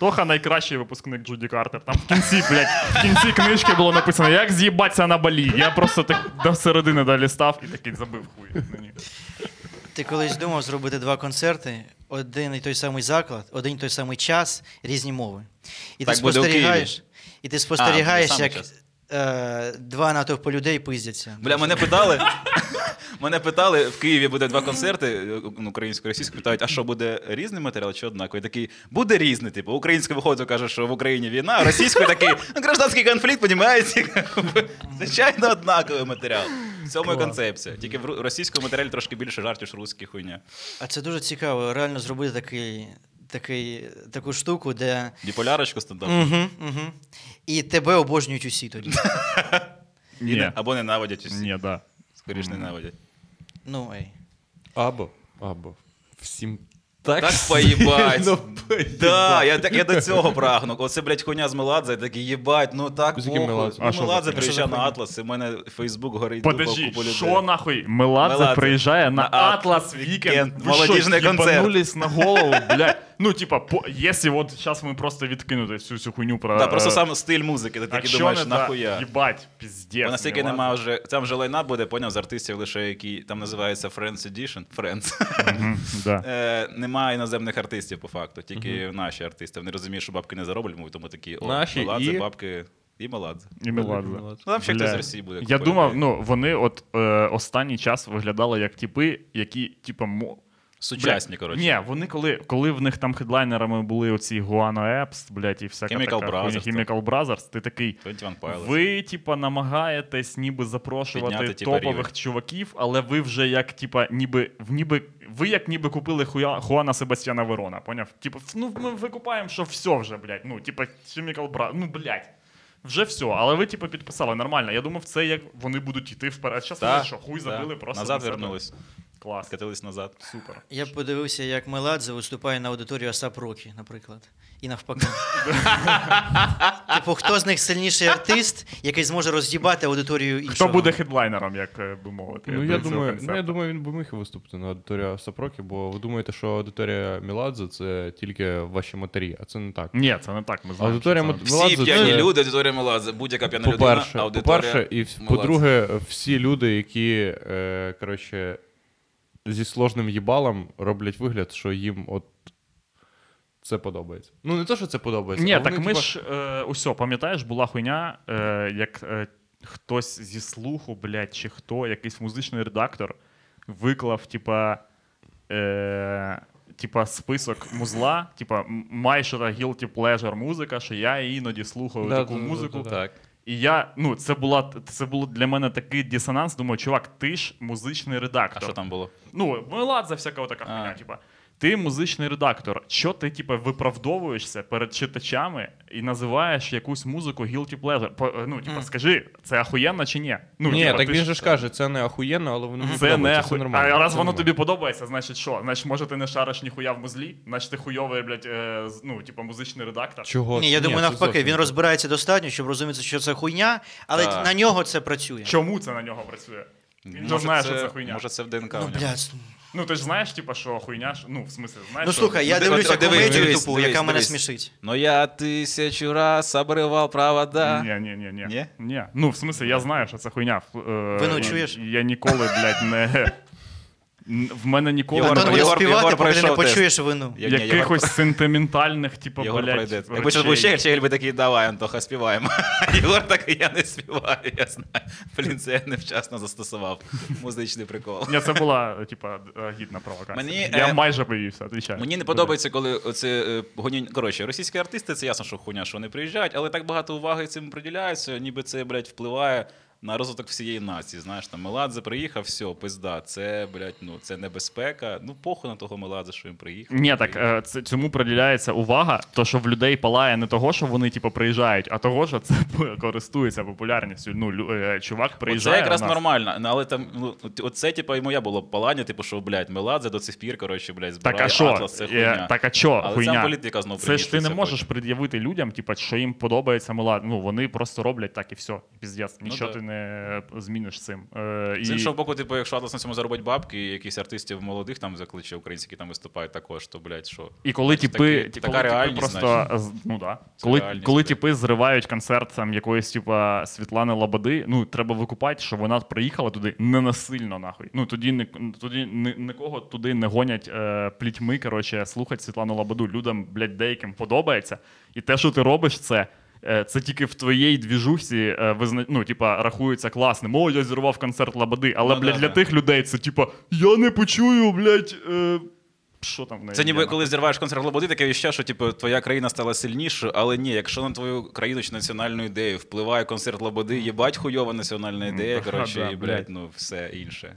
[SPEAKER 2] Тоха найкращий випускник Джуді Картер. Там в кінці, блядь, в кінці книжки було написано, як з'їбатися на балі. Я просто так до середини далі став і такий забив хуй. на ній.
[SPEAKER 4] Ти колись думав зробити два концерти, один і той самий заклад, один і той самий час, різні мови. І
[SPEAKER 1] Так
[SPEAKER 4] ти
[SPEAKER 1] буде у Києві.
[SPEAKER 4] спостерігаєш, і ти спостерігаєш,
[SPEAKER 1] саме
[SPEAKER 4] як
[SPEAKER 1] час.
[SPEAKER 4] е, два натовпи людей пиздяться.
[SPEAKER 1] Бля, мене питали. [LAUGHS] Мене питали, в Києві буде два концерти українською російською. Питають, а що буде різний матеріал чи однаковий? Такий буде різний. Типу, українською виходить, каже, що в Україні війна, а російською такий ну, гражданський конфлікт, понімаєте? [LAUGHS] Звичайно, однаковий матеріал. В цьому і концепція. Тільки в ру- російському матеріалі трошки більше жартів, що русські хуйня.
[SPEAKER 4] А це дуже цікаво, реально зробити такий, такий, таку штуку, де.
[SPEAKER 1] Біполярочку стендап.
[SPEAKER 4] Угу, угу. І тебе обожнюють
[SPEAKER 1] [LAUGHS]
[SPEAKER 4] усі тоді.
[SPEAKER 1] І не-
[SPEAKER 2] Ні,
[SPEAKER 1] Або ненавидять усі.
[SPEAKER 2] ні, да.
[SPEAKER 1] Скоріш ненавидять.
[SPEAKER 4] Ну, ей.
[SPEAKER 3] Або. Або. Всім так.
[SPEAKER 1] Так
[SPEAKER 3] [LAUGHS]
[SPEAKER 1] поїбать.
[SPEAKER 3] сильно
[SPEAKER 1] Да,
[SPEAKER 2] [LAUGHS]
[SPEAKER 3] поїбать.
[SPEAKER 1] я, так, я до цього прагну. Оце, блядь, хуйня з Меладзе, такий їбать, ну так
[SPEAKER 3] З яким
[SPEAKER 1] похуй.
[SPEAKER 3] Меладзе?
[SPEAKER 1] Ну,
[SPEAKER 2] А що за
[SPEAKER 1] Меладзе
[SPEAKER 2] хуйня?
[SPEAKER 1] приїжджав на Атлас, і в мене Фейсбук горить дупа в
[SPEAKER 2] Подожди,
[SPEAKER 1] купу людей.
[SPEAKER 2] що нахуй? Меладзе
[SPEAKER 1] Меладзе
[SPEAKER 2] приїжджає на
[SPEAKER 1] на
[SPEAKER 2] Атлас
[SPEAKER 1] Atlas
[SPEAKER 2] Вікенд.
[SPEAKER 1] Weekend, молодіжний концерт.
[SPEAKER 2] Ебанулись на голову, блядь. Ну, типа, по- якщо от зараз ми просто відкинути всю цю хуйню про...
[SPEAKER 1] Да, просто
[SPEAKER 2] е,
[SPEAKER 1] сам стиль музики, ти
[SPEAKER 2] А
[SPEAKER 1] такий
[SPEAKER 2] що
[SPEAKER 1] думаєш,
[SPEAKER 2] не да?
[SPEAKER 1] нахуя.
[SPEAKER 2] Їбать, піздець.
[SPEAKER 1] Бо настільки
[SPEAKER 2] Меладзе.
[SPEAKER 1] немає вже. Там вже лайна буде, поняв, з артистів лише які там називається Friends Edition. Friends.
[SPEAKER 2] Мгм, да.
[SPEAKER 1] [LAUGHS] Е, немає іноземних артистів по факту, тільки наші артисти. Вони розуміють, що бабки не зароблять, мові, тому такі о,
[SPEAKER 3] Наші
[SPEAKER 1] Меладзе,
[SPEAKER 3] і-
[SPEAKER 1] бабки і Меладзе.
[SPEAKER 2] І Меладзе.
[SPEAKER 3] Ну,
[SPEAKER 1] там ще
[SPEAKER 2] Бля.
[SPEAKER 1] хтось з Росії буде
[SPEAKER 2] Я
[SPEAKER 1] купувати.
[SPEAKER 2] думав, ну вони от е, останній час виглядали як типи, які, типа, мо...
[SPEAKER 1] Сучасні,
[SPEAKER 2] Бля,
[SPEAKER 1] коротше.
[SPEAKER 2] Ні, вони коли, коли в них там хедлайнерами були оці Guano Apps, блядь, і всяка
[SPEAKER 1] Chemical
[SPEAKER 2] така хуйня,
[SPEAKER 1] Brothers,
[SPEAKER 2] Chemical Brothers, ти такий.
[SPEAKER 1] 21 Pilots.
[SPEAKER 2] Ви, типа, намагаєтесь ніби запрошувати
[SPEAKER 1] Підняти, типа,
[SPEAKER 2] топових
[SPEAKER 1] рівень.
[SPEAKER 2] чуваків, але ви вже як, типа, ніби в ніби ви як ніби купили хуя, Хуана Себастьяна Верона. Поняв? Типа, ну ми викупаємо, що все вже, блядь. Ну, типа, Chemical Brothers, ну блядь. Вже все, але ви типу підписали нормально. Я думав, це як вони будуть йти вперед. Зараз
[SPEAKER 1] Та,
[SPEAKER 2] вони що хуй забили
[SPEAKER 1] та.
[SPEAKER 2] просто
[SPEAKER 1] назад
[SPEAKER 2] на себе.
[SPEAKER 1] вернулись,
[SPEAKER 2] Клас,
[SPEAKER 1] скатились назад.
[SPEAKER 2] супер.
[SPEAKER 4] Я б подивився, як Меладзе виступає на аудиторію Асап Рокі, наприклад. І навпаки. типу, хто з них сильніший артист, який зможе роз'їбати аудиторію іншого?
[SPEAKER 2] Хто буде хедлайнером, як е, би мовити?
[SPEAKER 3] Ну
[SPEAKER 2] до
[SPEAKER 3] я
[SPEAKER 2] цього
[SPEAKER 3] думаю, ну я
[SPEAKER 2] концерту?
[SPEAKER 3] думаю, він би міг виступити на аудиторію Сапроки, бо ви думаєте, що аудиторія Міладзе це тільки ваші матері, а це не так.
[SPEAKER 2] Ні, це не так. Ми знаємо.
[SPEAKER 3] Аудиторія
[SPEAKER 2] що це-
[SPEAKER 3] Мат-
[SPEAKER 1] Всі
[SPEAKER 3] Меладзе
[SPEAKER 1] п'яні
[SPEAKER 3] це-
[SPEAKER 1] люди, аудиторія Меладзе, будь-яка п'яна
[SPEAKER 3] По-перше,
[SPEAKER 1] людина, аудиторія
[SPEAKER 3] по-перше, і в-
[SPEAKER 1] Меладзе.
[SPEAKER 3] по-друге, всі люди, які е, коротше, зі сложним їбалом роблять вигляд, що їм от це подобається. Ну не те, що це
[SPEAKER 1] Тобто
[SPEAKER 3] подобається.
[SPEAKER 2] Ні,
[SPEAKER 3] а
[SPEAKER 2] так
[SPEAKER 3] вони,
[SPEAKER 2] ми
[SPEAKER 1] типу,
[SPEAKER 3] типа,
[SPEAKER 2] ж е, усьо, пам'ятаєш, була хуйня, е, як е, хтось зі слуху, блядь, чи хто, якийсь музичний редактор, виклав, типа. Е, Типа список музла, типа майшера guilty pleasure музика, що я іноді слухаю
[SPEAKER 3] Да,
[SPEAKER 2] таку
[SPEAKER 3] да, да,
[SPEAKER 2] музику.
[SPEAKER 3] да, да.
[SPEAKER 1] Так.
[SPEAKER 2] І я, ну, це була це було для мене такий дисонанс. Думаю, чувак, ти ж музичний
[SPEAKER 1] А
[SPEAKER 2] редактор.
[SPEAKER 1] що там було?
[SPEAKER 2] Ну, Меладзе всяка така
[SPEAKER 1] А.
[SPEAKER 2] хуйня, типа. Ти музичний редактор. Що ти, типу, виправдовуєшся перед читачами і називаєш якусь музику guilty pleasure? По- ну, типу, скажи, це ахуєнно чи ні? Ну,
[SPEAKER 3] Ні,
[SPEAKER 2] типу,
[SPEAKER 3] так
[SPEAKER 2] ти
[SPEAKER 3] він же ж каже, це не ахуєнно, але воно
[SPEAKER 2] Це не
[SPEAKER 3] це
[SPEAKER 2] аху...
[SPEAKER 3] нормально. Ну,
[SPEAKER 2] А раз
[SPEAKER 3] це
[SPEAKER 2] воно
[SPEAKER 3] нормально.
[SPEAKER 2] тобі подобається, значить що? Значить, може ти не шариш ніхуя в музлі, значить ти хуйовий, блядь, е, з- ну, типу, музичний редактор.
[SPEAKER 3] Чого?
[SPEAKER 4] Ні, я думаю,
[SPEAKER 3] це
[SPEAKER 4] навпаки,
[SPEAKER 3] зовсім
[SPEAKER 4] він
[SPEAKER 3] не
[SPEAKER 4] розбирається достатньо, щоб розуміти, що це хуйня, але
[SPEAKER 1] Так.
[SPEAKER 4] на нього це працює.
[SPEAKER 2] Чому це на нього працює? Він же
[SPEAKER 1] Може,
[SPEAKER 2] знає, що це хуйня.
[SPEAKER 1] Може, це в ДНК. у
[SPEAKER 4] Ну,
[SPEAKER 1] нього.
[SPEAKER 4] блядь.
[SPEAKER 2] Ну ти ж знаєш, типа, що хуйня, ж- ну в смислі, знаєш.
[SPEAKER 4] Ну
[SPEAKER 2] що-
[SPEAKER 4] слухай, я
[SPEAKER 1] Ну,
[SPEAKER 4] дивлюся
[SPEAKER 1] от дивись,
[SPEAKER 4] комедію
[SPEAKER 1] дивись,
[SPEAKER 4] тупу,
[SPEAKER 1] дивись,
[SPEAKER 4] яка мене
[SPEAKER 1] дивись.
[SPEAKER 4] смішить.
[SPEAKER 1] Ну я тисячу раз обривав провода.
[SPEAKER 2] Ні, ні, ні, ні.
[SPEAKER 1] Ні?
[SPEAKER 2] Ні. Ну, в смислі, я знаю, що це хуйня. Ф- е,
[SPEAKER 4] Виночуєш?
[SPEAKER 2] Я ніколи, блядь, не. Н- В мене ніколи
[SPEAKER 1] Єгор,
[SPEAKER 4] Антон
[SPEAKER 2] не
[SPEAKER 4] буде
[SPEAKER 1] Єгор
[SPEAKER 4] співати, поки ти не
[SPEAKER 1] пройшов тест.
[SPEAKER 4] почуєш вину.
[SPEAKER 1] Я- ні, Єгор
[SPEAKER 2] якихось сентиментальних, типу,
[SPEAKER 1] Єгор
[SPEAKER 2] блядь.
[SPEAKER 1] пройде. Якби ще був
[SPEAKER 2] речей.
[SPEAKER 1] Щегель, Щегель би такий, давай, Антоха, співаємо. [LAUGHS] Єгор такий, я не співаю, я знаю. Блін, це я невчасно застосував. Музичний прикол.
[SPEAKER 2] Ні, це була, е, типа, е, гідна провокація.
[SPEAKER 1] Мені,
[SPEAKER 2] я
[SPEAKER 1] е,
[SPEAKER 2] майже боюся, отвічаю.
[SPEAKER 1] Мені не подобається, коли це гоніння. Коротше, російські артисти, це ясно, що хуйня, що вони приїжджають, але так багато уваги цим приділяється, ніби це, блядь, впливає на розвиток всієї нації. Знаєш, там Меладзе приїхав, все, пизда, це, блядь, ну це небезпека. Ну, похуй на того Меладзе, що він приїхав.
[SPEAKER 2] Ні, так е, це, цьому приділяється увага, то що в людей палає не того, що вони типу приїжджають, а того, що це [LAUGHS] користується популярністю. Ну, лю- е, чувак приїжджає.
[SPEAKER 1] Це якраз
[SPEAKER 2] у нас.
[SPEAKER 1] нормально, ну, але там ну, от- оце, типа, і моя було палання, типу, що, блядь, Меладзе до цих пір, коротше, блядь, збирає
[SPEAKER 2] Так а що?
[SPEAKER 1] Атлас, це
[SPEAKER 2] Е,
[SPEAKER 1] хуйня.
[SPEAKER 2] Так а що?
[SPEAKER 1] Але
[SPEAKER 2] Хуйня.
[SPEAKER 1] сам політика знову
[SPEAKER 2] Це ж ти не
[SPEAKER 1] примішується
[SPEAKER 2] можеш
[SPEAKER 1] потім.
[SPEAKER 2] пред'явити людям, типу, що їм подобається мила. Ну вони просто роблять так і все. Піздец, нічого
[SPEAKER 1] Ну да.
[SPEAKER 2] ти не зміниш цим. Е,
[SPEAKER 1] З
[SPEAKER 2] і...
[SPEAKER 1] іншого боку, типу, якщо Атлас на цьому заробить бабки, і якісь артистів молодих там закличе українські, які там виступають також, то, блядь, що?
[SPEAKER 2] І коли
[SPEAKER 1] Це
[SPEAKER 2] тіпи,
[SPEAKER 1] Тобто таки-
[SPEAKER 2] ті-
[SPEAKER 1] така
[SPEAKER 2] коли тіпи
[SPEAKER 1] реальність,
[SPEAKER 2] просто
[SPEAKER 1] значить.
[SPEAKER 2] з- ну да.
[SPEAKER 1] Це
[SPEAKER 2] Коли,
[SPEAKER 1] реальність,
[SPEAKER 2] коли
[SPEAKER 1] блядь.
[SPEAKER 2] тіпи зривають концерт там якоїсь типа Світлани Лободи, ну треба викупати, що вона приїхала туди не насильно, нахуй. Ну тоді не тоді ни- нікого туди не гонять е, плітьми. Коротше, слухать Світлану Лободу. Людям, блядь, деяким подобається. І те, що ти робиш, це. е, Це тільки в твоїй двіжусі е, визна... ну, типа, рахується класним. О, я зірвав концерт Лободи. Але,
[SPEAKER 1] Ну,
[SPEAKER 2] блядь,
[SPEAKER 1] да,
[SPEAKER 2] для
[SPEAKER 1] да.
[SPEAKER 2] тих людей це типа, я не почую, блядь, е, що там в неї.
[SPEAKER 1] Це ніби
[SPEAKER 2] є,
[SPEAKER 1] коли зірваєш концерт Лободи, таке віща, що типу твоя країна стала сильнішою, але ні, якщо на твою країну чи національну ідею впливає концерт Лободи, їбать хуйова національна ідея,
[SPEAKER 2] да,
[SPEAKER 1] коротше,
[SPEAKER 2] да,
[SPEAKER 1] і блядь,
[SPEAKER 2] блядь.
[SPEAKER 1] ну все інше.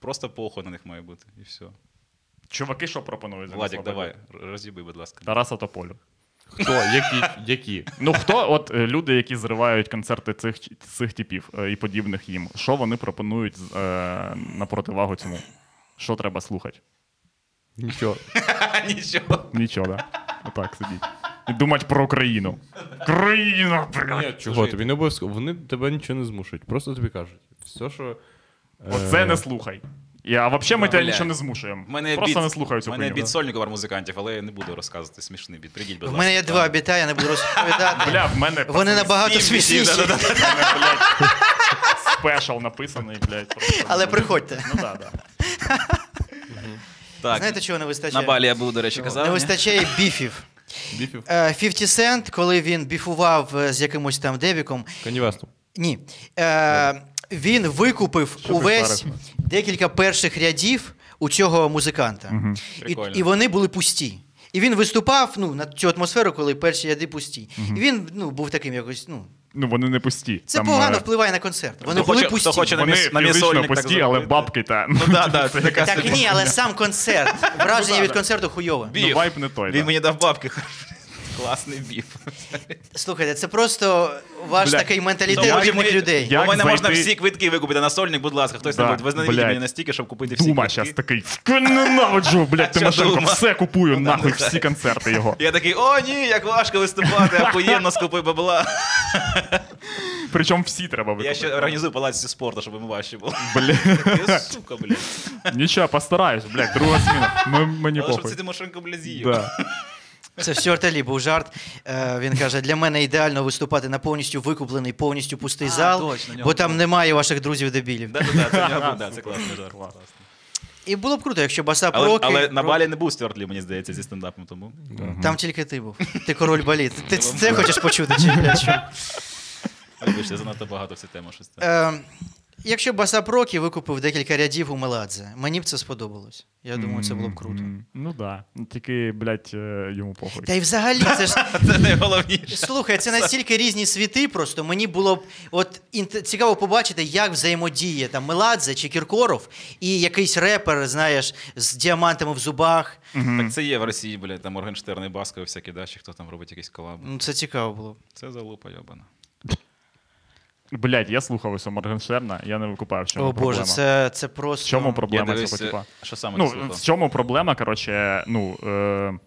[SPEAKER 1] Просто похуй на них має бути, і все.
[SPEAKER 2] Чуваки, що пропонують? замість
[SPEAKER 1] Владік,
[SPEAKER 2] Лободи?
[SPEAKER 1] давай, розібий, будь ласка.
[SPEAKER 2] Тараса Тополю.
[SPEAKER 3] Хто? Які? Які?
[SPEAKER 2] Ну хто, от е, люди, які зривають концерти цих цих типів е, і подібних їм, що вони пропонують з- е, на противагу цьому? Що треба слухати?
[SPEAKER 3] Нічого.
[SPEAKER 1] Нічого.
[SPEAKER 2] Нічого, да? Отак сидіть. І думати про Україну. Країна,
[SPEAKER 3] Ні,
[SPEAKER 1] Е.
[SPEAKER 2] блядь!
[SPEAKER 3] чого? Тобі не обов'язково. Вони тебе нічого не змушують. Просто тобі кажуть. Все, що. е,
[SPEAKER 2] Оце не слухай. І, а взагалі ми
[SPEAKER 1] Да,
[SPEAKER 2] тебе
[SPEAKER 1] блядь.
[SPEAKER 2] нічого не змушуємо.
[SPEAKER 1] В Мене
[SPEAKER 2] Просто
[SPEAKER 1] біт-
[SPEAKER 2] не слухай цю
[SPEAKER 1] в мене
[SPEAKER 2] хуйню.
[SPEAKER 1] бід сольникова музикантів, але я не буду розказувати смішний бід. Прийдіть, будь
[SPEAKER 4] В
[SPEAKER 1] ласка.
[SPEAKER 4] мене є два біта, я не буду розповідати.
[SPEAKER 2] Бля, в мене
[SPEAKER 4] [LAUGHS] Вони набагато
[SPEAKER 1] Сім бітів,
[SPEAKER 4] смішніші.
[SPEAKER 1] да-да-да.
[SPEAKER 2] [LAUGHS] в мене, блядь, спешл написаний, блядь. просто.
[SPEAKER 4] Але приходьте.
[SPEAKER 2] Ну да, да.
[SPEAKER 1] Так,
[SPEAKER 4] Знаєте, чого не
[SPEAKER 1] на
[SPEAKER 4] вистачає?
[SPEAKER 1] балі я був, до речі, казав.
[SPEAKER 4] Не
[SPEAKER 1] ні?
[SPEAKER 4] вистачає біфів.
[SPEAKER 3] Біфів.
[SPEAKER 4] Е, 50 Cent, коли він біфував е, з якимось там дебіком,
[SPEAKER 3] Канівестом.
[SPEAKER 4] ні. Е, він викупив
[SPEAKER 3] Що ти
[SPEAKER 4] увесь
[SPEAKER 3] шариш?
[SPEAKER 4] декілька перших рядів у цього музиканта. І,
[SPEAKER 1] Прикольно.
[SPEAKER 4] і вони були пусті. І він виступав ну, на цю атмосферу, коли перші ряди пусті. І він ну, був таким якось. Ну,
[SPEAKER 2] Ну вони не пусті.
[SPEAKER 4] це
[SPEAKER 2] Там,
[SPEAKER 4] погано
[SPEAKER 2] е,
[SPEAKER 4] впливає на концерт. Вони
[SPEAKER 1] Хто
[SPEAKER 4] були
[SPEAKER 1] хоче- хто
[SPEAKER 4] пусті.
[SPEAKER 1] хоче на
[SPEAKER 2] Вони
[SPEAKER 1] міс- на місольник,
[SPEAKER 2] фізично
[SPEAKER 1] так
[SPEAKER 2] пусті, але
[SPEAKER 1] зробити.
[SPEAKER 2] бабки та
[SPEAKER 1] Ну да, да, це така
[SPEAKER 4] Так ні, але сам концерт. Враження від концерту хуйове.
[SPEAKER 1] Біф.
[SPEAKER 2] Ну, вайб не той,
[SPEAKER 1] Він
[SPEAKER 2] да.
[SPEAKER 1] мені дав бабки. Класний біф.
[SPEAKER 4] Слухайте, це просто ваш
[SPEAKER 2] Бля,
[SPEAKER 4] такий
[SPEAKER 1] я-
[SPEAKER 4] менталітет бідних
[SPEAKER 1] я-
[SPEAKER 4] людей.
[SPEAKER 2] Як
[SPEAKER 1] Ну, У мене можна
[SPEAKER 2] зайти-
[SPEAKER 1] всі квитки викупити на сольник, будь ласка, хтось
[SPEAKER 2] Да,
[SPEAKER 1] небудь визнає
[SPEAKER 2] блядь.
[SPEAKER 1] мені настільки, щоб купити всі
[SPEAKER 2] Дума
[SPEAKER 1] квитки.
[SPEAKER 2] зараз такий. «Ф, Ненавиджу, блядь,
[SPEAKER 1] Що
[SPEAKER 2] Тимошенко,
[SPEAKER 1] Дума?
[SPEAKER 2] все купую,
[SPEAKER 1] Ну да,
[SPEAKER 2] нахуй,
[SPEAKER 1] ну да.
[SPEAKER 2] всі концерти його.
[SPEAKER 1] Я такий, о ні, як важко виступати, ахуєнно скупи бабла.
[SPEAKER 2] Причому всі треба
[SPEAKER 1] Я ще
[SPEAKER 2] викупити.
[SPEAKER 1] організую палац спорту, щоб йому важче
[SPEAKER 2] [LAUGHS]
[SPEAKER 1] було.
[SPEAKER 2] Блядь,
[SPEAKER 1] Ти, Сука, блядь.
[SPEAKER 2] нічого, постараюсь, блядь, друга зміна. Ми- Мені
[SPEAKER 1] Але щоб це
[SPEAKER 2] похуй.
[SPEAKER 1] Тимошенко, блядь, з'їв.
[SPEAKER 2] Да.
[SPEAKER 4] Це все Арталі був жарт. Е, Він каже: для мене ідеально виступати на повністю викуплений, повністю пустий
[SPEAKER 1] А,
[SPEAKER 4] зал,
[SPEAKER 1] точно, нього
[SPEAKER 4] бо там немає ваших друзів-дебілів.
[SPEAKER 1] Да, да, да, це в
[SPEAKER 2] [LAUGHS]
[SPEAKER 1] нього був, да, це класний жарт. класний.
[SPEAKER 4] І було б круто, якщо Басап
[SPEAKER 1] Але,
[SPEAKER 4] Рокі...
[SPEAKER 1] але на
[SPEAKER 4] Рок-
[SPEAKER 1] балі не був Стюарт Лі, мені здається, зі стендапом тому.
[SPEAKER 4] Там тільки ти був. Ти король баліт.
[SPEAKER 1] [LAUGHS]
[SPEAKER 4] Ти це хочеш почути? Чи, блядь, що?
[SPEAKER 1] Вибачте, занадто багато всі теми щось. там.
[SPEAKER 4] Е, Якщо Басапрокі викупив декілька рядів у Меладзе, мені б це сподобалось. Я думаю, це було б круто.
[SPEAKER 2] М, Ну так. Да. Тільки, блядь, е, йому похуй.
[SPEAKER 4] Та й взагалі, це ж
[SPEAKER 1] Це найголовніше.
[SPEAKER 4] слухай, це настільки різні світи. Просто мені було б от інт- цікаво побачити, як взаємодіє там Меладзе чи Кіркоров, і якийсь репер, знаєш, з діамантами в зубах.
[SPEAKER 1] Так це є в Росії, блядь, там Моргенштерн і Баска, і всякі дачі, хто там робить якісь колаби.
[SPEAKER 4] Ну це цікаво було. б.
[SPEAKER 1] Це залупа йобана.
[SPEAKER 2] Блядь, я слухав ось у Моргенштерна, я не викупаю, в чому
[SPEAKER 4] О
[SPEAKER 2] проблема.
[SPEAKER 4] Боже, це, це просто ну,
[SPEAKER 2] В чому
[SPEAKER 1] Я
[SPEAKER 2] проблема цього
[SPEAKER 1] дивився,
[SPEAKER 2] типа?
[SPEAKER 1] що саме ти
[SPEAKER 2] Ну,
[SPEAKER 1] слухав?
[SPEAKER 2] в чому проблема, коротше, ну. Е...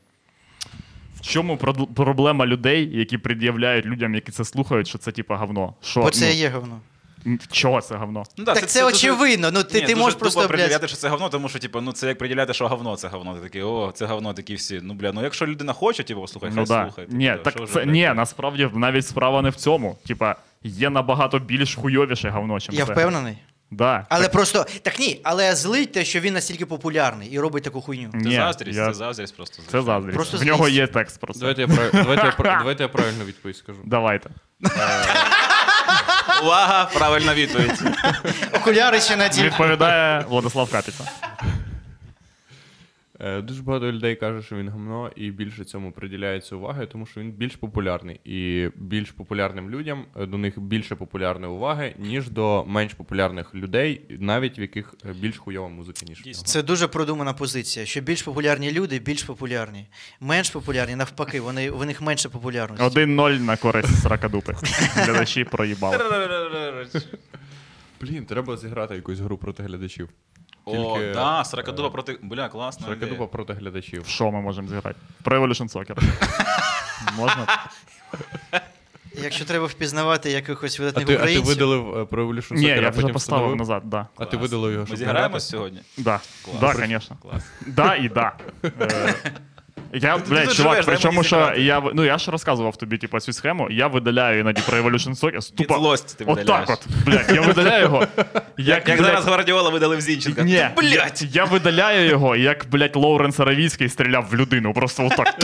[SPEAKER 2] В чому прод- проблема людей, які пред'являють людям, які це слухають, що це типа говно? Що,
[SPEAKER 4] бо це
[SPEAKER 2] ну,
[SPEAKER 4] є говно.
[SPEAKER 2] м, Чого це говно?
[SPEAKER 1] Ну, да,
[SPEAKER 4] так це, очевидно. Ну ти,
[SPEAKER 1] Ні,
[SPEAKER 4] ти
[SPEAKER 1] дуже
[SPEAKER 4] можеш
[SPEAKER 1] тупо
[SPEAKER 4] просто
[SPEAKER 1] приділяти,
[SPEAKER 4] блядь,
[SPEAKER 1] що це говно, тому що типу, ну це як приділяти, що говно, це говно. Ти такий, о, це говно, такі всі. Ну бля, ну якщо людина хоче, типу, слухай,
[SPEAKER 2] Ну
[SPEAKER 1] хай
[SPEAKER 2] да.
[SPEAKER 1] слухай. типу,
[SPEAKER 2] Ні,
[SPEAKER 1] да, що
[SPEAKER 2] так
[SPEAKER 1] вже,
[SPEAKER 2] це
[SPEAKER 1] блядь?
[SPEAKER 2] ні, насправді навіть справа не в цьому. Типа, є набагато більш хуйовіше говно, чим
[SPEAKER 4] я
[SPEAKER 2] це.
[SPEAKER 4] впевнений.
[SPEAKER 2] Да.
[SPEAKER 4] Але просто так ні, але злить те, що він настільки популярний і робить таку хуйню.
[SPEAKER 1] Це
[SPEAKER 2] Ні,
[SPEAKER 1] заздрість,
[SPEAKER 2] я-
[SPEAKER 1] це заздрість просто.
[SPEAKER 2] Це
[SPEAKER 1] звичайно.
[SPEAKER 2] заздрість.
[SPEAKER 4] Просто
[SPEAKER 2] в нього
[SPEAKER 4] злість.
[SPEAKER 2] є текст про це.
[SPEAKER 3] Давайте я, прав- давайте, я, пра- давайте я правильну відповідь скажу.
[SPEAKER 2] Давайте.
[SPEAKER 1] Увага, правильна відповідь.
[SPEAKER 4] Окуляри ще на тілі.
[SPEAKER 2] Відповідає Владислав Капіца.
[SPEAKER 3] Е, Дуже багато людей каже, що він гамно, і більше цьому приділяється уваги, тому що він більш популярний. І більш популярним людям е, до них більше популярної уваги, ніж до менш популярних людей, навіть в яких е, більш хуйова музика, ніж в нього.
[SPEAKER 1] Дійсно.
[SPEAKER 4] Це дуже продумана позиція. Що більш популярні люди, більш популярні, менш популярні, навпаки, вони в них менше популярності.
[SPEAKER 2] 1-0 на користь Сракадупи. Глядачі проїбали.
[SPEAKER 3] Блін, треба зіграти якусь гру проти глядачів.
[SPEAKER 1] [LAUGHS] О,
[SPEAKER 3] Тільки,
[SPEAKER 1] да,
[SPEAKER 3] е,
[SPEAKER 1] Сракадуба проти. Бля, класно.
[SPEAKER 3] Сракадупа проти глядачів.
[SPEAKER 2] Що ми можемо зіграти? Про Evolution
[SPEAKER 1] [LAUGHS]
[SPEAKER 2] Soccer. Можна?
[SPEAKER 4] Якщо треба впізнавати якихось
[SPEAKER 3] А
[SPEAKER 1] ну,
[SPEAKER 4] видатних
[SPEAKER 3] ти, а ти
[SPEAKER 4] українців,
[SPEAKER 3] видалив е, про Evolution
[SPEAKER 2] Ні,
[SPEAKER 3] Soccer, а
[SPEAKER 2] я вже
[SPEAKER 3] потім
[SPEAKER 2] поставив
[SPEAKER 3] встановив?
[SPEAKER 2] назад, да.
[SPEAKER 3] А ти видалив його,
[SPEAKER 1] Ми
[SPEAKER 3] щоб
[SPEAKER 1] зіграємо
[SPEAKER 3] грати?
[SPEAKER 1] сьогодні?
[SPEAKER 2] Да,
[SPEAKER 1] Клас.
[SPEAKER 2] да, конечно.
[SPEAKER 1] Клас.
[SPEAKER 2] Да і
[SPEAKER 1] [LAUGHS]
[SPEAKER 2] да. Е, Я,
[SPEAKER 1] ти
[SPEAKER 2] блядь,
[SPEAKER 1] тут
[SPEAKER 2] чувак,
[SPEAKER 1] живеш, дай
[SPEAKER 2] причому,
[SPEAKER 1] мені
[SPEAKER 2] що
[SPEAKER 1] зіграти.
[SPEAKER 2] я, в- ну я ж розказував тобі, типу, цю схему, я видаляю іноді про Evolution Soccer. Тупо,
[SPEAKER 1] злості ти
[SPEAKER 2] от
[SPEAKER 1] видаляєш.
[SPEAKER 2] так от, блядь, я видаляю його. Як,
[SPEAKER 1] [LAUGHS] Як
[SPEAKER 2] блядь,
[SPEAKER 1] зараз Гвардіола видалив Зінченка.
[SPEAKER 2] Ні,
[SPEAKER 1] Та, Блядь!
[SPEAKER 2] Я, я видаляю його, як, блядь, Лоуренс Аравійський стріляв в людину. Просто отак.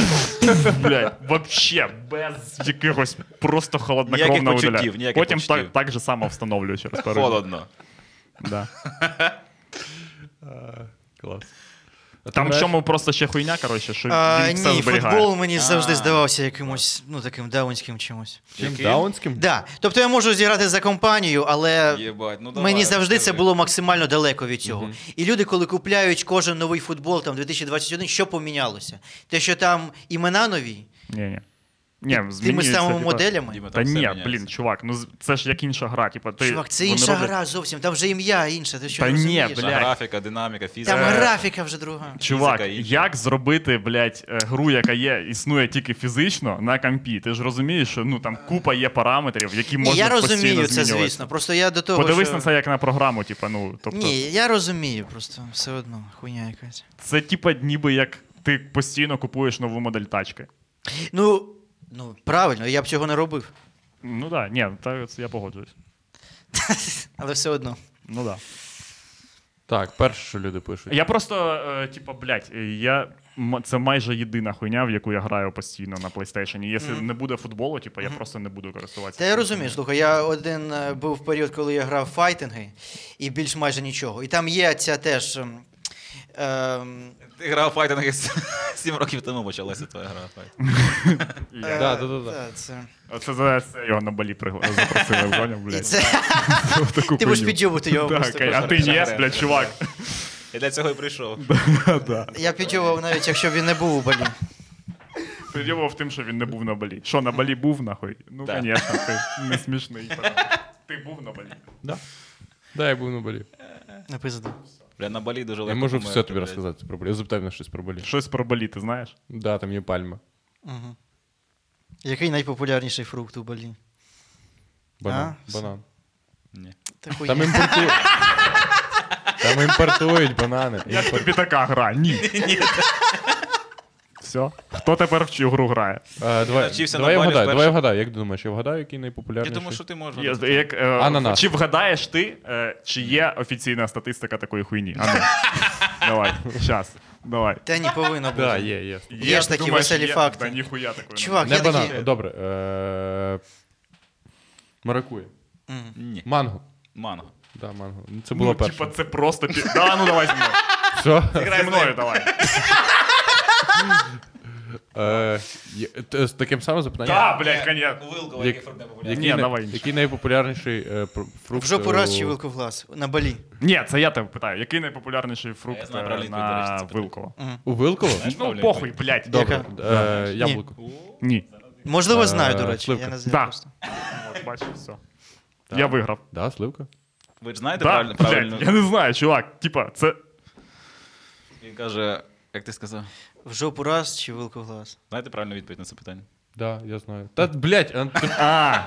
[SPEAKER 2] блядь, вообще, без якихось просто холоднокровно
[SPEAKER 1] Ніяких почуттів,
[SPEAKER 2] видаляю.
[SPEAKER 1] ніяких
[SPEAKER 2] Потім
[SPEAKER 1] почуттів.
[SPEAKER 2] так, так же само встановлюю через пару.
[SPEAKER 1] Холодно.
[SPEAKER 2] днів. Да.
[SPEAKER 3] Клас. А ти
[SPEAKER 2] Там в
[SPEAKER 3] граєш?
[SPEAKER 2] чому просто ще хуйня, коротше, що
[SPEAKER 4] а,
[SPEAKER 2] він все
[SPEAKER 4] ні,
[SPEAKER 2] зберігає.
[SPEAKER 4] футбол мені завжди
[SPEAKER 1] А.
[SPEAKER 4] здавався якимось ну таким даунським чимось.
[SPEAKER 3] Чим
[SPEAKER 1] Який?
[SPEAKER 3] даунським?
[SPEAKER 4] Да. Тобто я можу зіграти за компанію, але
[SPEAKER 1] Єбать, ну давай,
[SPEAKER 4] мені завжди це
[SPEAKER 1] розкажи.
[SPEAKER 4] було максимально далеко від цього. І люди, коли купляють кожен новий футбол там 2021, що помінялося? Те, що там імена нові,
[SPEAKER 2] Ні, ні. Ні,
[SPEAKER 4] тими
[SPEAKER 2] змінюється,
[SPEAKER 4] самими
[SPEAKER 2] типа-
[SPEAKER 4] моделями.
[SPEAKER 1] Діма,
[SPEAKER 2] Та
[SPEAKER 1] там все
[SPEAKER 2] ні,
[SPEAKER 1] міняється.
[SPEAKER 2] блін, чувак, ну з- це ж як інша гра. Типа, ти,
[SPEAKER 4] Чувак, це
[SPEAKER 2] вони
[SPEAKER 4] інша
[SPEAKER 2] роблять-
[SPEAKER 4] гра зовсім, там вже ім'я інше, ти що
[SPEAKER 2] Та ні,
[SPEAKER 4] розумієш?
[SPEAKER 1] Та
[SPEAKER 2] блядь.
[SPEAKER 1] Графіка, динаміка,
[SPEAKER 4] Там
[SPEAKER 1] фізика.
[SPEAKER 4] графіка вже друга.
[SPEAKER 2] Чувак,
[SPEAKER 1] Фізика інша.
[SPEAKER 2] як зробити, блядь, е, гру, яка є, існує тільки фізично на компі? Ти ж розумієш, що ну там купа є параметрів, які
[SPEAKER 4] Ні,
[SPEAKER 2] можна
[SPEAKER 4] я
[SPEAKER 2] постійно
[SPEAKER 4] розумію це,
[SPEAKER 2] змінювати.
[SPEAKER 4] звісно. Просто я до того.
[SPEAKER 2] Подивись
[SPEAKER 4] що...
[SPEAKER 2] на це як на програму, типу, ну тобто,
[SPEAKER 4] Ні, я розумію, просто все одно хуйня якась.
[SPEAKER 2] це типа ніби як ти постійно купуєш нову модель тачки.
[SPEAKER 4] Ну, ну правильно, я б цього не робив.
[SPEAKER 2] Ну да, ні, та це я погоджуюсь.
[SPEAKER 4] Але все одно.
[SPEAKER 2] Ну да.
[SPEAKER 3] Так, перше, що люди пишуть.
[SPEAKER 2] Я просто, е, типа, блядь, е, я м- це майже єдина хуйня, в яку я граю постійно на PlayStation. І Якщо не буде футболу, типа, я просто не буду користуватися.
[SPEAKER 4] Та я розумію, слухай, я один е, був період, коли я грав в файтинги, і більш майже нічого. І там є ця теж. ем, ем,
[SPEAKER 1] Ти грав у файтинги [LAUGHS] с- сім років тому почалася твоя гра. в файтинги.
[SPEAKER 4] е,
[SPEAKER 3] Да, да, да, да.
[SPEAKER 4] та, це-
[SPEAKER 2] Це за це його на балі пригла- запросили, поняв,
[SPEAKER 4] І
[SPEAKER 2] блядь.
[SPEAKER 4] це [LAUGHS]
[SPEAKER 2] Таку
[SPEAKER 4] ти будеш
[SPEAKER 2] хуйню.
[SPEAKER 4] підйобувати його. просто.
[SPEAKER 2] Так, а ти є, блядь, чувак.
[SPEAKER 1] Я для цього і прийшов.
[SPEAKER 4] Я підйобував навіть, якщо б він не був у балі.
[SPEAKER 2] Приділував тим, що він не був на балі. Що, на балі був, нахуй? Ну,
[SPEAKER 1] Так.
[SPEAKER 2] звісно, ти не смішний. Ти був на балі.
[SPEAKER 3] Да. Да, я був на болі.
[SPEAKER 4] На пизду.
[SPEAKER 1] Бля, на балі дуже легко.
[SPEAKER 3] Я можу все
[SPEAKER 1] померти,
[SPEAKER 3] тобі
[SPEAKER 1] блядь.
[SPEAKER 3] розказати про болі. Я запитаю на щось про болі.
[SPEAKER 2] Щось про балі, ти знаєш?
[SPEAKER 3] Да, там є пальма.
[SPEAKER 4] Мгм. Який найпопулярніший фрукт у балі?
[SPEAKER 3] Банан.
[SPEAKER 4] А?
[SPEAKER 3] банан.
[SPEAKER 1] Ні.
[SPEAKER 4] Та хуйня.
[SPEAKER 3] Там імпортують. Там імпортують банани.
[SPEAKER 2] Як
[SPEAKER 3] Імпорт-
[SPEAKER 2] тобі така гра? Ні. Все. Хто тепер в цю гру грає?
[SPEAKER 3] А, Давай
[SPEAKER 1] навчився на
[SPEAKER 3] давай я
[SPEAKER 1] Балі
[SPEAKER 3] вгадаю,
[SPEAKER 1] вперше.
[SPEAKER 3] давай я вгадаю. Як ти думаєш, я вгадаю, який
[SPEAKER 1] Я
[SPEAKER 3] найпопулярніший?
[SPEAKER 1] думаю, що ти можеш.
[SPEAKER 2] Я-
[SPEAKER 1] розказати.
[SPEAKER 2] Як, е,
[SPEAKER 3] Ананас.
[SPEAKER 2] Чи вгадаєш ти, е, чи є офіційна статистика такої хуйні? [LAUGHS] А ну. давай, щас, давай.
[SPEAKER 4] Та ні, повинно бути.
[SPEAKER 3] Да, є, є.
[SPEAKER 4] Є ж
[SPEAKER 2] ти
[SPEAKER 4] такі веселі
[SPEAKER 2] є?
[SPEAKER 4] факти.
[SPEAKER 2] Та ніхуя такої.
[SPEAKER 4] Чувак,
[SPEAKER 3] Не
[SPEAKER 4] я такий.
[SPEAKER 3] банан. Добре. е, Маракуя.
[SPEAKER 4] Мгм.
[SPEAKER 1] Ні.
[SPEAKER 3] Манго.
[SPEAKER 1] Манго.
[SPEAKER 3] Да, манго. Ну, Це була
[SPEAKER 2] ну, типа,
[SPEAKER 3] перша.
[SPEAKER 2] це просто пі- Да, ну давай зі
[SPEAKER 3] [LAUGHS]
[SPEAKER 2] мною.
[SPEAKER 3] Все.
[SPEAKER 2] Грай мною, давай.
[SPEAKER 3] Е, є- т- З таким самим запитанням.
[SPEAKER 2] Та, блядь, конечно.
[SPEAKER 1] Вилкова,
[SPEAKER 3] Як-
[SPEAKER 1] який фрукт не популярний.
[SPEAKER 3] Який
[SPEAKER 2] Ні,
[SPEAKER 3] най-
[SPEAKER 2] давай інше.
[SPEAKER 3] Який найпопулярніший е, пр- фрукт?
[SPEAKER 4] В жопу раз чи
[SPEAKER 3] у-
[SPEAKER 4] вилку в глаз? На балі.
[SPEAKER 2] Ні, це я тебе питаю. Який найпопулярніший фрукт
[SPEAKER 1] знаю
[SPEAKER 2] е,
[SPEAKER 1] про літві, до речі,
[SPEAKER 2] на
[SPEAKER 1] це питання.
[SPEAKER 2] Вилково?
[SPEAKER 3] У Вилково?
[SPEAKER 1] Знаєш?
[SPEAKER 2] Ну,
[SPEAKER 1] Правильно,
[SPEAKER 2] похуй, блядь.
[SPEAKER 3] Добре.
[SPEAKER 4] Яка?
[SPEAKER 3] Е, Яблуко.
[SPEAKER 2] Ні.
[SPEAKER 4] Можливо,
[SPEAKER 3] Е,
[SPEAKER 4] знаю, до речі.
[SPEAKER 3] сливка.
[SPEAKER 4] Я не знаю
[SPEAKER 2] Да.
[SPEAKER 4] просто.
[SPEAKER 2] От, бачиш, все. Я виграв.
[SPEAKER 3] Да, сливка.
[SPEAKER 1] Ви ж знаєте
[SPEAKER 2] Да,
[SPEAKER 1] правильно,
[SPEAKER 2] блядь,
[SPEAKER 1] правильно.
[SPEAKER 2] Я не знаю, чувак. Типа, це.
[SPEAKER 1] Він каже, як ти сказав,
[SPEAKER 4] В жопу раз чи вилку в глаз?
[SPEAKER 1] знаєте правильну відповідь на це питання?
[SPEAKER 3] Да, я знаю. Та, блядь, а ти
[SPEAKER 2] А,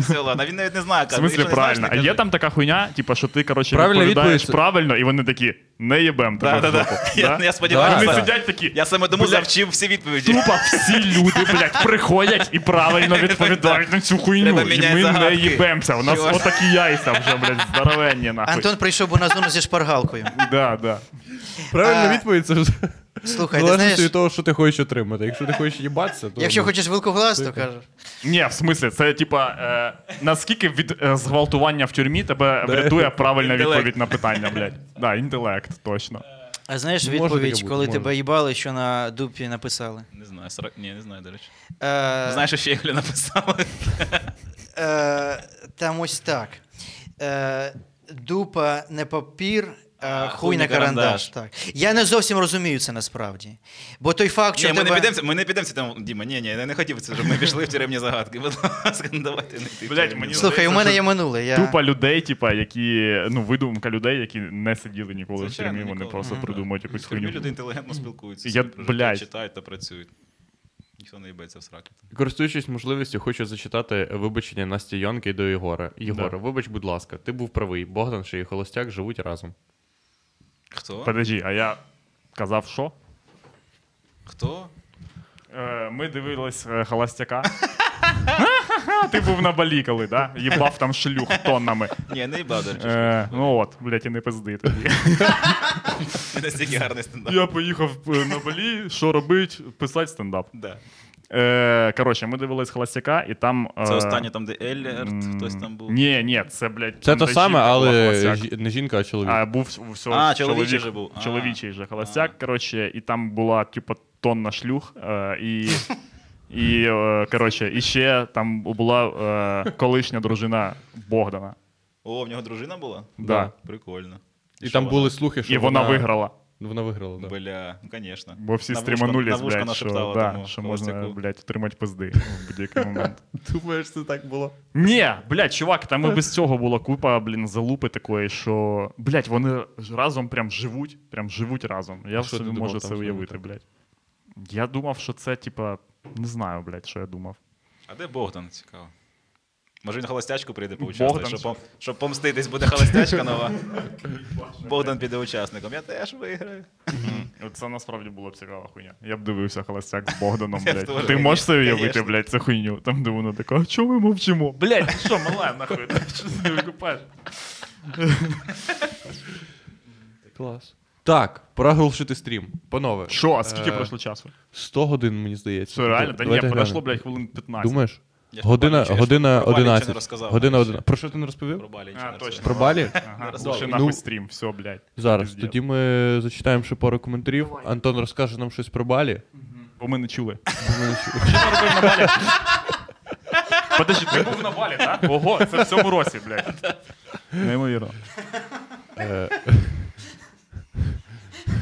[SPEAKER 1] Все, ладно, він навіть не знає,
[SPEAKER 2] в
[SPEAKER 1] каже.
[SPEAKER 2] смислі
[SPEAKER 1] «Якщо не знаєш,
[SPEAKER 2] правильно.
[SPEAKER 1] не
[SPEAKER 2] А є
[SPEAKER 1] кажи».
[SPEAKER 2] там така хуйня, типа, що ти, коротше,
[SPEAKER 3] Правильна
[SPEAKER 2] відповідаєш
[SPEAKER 3] відповідь-
[SPEAKER 2] правильно, і вони такі, не їбем тебе
[SPEAKER 1] Да,
[SPEAKER 2] в
[SPEAKER 1] да,
[SPEAKER 2] жопу.
[SPEAKER 1] да.
[SPEAKER 2] Да?
[SPEAKER 1] [LAUGHS] Я, я сподіваюся.
[SPEAKER 3] Да.
[SPEAKER 2] Вони
[SPEAKER 1] саме.
[SPEAKER 2] сидять такі.
[SPEAKER 1] Я саме тому
[SPEAKER 2] Бля.
[SPEAKER 1] завчив всі відповіді.
[SPEAKER 2] Тупо всі люди, блядь, приходять і правильно відповідають на цю хуйню.
[SPEAKER 1] Треба
[SPEAKER 2] І
[SPEAKER 1] міняти
[SPEAKER 2] ми не
[SPEAKER 1] загадки.
[SPEAKER 2] їбемося. У нас
[SPEAKER 1] Чувак.
[SPEAKER 2] отакі яйця вже, блядь, здоровенні, нахуй.
[SPEAKER 4] Антон прийшов би на зону зі шпаргалкою.
[SPEAKER 2] Да, да.
[SPEAKER 3] правильно
[SPEAKER 4] Е,
[SPEAKER 3] відповідь це вже
[SPEAKER 4] Слухай, ти
[SPEAKER 3] залежить
[SPEAKER 4] знаєш,
[SPEAKER 3] від того, що ти хочеш отримати. Якщо ти хочеш їбатися, то
[SPEAKER 4] якщо хочеш вилку в глаз, то кажеш.
[SPEAKER 2] Ні, в смислі, це типа е, наскільки від е, зґвалтування в тюрмі тебе врятує правильна
[SPEAKER 1] Інтелект.
[SPEAKER 2] відповідь на питання, блядь. Да, інтелект, точно.
[SPEAKER 4] А знаєш
[SPEAKER 3] Ну, може таке
[SPEAKER 4] відповідь,
[SPEAKER 3] бути,
[SPEAKER 4] коли
[SPEAKER 3] може.
[SPEAKER 4] тебе їбали, що на дупі написали?
[SPEAKER 1] Не знаю, сорок... Ні, не знаю, до речі.
[SPEAKER 4] Е,
[SPEAKER 1] Знаєш, що ще Єгля написала?
[SPEAKER 4] е, там ось так. Е, дупа не папір, а хуй на карандаш. Так. Я не зовсім розумію це насправді. Бо той факт, що
[SPEAKER 1] Ні,
[SPEAKER 4] в
[SPEAKER 1] ми не
[SPEAKER 4] тебе...
[SPEAKER 1] підемо, ми не підемо там, Діма, ні, ні, я не хотів це, щоб ми пішли в тюремні загадки. Будь ласка, ну давайте не йти. в
[SPEAKER 2] Блядь,
[SPEAKER 1] тюремні загадки.
[SPEAKER 2] мені
[SPEAKER 4] Слухай, у мене є минуле. Я...
[SPEAKER 2] Тупа людей, типа, які, ну, видумка людей, які не сиділи ніколи
[SPEAKER 1] Звичайно,
[SPEAKER 2] в тюрмі, вони
[SPEAKER 1] ніколи.
[SPEAKER 2] просто
[SPEAKER 1] Мгм.
[SPEAKER 2] придумують якусь
[SPEAKER 1] В тюрмі
[SPEAKER 2] хуйню.
[SPEAKER 1] люди інтелігентно спілкуються,
[SPEAKER 2] Я,
[SPEAKER 1] собі про життя
[SPEAKER 2] блядь.
[SPEAKER 1] читають та працюють. Ніхто не їбеться в сраки.
[SPEAKER 3] Користуючись можливістю, хочу зачитати вибачення Насті Йонки до Єгора. Єгора,
[SPEAKER 2] Да.
[SPEAKER 3] вибач, будь ласка, ти був правий. Богдан ще і Холостяк живуть разом.
[SPEAKER 1] Хто?
[SPEAKER 2] Подожди, а я казав, що?
[SPEAKER 1] Хто?
[SPEAKER 2] Е, Ми дивились е, холостяка. [LAUGHS] Ти був на балі, коли, да? Їбав там шлюх тоннами.
[SPEAKER 1] Ні, не їбав, до речі.
[SPEAKER 2] Е, Ну от, блядь, і не пизди тоді.
[SPEAKER 1] Не настільки гарний стендап.
[SPEAKER 2] Я поїхав е, на балі, що робить? Писати стендап.
[SPEAKER 1] Да.
[SPEAKER 2] Е, коротше, ми дивились холостяка, і там. е,
[SPEAKER 1] Це останнє там, де Ельерт,
[SPEAKER 2] м,
[SPEAKER 1] хтось там був.
[SPEAKER 2] Ні, ні, це, блядь,
[SPEAKER 3] Це
[SPEAKER 2] там,
[SPEAKER 3] те
[SPEAKER 2] де
[SPEAKER 3] саме,
[SPEAKER 2] жінка була
[SPEAKER 3] але
[SPEAKER 2] холостяк.
[SPEAKER 3] жі- не жінка, а чоловік.
[SPEAKER 2] А, був все,
[SPEAKER 1] А, чоловічий же був. А.
[SPEAKER 2] Чоловічий же холостяк, коротше, і там була, типу, тонна шлюх. Е,
[SPEAKER 1] [LAUGHS]
[SPEAKER 2] і, і, е, коротше, і ще там була е, колишня дружина Богдана.
[SPEAKER 1] О, в нього дружина була?
[SPEAKER 2] Да.
[SPEAKER 1] Прикольно.
[SPEAKER 3] І
[SPEAKER 1] що
[SPEAKER 3] там
[SPEAKER 1] вона?
[SPEAKER 3] були слухи, що
[SPEAKER 2] І вона виграла.
[SPEAKER 3] Вона виграла, да.
[SPEAKER 1] Бля, ну, конечно.
[SPEAKER 2] Бо всі
[SPEAKER 1] На вушко- на
[SPEAKER 2] стріманулись,
[SPEAKER 1] вушко
[SPEAKER 2] блядь, що,
[SPEAKER 1] нашептала
[SPEAKER 2] да,
[SPEAKER 1] тому
[SPEAKER 2] що можна,
[SPEAKER 1] холостяку.
[SPEAKER 2] блядь, отримати пизди в будь-який момент.
[SPEAKER 3] Думаєш, це так було?
[SPEAKER 2] Ні, блядь, чувак, там і без цього була купа, блін, залупи такої, що блядь, вони ж разом прям живуть, прям живуть разом. Я
[SPEAKER 3] Що ти
[SPEAKER 2] собі
[SPEAKER 3] думав
[SPEAKER 2] можу
[SPEAKER 3] там
[SPEAKER 2] це
[SPEAKER 3] з ними
[SPEAKER 2] уявити,
[SPEAKER 3] так?
[SPEAKER 2] блядь. Я думав, що це, типа, не знаю, блядь, що я думав.
[SPEAKER 1] А де Богдан? Цікаво. Може він холостячку прийде
[SPEAKER 2] Богдан
[SPEAKER 1] поучаствувати, щоб, пом- щоб помститись, буде холостячка
[SPEAKER 2] [LAUGHS]
[SPEAKER 1] нова. Богдан піде учасником. Я теж виграю.
[SPEAKER 2] Це насправді була б цікава хуйня. Я б дивився холостяк з
[SPEAKER 3] [LAUGHS]
[SPEAKER 2] Богданом,
[SPEAKER 1] Я
[SPEAKER 2] блядь.
[SPEAKER 1] теж,
[SPEAKER 2] Ти можеш це уявити,
[SPEAKER 1] конечно.
[SPEAKER 2] блядь, цю хуйню? Там, де воно таке, а чого ми мовчимо? Блядь, ти що, мала, нахуй, ти що ти викупаєш?
[SPEAKER 3] Клас. Так, проголошити стрім. Панове.
[SPEAKER 2] Що, а скільки
[SPEAKER 3] Е,
[SPEAKER 2] пройшло часу?
[SPEAKER 3] 100 годин, мені здається.
[SPEAKER 2] Все реально? Та ні,
[SPEAKER 3] Давайте
[SPEAKER 2] пройшло,
[SPEAKER 3] глянемо.
[SPEAKER 2] блядь, хвилин 15.
[SPEAKER 3] Думаєш?
[SPEAKER 1] Я ж
[SPEAKER 3] Година,
[SPEAKER 1] про Балі ще-
[SPEAKER 3] година
[SPEAKER 1] про Балі ще не
[SPEAKER 3] 11.
[SPEAKER 1] розказав,
[SPEAKER 3] година
[SPEAKER 1] навіть
[SPEAKER 3] 11. Про що ти не розповів?
[SPEAKER 1] Про Балі.
[SPEAKER 2] А,
[SPEAKER 1] чи не
[SPEAKER 2] точно.
[SPEAKER 1] розповідав.
[SPEAKER 3] Про Балі?
[SPEAKER 2] Ага,
[SPEAKER 1] Розумію.
[SPEAKER 2] слушай,
[SPEAKER 1] Ну,
[SPEAKER 2] нахуй стрім, все, блядь.
[SPEAKER 3] Зараз.
[SPEAKER 2] Пиздец.
[SPEAKER 3] Тоді ми зачитаємо ще пару коментарів. Антон розкаже нам щось про Балі.
[SPEAKER 2] Бо ми не чули. Що ти робив на балі? Подожди, ти був на балі, так? Ого, це в цьому році, блядь. Неймовірно.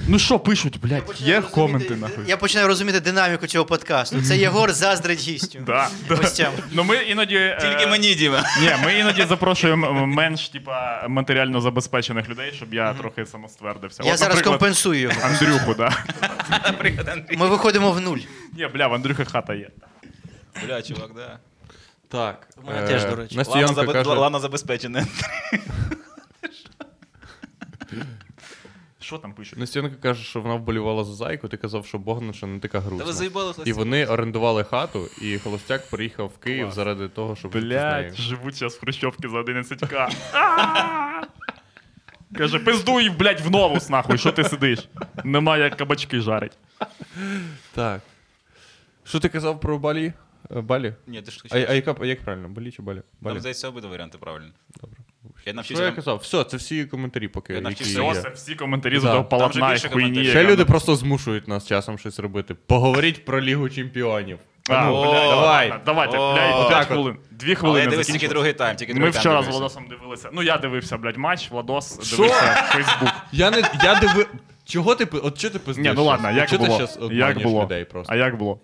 [SPEAKER 2] Ну що пишуть, блядь? Є коменти нахуй.
[SPEAKER 4] Я починаю розуміти динаміку цього подкасту. Це Єгор заздрить гістю.
[SPEAKER 2] Да, да.
[SPEAKER 4] Гостям.
[SPEAKER 2] Ну ми іноді. е,
[SPEAKER 1] Тільки мені, Діма.
[SPEAKER 2] Ні, ми іноді запрошуємо м, менш типа матеріально забезпечених людей, щоб я трохи самоствердився.
[SPEAKER 4] Я
[SPEAKER 2] От,
[SPEAKER 4] зараз
[SPEAKER 2] наприклад,
[SPEAKER 4] компенсую його.
[SPEAKER 2] Андрюху, да.
[SPEAKER 1] Наприклад, Андрій.
[SPEAKER 4] Ми виходимо в нуль.
[SPEAKER 2] Ні, бля, в Андрюхи хата є.
[SPEAKER 1] Бля, чувак, да.
[SPEAKER 3] Так.
[SPEAKER 4] У мене теж, до
[SPEAKER 2] Е,
[SPEAKER 4] речі.
[SPEAKER 3] Е, Настя
[SPEAKER 1] Лана,
[SPEAKER 3] Янка
[SPEAKER 1] забе...
[SPEAKER 3] каже,
[SPEAKER 1] Лана забезпечена.
[SPEAKER 2] Що там пишуть?
[SPEAKER 3] Настінка каже, що вона вболівала за зайку, ти казав, що Богдан ще не така грузна.
[SPEAKER 1] Та ви заїбали
[SPEAKER 3] І
[SPEAKER 1] холостяк.
[SPEAKER 3] вони орендували хату, і Холостяк приїхав в Київ заради того, щоб жити з нею.
[SPEAKER 2] Блять, живуть зараз в Хрущовці за 11к. Каже, пиздуй, блять, в новус, нахуй, що ти сидиш? Нема як кабачки жарить.
[SPEAKER 3] Так. Що ти казав про Балі? Е, Балі?
[SPEAKER 1] Ні, ти ж
[SPEAKER 3] А, а
[SPEAKER 1] хочеш.
[SPEAKER 3] яка, а як правильно? Балі чи Балі?
[SPEAKER 1] Там,
[SPEAKER 3] Балі.
[SPEAKER 1] здається, обидва варіанти правильно.
[SPEAKER 3] Добре.
[SPEAKER 1] Я навчився.
[SPEAKER 3] Що я
[SPEAKER 1] там-
[SPEAKER 3] казав? Все, це всі коментарі, поки
[SPEAKER 1] Я
[SPEAKER 3] які
[SPEAKER 1] навчився
[SPEAKER 2] Все,
[SPEAKER 3] є.
[SPEAKER 2] це всі коментарі з
[SPEAKER 3] Да.
[SPEAKER 2] того
[SPEAKER 3] Там
[SPEAKER 1] же
[SPEAKER 2] полотна і
[SPEAKER 1] більше
[SPEAKER 2] хуйні.
[SPEAKER 1] коментарів.
[SPEAKER 2] яка
[SPEAKER 3] Ще
[SPEAKER 2] ми-
[SPEAKER 3] люди просто змушують нас часом щось робити. Поговоріть про Лігу Чемпіонів.
[SPEAKER 2] А,
[SPEAKER 3] Ну,
[SPEAKER 2] блядь,
[SPEAKER 1] О,
[SPEAKER 3] давай.
[SPEAKER 2] ладно, Давайте,
[SPEAKER 1] О,
[SPEAKER 2] блядь, 5
[SPEAKER 1] отак
[SPEAKER 3] от.
[SPEAKER 2] хвилин. Дві
[SPEAKER 1] Але я
[SPEAKER 2] хвилини
[SPEAKER 1] дивився тільки
[SPEAKER 2] закінчили.
[SPEAKER 1] другий тайм, тільки
[SPEAKER 2] Ми
[SPEAKER 1] другий
[SPEAKER 2] вчора
[SPEAKER 1] тайм
[SPEAKER 2] з
[SPEAKER 1] дивився.
[SPEAKER 2] Владосом дивилися. Ну, я дивився, блядь, матч, Владос
[SPEAKER 3] Що?
[SPEAKER 2] дивився Фейсбук.
[SPEAKER 3] Я не я диви. Чого ти пи- от чого ти пиздиш?
[SPEAKER 2] Ні, ну ладно, як
[SPEAKER 3] Чого
[SPEAKER 2] було?
[SPEAKER 3] ти зараз
[SPEAKER 2] як було?
[SPEAKER 3] людей просто?
[SPEAKER 2] А як було?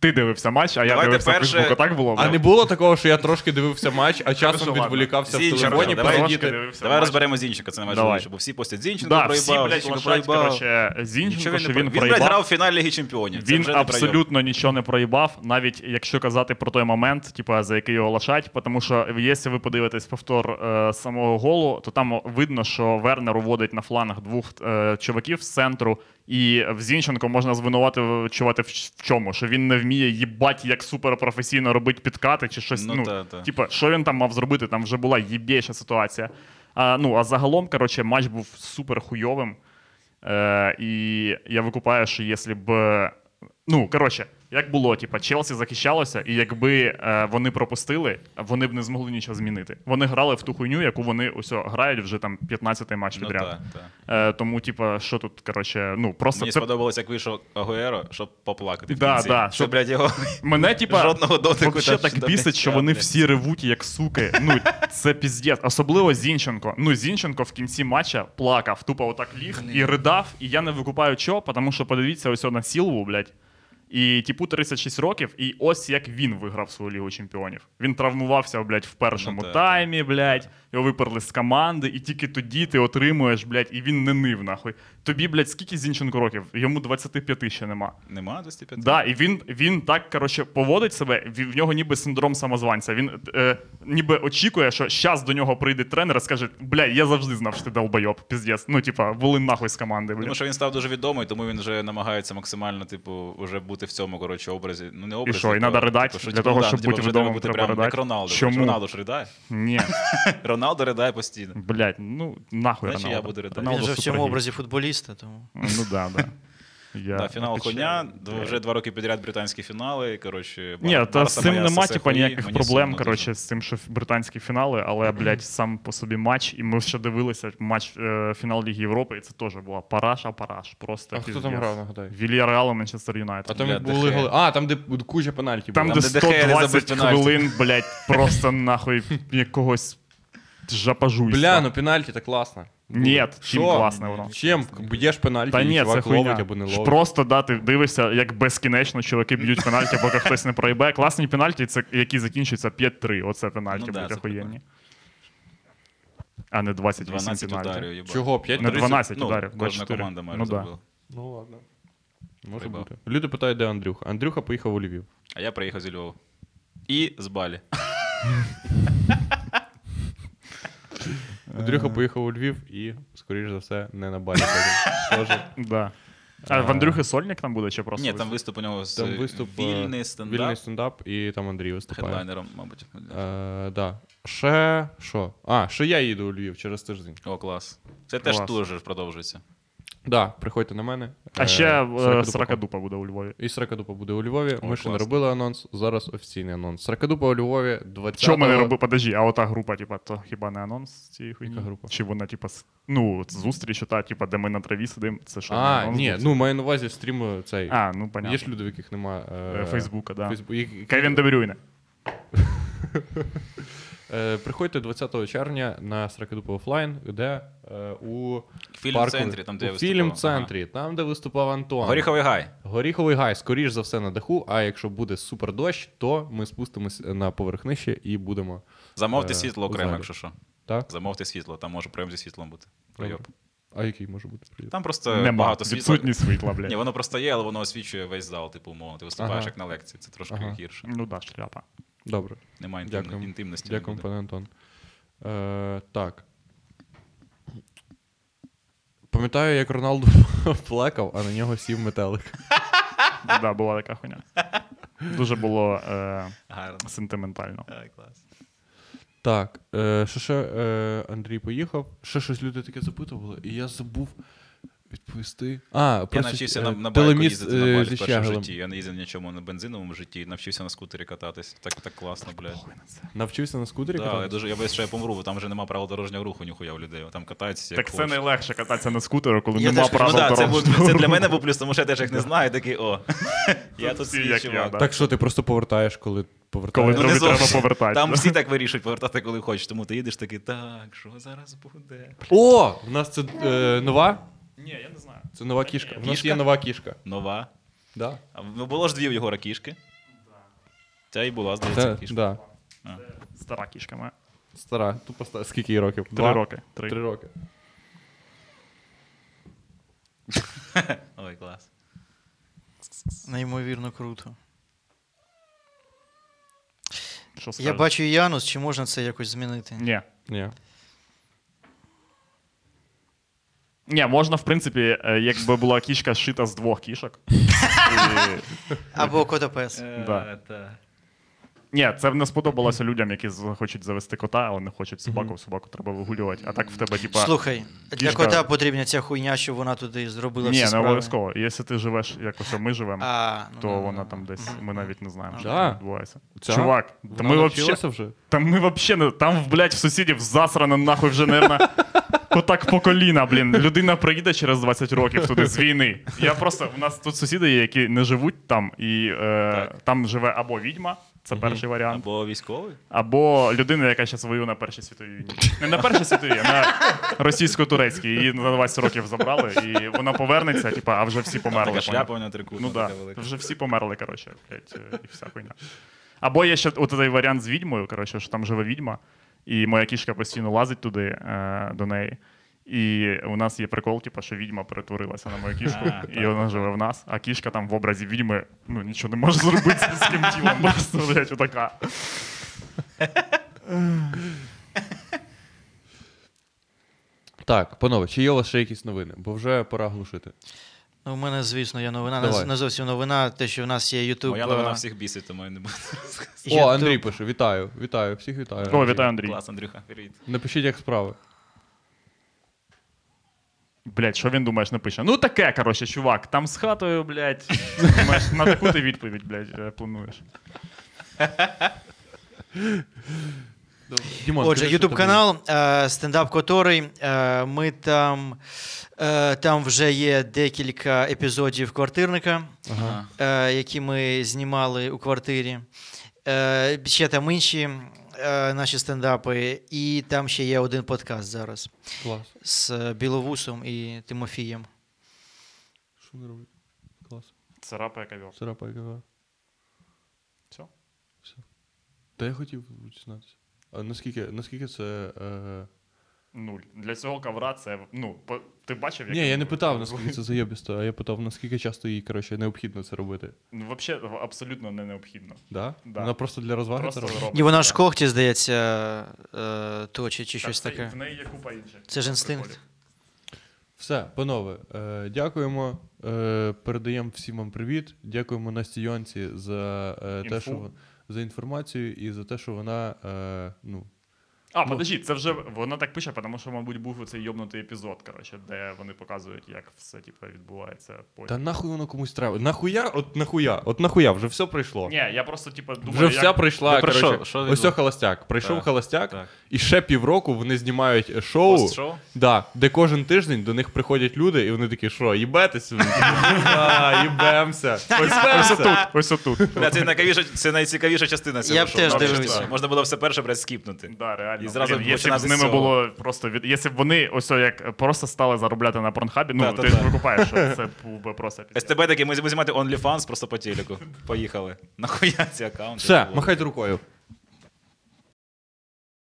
[SPEAKER 2] Ти дивився матч, а я
[SPEAKER 1] Давайте
[SPEAKER 2] дивився
[SPEAKER 1] перше-
[SPEAKER 2] Фейсбук. Отак було?
[SPEAKER 3] А
[SPEAKER 2] блядь?
[SPEAKER 3] не було такого, що я трошки дивився матч, а
[SPEAKER 2] Хорошо,
[SPEAKER 3] часом
[SPEAKER 2] ладно.
[SPEAKER 3] відволікався в
[SPEAKER 1] Зінченко,
[SPEAKER 3] телефоні.
[SPEAKER 1] давай.
[SPEAKER 3] посидіти?
[SPEAKER 2] Трошки дивився
[SPEAKER 1] Давай
[SPEAKER 2] матч.
[SPEAKER 1] розберемо Зінченка, це
[SPEAKER 2] Давай.
[SPEAKER 1] найважливіше, бо всі постять Зінченка
[SPEAKER 2] Да, всі,
[SPEAKER 1] проїбав,
[SPEAKER 2] блядь,
[SPEAKER 1] Зінченко
[SPEAKER 2] лошадь,
[SPEAKER 1] проїбав.
[SPEAKER 2] короче, Зінченко, що він
[SPEAKER 1] проїбав. Він, блядь, грав
[SPEAKER 2] проїбав.
[SPEAKER 1] в фіналі Ліги Чемпіонів. Це
[SPEAKER 2] Він
[SPEAKER 1] вже не пройоб.
[SPEAKER 2] абсолютно нічого не проїбав, навіть якщо казати про той момент, типу, за який його лошадь, тому що якщо ви подивитесь повтор е, самого голу, то там видно, що Вернер уводить на фланг двох е, чуваків з центру, і в Зінченко можна звинувачувати в, ч- в чому? Що він не вміє їбать, як суперпрофесійно робить підкати чи щось.
[SPEAKER 1] Ну,
[SPEAKER 2] Ну,
[SPEAKER 1] та, та.
[SPEAKER 2] Типу, що він там мав зробити? Там вже була їбєша ситуація. А, ну, а загалом, коротше, матч був супер хуйовим. Е, і я викупаю, що якщо б. Ну, коротше, як було, типа, Челсі захищалося, і якби е, вони пропустили, вони б не змогли нічого змінити. Вони грали в ту хуйню, яку вони усьо грають вже там 15-й матч
[SPEAKER 1] Ну,
[SPEAKER 2] підряд.
[SPEAKER 1] та, та.
[SPEAKER 2] Е, тому, типа, що тут, коротше, ну просто
[SPEAKER 1] Мені
[SPEAKER 2] це
[SPEAKER 1] сподобалося, як вийшов Агуеро, щоб поплакати. в
[SPEAKER 2] Да,
[SPEAKER 1] кінці.
[SPEAKER 2] да,
[SPEAKER 1] Це,
[SPEAKER 2] щоб-
[SPEAKER 1] блядь, його
[SPEAKER 2] Мене, типа,
[SPEAKER 1] Жодного дотику
[SPEAKER 2] вообще
[SPEAKER 1] там
[SPEAKER 2] так
[SPEAKER 1] до
[SPEAKER 2] бісить, що
[SPEAKER 1] м'яча,
[SPEAKER 2] вони
[SPEAKER 1] блядь.
[SPEAKER 2] всі ревуть, як суки. Ну, це піздець. Особливо Зінченко. Ну, Зінченко в кінці матча плакав, тупо отак ліг і ридав. І я не викупаю чого, тому що подивіться ось на Сілву, блядь. І типу 36 років, і ось як він виграв свою лігу чемпіонів. Він травмувався, блядь, в першому
[SPEAKER 1] Ну, так.
[SPEAKER 2] таймі, блядь, його виперли з команди, і тільки тоді ти отримуєш, блядь, і він не нив, нахуй. Тобі, блядь, скільки Зінченко років? Йому 25 ще нема.
[SPEAKER 1] нема 205.
[SPEAKER 2] Да, і він, він так коротше, поводить себе. В, в нього ніби синдром самозванця. Він е, ніби очікує, що зараз до нього прийде тренер і скаже: Бля, я завжди знав, що ти долбойоб, піздець. Ну, типа, були нахуй з команди. Бля.
[SPEAKER 1] Тому що він став дуже відомий, тому він вже намагається максимально, типу, вже бути в цьому коротше, образі. Ну не
[SPEAKER 2] І
[SPEAKER 1] образі.
[SPEAKER 2] що, і
[SPEAKER 1] то,
[SPEAKER 2] треба ридати?
[SPEAKER 1] що,
[SPEAKER 2] Для того,
[SPEAKER 1] да,
[SPEAKER 2] щоб
[SPEAKER 1] типу,
[SPEAKER 2] бути
[SPEAKER 1] вже
[SPEAKER 2] відомим,
[SPEAKER 1] бути
[SPEAKER 2] треба
[SPEAKER 1] прям як
[SPEAKER 2] ридати?
[SPEAKER 1] Роналдо.
[SPEAKER 2] Чому?
[SPEAKER 1] Чому? Роналдо ж
[SPEAKER 2] [LAUGHS]
[SPEAKER 1] ридає.
[SPEAKER 2] Ні,
[SPEAKER 1] Роналдо ридає постійно.
[SPEAKER 2] блядь, ну нахуй.
[SPEAKER 1] Значить, я
[SPEAKER 2] Роналдо.
[SPEAKER 1] буду ридати.
[SPEAKER 2] Роналдо
[SPEAKER 4] Він же в цьому
[SPEAKER 2] супергій.
[SPEAKER 4] образі футболіста, тому.
[SPEAKER 2] Ну да,
[SPEAKER 1] [LAUGHS]
[SPEAKER 2] да. Я
[SPEAKER 1] Да, фінал
[SPEAKER 2] отвечаю.
[SPEAKER 1] коня, дв- вже два роки підряд британські фінали. Коротше, Бар-
[SPEAKER 2] Ні, та з
[SPEAKER 1] Барса
[SPEAKER 2] цим
[SPEAKER 1] моя
[SPEAKER 2] нема
[SPEAKER 1] СССР
[SPEAKER 2] типа
[SPEAKER 1] хуї,
[SPEAKER 2] ніяких
[SPEAKER 1] мені
[SPEAKER 2] проблем.
[SPEAKER 1] сумно дуже.
[SPEAKER 2] Коротше, з тим, що британські фінали, але блядь, сам по собі матч, і ми ще дивилися матч е, фінал Ліги Європи, і це теж була параш, а параш. Просто
[SPEAKER 3] А хто там грав, нагадай?
[SPEAKER 2] Вільяреал і Манчестер Юнайтед.
[SPEAKER 3] А там
[SPEAKER 1] Бля,
[SPEAKER 3] як були
[SPEAKER 1] Дехе.
[SPEAKER 3] голи. А, там, де куча пенальті
[SPEAKER 2] там,
[SPEAKER 3] була.
[SPEAKER 1] там,
[SPEAKER 2] де
[SPEAKER 1] де Дехея не забив
[SPEAKER 2] 120
[SPEAKER 1] пенальті.
[SPEAKER 2] хвилин, блядь, просто нахуй якогось жапажуйства.
[SPEAKER 3] Бля, ну пенальті так класно.
[SPEAKER 2] Ні, тім
[SPEAKER 3] Що?
[SPEAKER 2] класне воно.
[SPEAKER 3] Чим б'єш пенальті,
[SPEAKER 2] Та
[SPEAKER 3] і
[SPEAKER 2] ні, це
[SPEAKER 3] чувак
[SPEAKER 2] хуйня.
[SPEAKER 3] ловить або не
[SPEAKER 2] Ж
[SPEAKER 3] ловить.
[SPEAKER 2] Просто да, ти дивишся, як безкінечно чуваки б'ють пенальті, поки хтось не проїбе. Класні пенальті, це які закінчуються 5-3. Оце пенальті
[SPEAKER 1] Ну да,
[SPEAKER 2] будуть
[SPEAKER 1] це
[SPEAKER 2] охуєнні. А не 28
[SPEAKER 1] 12 ударів.
[SPEAKER 2] пенальті.
[SPEAKER 1] їбать.
[SPEAKER 3] Чого, 5
[SPEAKER 2] Не 12
[SPEAKER 1] Ну,
[SPEAKER 2] ударів,
[SPEAKER 1] Кожна
[SPEAKER 2] 24.
[SPEAKER 1] команда майже
[SPEAKER 2] Ну да.
[SPEAKER 1] забила.
[SPEAKER 3] Ну ладно. Може
[SPEAKER 1] Прибав.
[SPEAKER 3] бути. Люди питають, де Андрюха. Андрюха поїхав у Львів.
[SPEAKER 1] А я приїхав зі Львова. І з Балі.
[SPEAKER 3] Андрюха поїхав у Львів і, скоріш за все, не на балі.
[SPEAKER 2] [LAUGHS]
[SPEAKER 3] Тож,
[SPEAKER 2] Да. А в Андрюхи Сольник там буде чи просто?
[SPEAKER 1] Ні, там виступ у нього з
[SPEAKER 3] Там виступ е,
[SPEAKER 1] вільний стендап.
[SPEAKER 3] вільний стендап, і там Андрій виступає.
[SPEAKER 1] Хедлайнером, мабуть.
[SPEAKER 3] Е, да. Ще що? А, ще я їду у Львів через тиждень.
[SPEAKER 1] О, клас. Це теж
[SPEAKER 2] Клас.
[SPEAKER 1] дуже продовжується.
[SPEAKER 3] Да, приходьте на мене.
[SPEAKER 2] А
[SPEAKER 3] Е,
[SPEAKER 2] ще
[SPEAKER 3] Сорокадупа.
[SPEAKER 2] Сракадупа буде у Львові.
[SPEAKER 3] І Сракадупа буде у Львові.
[SPEAKER 1] О,
[SPEAKER 3] Ми ще не
[SPEAKER 1] клас.
[SPEAKER 3] робили анонс, зараз офіційний анонс. Сракадупа у Львові 20
[SPEAKER 2] Чого ми не робили? Подожди, а ота група, типа, то хіба не анонс цієї хуйні?
[SPEAKER 3] Яка група?
[SPEAKER 2] Чи вона, типа, с- ну, зустріч, та, типа, де ми на траві сидимо, це що? не
[SPEAKER 3] А,
[SPEAKER 2] анонс
[SPEAKER 3] ні,
[SPEAKER 2] був?
[SPEAKER 3] ну маю на увазі стрім цей.
[SPEAKER 2] А, ну, понятно.
[SPEAKER 3] Є ж люди, в яких немає
[SPEAKER 2] Е, Фейсбука, да.
[SPEAKER 3] Фейсбу... і-
[SPEAKER 2] Кевін Дебрюйне.
[SPEAKER 3] Е, Приходьте 20 червня на Сракадупа офлайн, де е, у
[SPEAKER 1] Фільм-центрі, там, де я
[SPEAKER 3] у
[SPEAKER 1] виступав.
[SPEAKER 3] фільм-центрі, там, де виступав Антон.
[SPEAKER 1] Ага. Горіховий гай.
[SPEAKER 3] Горіховий гай, скоріш за все, на даху. А якщо буде супер дощ, то ми спустимось на поверхнище і будемо.
[SPEAKER 1] Замовте
[SPEAKER 3] Е,
[SPEAKER 1] світло
[SPEAKER 3] у
[SPEAKER 1] окремо,
[SPEAKER 3] залі.
[SPEAKER 1] якщо що.
[SPEAKER 3] Так?
[SPEAKER 1] Замовте світло, там може прийом зі світлом бути. Прийоб.
[SPEAKER 3] А який може бути приїзд?
[SPEAKER 1] Там просто
[SPEAKER 2] Нема.
[SPEAKER 1] Е, багато світла.
[SPEAKER 2] Відсутність світла, блядь.
[SPEAKER 1] Ні, воно просто є, але воно освічує весь зал, типу, умовно. Ти виступаєш
[SPEAKER 3] Ага.
[SPEAKER 1] як на лекції, це трошки
[SPEAKER 3] Ага.
[SPEAKER 1] гірше.
[SPEAKER 2] Ну да, шляпа.
[SPEAKER 3] Добре.
[SPEAKER 1] Немає інтимно-
[SPEAKER 3] Дякую.
[SPEAKER 1] інтимності. не
[SPEAKER 3] Дякую,
[SPEAKER 1] буде.
[SPEAKER 3] пане Антон. Е, так. Пам'ятаю, як Роналду [LAUGHS] плакав, а на нього сів метелик.
[SPEAKER 2] Ну Да, була така хуйня. Дуже було е,
[SPEAKER 1] Гарно.
[SPEAKER 2] сентиментально.
[SPEAKER 1] Ай, клас.
[SPEAKER 3] Так, е, що ще е, Андрій поїхав, ще щось люди таке запитували, і я забув. підповісти. А,
[SPEAKER 1] Я
[SPEAKER 3] просто,
[SPEAKER 1] навчився
[SPEAKER 3] е,
[SPEAKER 1] на, на байку
[SPEAKER 3] телеміст,
[SPEAKER 1] їздити на
[SPEAKER 3] е,
[SPEAKER 1] байку
[SPEAKER 3] зі
[SPEAKER 1] в першому
[SPEAKER 3] щагелем.
[SPEAKER 1] житті. Я не їздив нічому на бензиновому житті, навчився на скутері кататись. Так, так класно, блядь.
[SPEAKER 3] Навчився на скутері
[SPEAKER 1] Да, я
[SPEAKER 3] кататися?
[SPEAKER 1] дуже я боюсь, що я помру, бо там вже нема правил дорожнього руху, ніхуя в людей. Там катаються. як
[SPEAKER 2] Так це
[SPEAKER 1] хочуть.
[SPEAKER 2] найлегше кататися на скутеру, коли
[SPEAKER 4] Я
[SPEAKER 2] нема
[SPEAKER 4] теж-
[SPEAKER 1] Ну
[SPEAKER 4] ну
[SPEAKER 2] правил
[SPEAKER 1] да, це,
[SPEAKER 2] дорожнього
[SPEAKER 1] був- це для
[SPEAKER 2] руху.
[SPEAKER 1] мене був плюс, тому що я теж їх не знаю, такий
[SPEAKER 2] [LAUGHS]
[SPEAKER 1] о. Я тут
[SPEAKER 2] всі,
[SPEAKER 1] свій
[SPEAKER 2] як я,
[SPEAKER 1] чувак.
[SPEAKER 2] да.
[SPEAKER 3] Так що ти просто повертаєш, коли повертаєш.
[SPEAKER 2] Коли
[SPEAKER 1] не
[SPEAKER 2] тобі треба
[SPEAKER 1] зовсім.
[SPEAKER 2] повертати,
[SPEAKER 1] Там
[SPEAKER 2] да. [LAUGHS]
[SPEAKER 1] всі так вирішують повертати, коли хочеш. Тому ти їдеш такий, так, що зараз буде?
[SPEAKER 3] О! В нас це е, нова?
[SPEAKER 2] Ні, я не знаю.
[SPEAKER 3] Це нова кішка. В нас
[SPEAKER 1] Кішка?
[SPEAKER 3] є нова кішка.
[SPEAKER 1] Нова.
[SPEAKER 3] Да.
[SPEAKER 1] А в- було ж дві в його ракішки. Та й була, здається,
[SPEAKER 3] Це,
[SPEAKER 1] кішка.
[SPEAKER 3] да.
[SPEAKER 2] Стара кішка моя.
[SPEAKER 3] Стара. Тупо стара. Скільки їй років?
[SPEAKER 2] Три
[SPEAKER 3] Два?
[SPEAKER 2] роки. Три.
[SPEAKER 3] Три роки.
[SPEAKER 1] Ой, клас.
[SPEAKER 4] Неймовірно круто.
[SPEAKER 2] Що
[SPEAKER 4] Я
[SPEAKER 2] скажеш?
[SPEAKER 4] бачу Янус, чи можна це якось змінити?
[SPEAKER 2] Ні.
[SPEAKER 3] Ні.
[SPEAKER 2] Ні, можна, в принципі, е, якби була кішка шита з двох кішок. І-
[SPEAKER 4] Або котопес.
[SPEAKER 2] Е,
[SPEAKER 1] Е,
[SPEAKER 2] Да. Ні, це б не сподобалося людям, які з- хочуть завести кота, але не хочуть собаку, собаку треба вигулювати. А так в тебе, типа.
[SPEAKER 4] Е, Слухай, для
[SPEAKER 2] Кішка.
[SPEAKER 4] кота потрібна ця хуйня, щоб вона туди зробила
[SPEAKER 2] Ні,
[SPEAKER 4] всі
[SPEAKER 2] не
[SPEAKER 4] справи.
[SPEAKER 2] обов'язково. Якщо ти живеш, як ось ми живемо,
[SPEAKER 4] А, ну,
[SPEAKER 2] то
[SPEAKER 4] ну, ну,
[SPEAKER 2] вона
[SPEAKER 4] ну.
[SPEAKER 2] там десь. Ми навіть не знаємо, що
[SPEAKER 3] Да.
[SPEAKER 2] там відбувається.
[SPEAKER 3] Ця?
[SPEAKER 2] Чувак, та
[SPEAKER 3] Вона
[SPEAKER 2] ми вообще,
[SPEAKER 3] навчилася вже?
[SPEAKER 2] та ми вообще не там, блядь, в сусідів засрано нахуй вже нервна. Отак по коліна, блін. Людина приїде через 20 років туди з війни. Я просто у нас тут сусіди є, які не живуть там, і е,
[SPEAKER 1] Так.
[SPEAKER 2] там живе або відьма, це перший варіант.
[SPEAKER 1] Або військовий?
[SPEAKER 2] Або людина, яка зараз воює на Першій світовій війні. Не на Першій світовій, а на російсько-турецькій. Її на 20 років забрали, і вона повернеться, типу, а вже всі
[SPEAKER 1] Така
[SPEAKER 2] померли. поняв?
[SPEAKER 1] шляпа у нього трикутна,
[SPEAKER 2] ну так,
[SPEAKER 1] така велика.
[SPEAKER 2] вже всі померли, коротше, блядь, е, і вся хуйня. Або є ще от цей варіант з відьмою, коротше, що там живе відьма, і моя кішка постійно лазить туди е, до неї. І у нас є прикол, типу, що відьма перетворилася на мою кішку,
[SPEAKER 1] А,
[SPEAKER 2] і вона живе в нас, а кішка там в образі відьми ну, нічого не може зробити з цим тілом. [LAUGHS] Просто, блядь, отака.
[SPEAKER 3] Так, панове, чи є у вас ще якісь новини? Бо вже пора глушити.
[SPEAKER 4] Ну, у мене, звісно, є новина. Не, з-
[SPEAKER 3] Давай.
[SPEAKER 4] не зовсім новина, те, що в нас є YouTube.
[SPEAKER 1] Моя новина
[SPEAKER 4] е,
[SPEAKER 1] всіх бісить, тому я не буду.
[SPEAKER 4] YouTube.
[SPEAKER 3] О, Андрій пише: вітаю, вітаю, всіх вітаю.
[SPEAKER 2] О, вітаю, Андрій.
[SPEAKER 1] Клас, Андрюха, привіт.
[SPEAKER 3] Напишіть, як справи.
[SPEAKER 2] Блять, що він думаєш, напише? Ну таке, коротше, чувак, там з хатою, блять. Думаєш, на таку ти відповідь, блять, е, плануєш.
[SPEAKER 3] Дімон,
[SPEAKER 4] Отже,
[SPEAKER 3] скажи, що
[SPEAKER 4] Ютуб
[SPEAKER 3] тобі?
[SPEAKER 4] канал е, Стендап Которий. Е, Ми там, е, там вже є декілька епізодів квартирника,
[SPEAKER 1] Ага.
[SPEAKER 4] е, які ми знімали у квартирі. Е, Ще там інші е, наші стендапи, і там ще є один подкаст зараз
[SPEAKER 3] Клас.
[SPEAKER 4] з е, Біловусом і Тимофієм.
[SPEAKER 3] Що вони роблять? Клас.
[SPEAKER 2] Царапає ковер.
[SPEAKER 3] Царапа яка.
[SPEAKER 2] Все.
[SPEAKER 3] Та я хотів дізнатися. А наскільки, наскільки це. Е...
[SPEAKER 2] Нуль. Для цього ковра це. Ну, по- ти бачив, як.
[SPEAKER 3] Ні, я
[SPEAKER 2] [LAUGHS]
[SPEAKER 3] не питав, наскільки це заєбісто, а я питав, наскільки часто їй коротше, необхідно це робити.
[SPEAKER 2] Ну, взагалі, абсолютно не необхідно.
[SPEAKER 3] Да?
[SPEAKER 2] Да.
[SPEAKER 3] Вона просто для розваги
[SPEAKER 2] Просто
[SPEAKER 3] це робить.
[SPEAKER 2] робить.
[SPEAKER 4] І вона
[SPEAKER 2] Так.
[SPEAKER 4] ж когті, здається, е, точить чи
[SPEAKER 2] Так,
[SPEAKER 4] щось
[SPEAKER 2] це-
[SPEAKER 4] таке.
[SPEAKER 2] В неї є купа інших.
[SPEAKER 4] Це ж інстинкт.
[SPEAKER 2] приколів.
[SPEAKER 3] Все, панове, е, дякуємо. Е, передаємо всім вам привіт. Дякуємо Насті Йонці за е,
[SPEAKER 2] Інфу.
[SPEAKER 3] те, що вон- за інформацію і за те, що вона. Е, ну,
[SPEAKER 2] А, подожди, це вже вона так пише, тому що, мабуть, був оцей йобнутий епізод, коротше, де вони показують, як все типу, відбувається
[SPEAKER 3] та
[SPEAKER 2] потім.
[SPEAKER 3] нахуй воно комусь треба. Нахуя? От нахуя, от нахуя, вже все прийшло.
[SPEAKER 2] Ні, я просто типу, думаю,
[SPEAKER 3] Вже вся
[SPEAKER 2] як...
[SPEAKER 3] прийшла.
[SPEAKER 1] Ну, про що?
[SPEAKER 3] коротше,
[SPEAKER 1] Що
[SPEAKER 3] ось
[SPEAKER 1] відбулось?
[SPEAKER 3] цього холостяк. Прийшов
[SPEAKER 1] Так,
[SPEAKER 3] холостяк,
[SPEAKER 1] так.
[SPEAKER 3] і ще півроку вони знімають е, шоу.
[SPEAKER 1] Пост-шоу?
[SPEAKER 3] Да, де кожен тиждень до них приходять люди, і вони такі, що, їбетесь? [LAUGHS] Да, Їбемося.
[SPEAKER 2] Ось
[SPEAKER 3] їбемося».
[SPEAKER 2] отут, ось отут.
[SPEAKER 1] Бля, це найцікавіша, це найцікавіша частина цього.
[SPEAKER 4] Я б
[SPEAKER 1] шоу.
[SPEAKER 4] теж
[SPEAKER 1] Правда,
[SPEAKER 4] дивився.
[SPEAKER 1] що Можна було все перше брати скіпнути.
[SPEAKER 2] Да, реально.
[SPEAKER 1] І зразу
[SPEAKER 2] Блін, якщо б
[SPEAKER 1] починати
[SPEAKER 2] з
[SPEAKER 1] з цього.
[SPEAKER 2] ними було просто від. Якщо б вони ось о як просто стали заробляти на порнхабі, ну
[SPEAKER 1] Да, та,
[SPEAKER 2] ти ж
[SPEAKER 1] та.
[SPEAKER 2] викупаєш, що це був би
[SPEAKER 1] [LAUGHS]
[SPEAKER 2] просто піздець.
[SPEAKER 1] СТБ такий, ми будемо знімати OnlyFans просто по телеку. Поїхали. Нахуя ці аккаунти?
[SPEAKER 3] Все,
[SPEAKER 1] Було.
[SPEAKER 3] махайте рукою.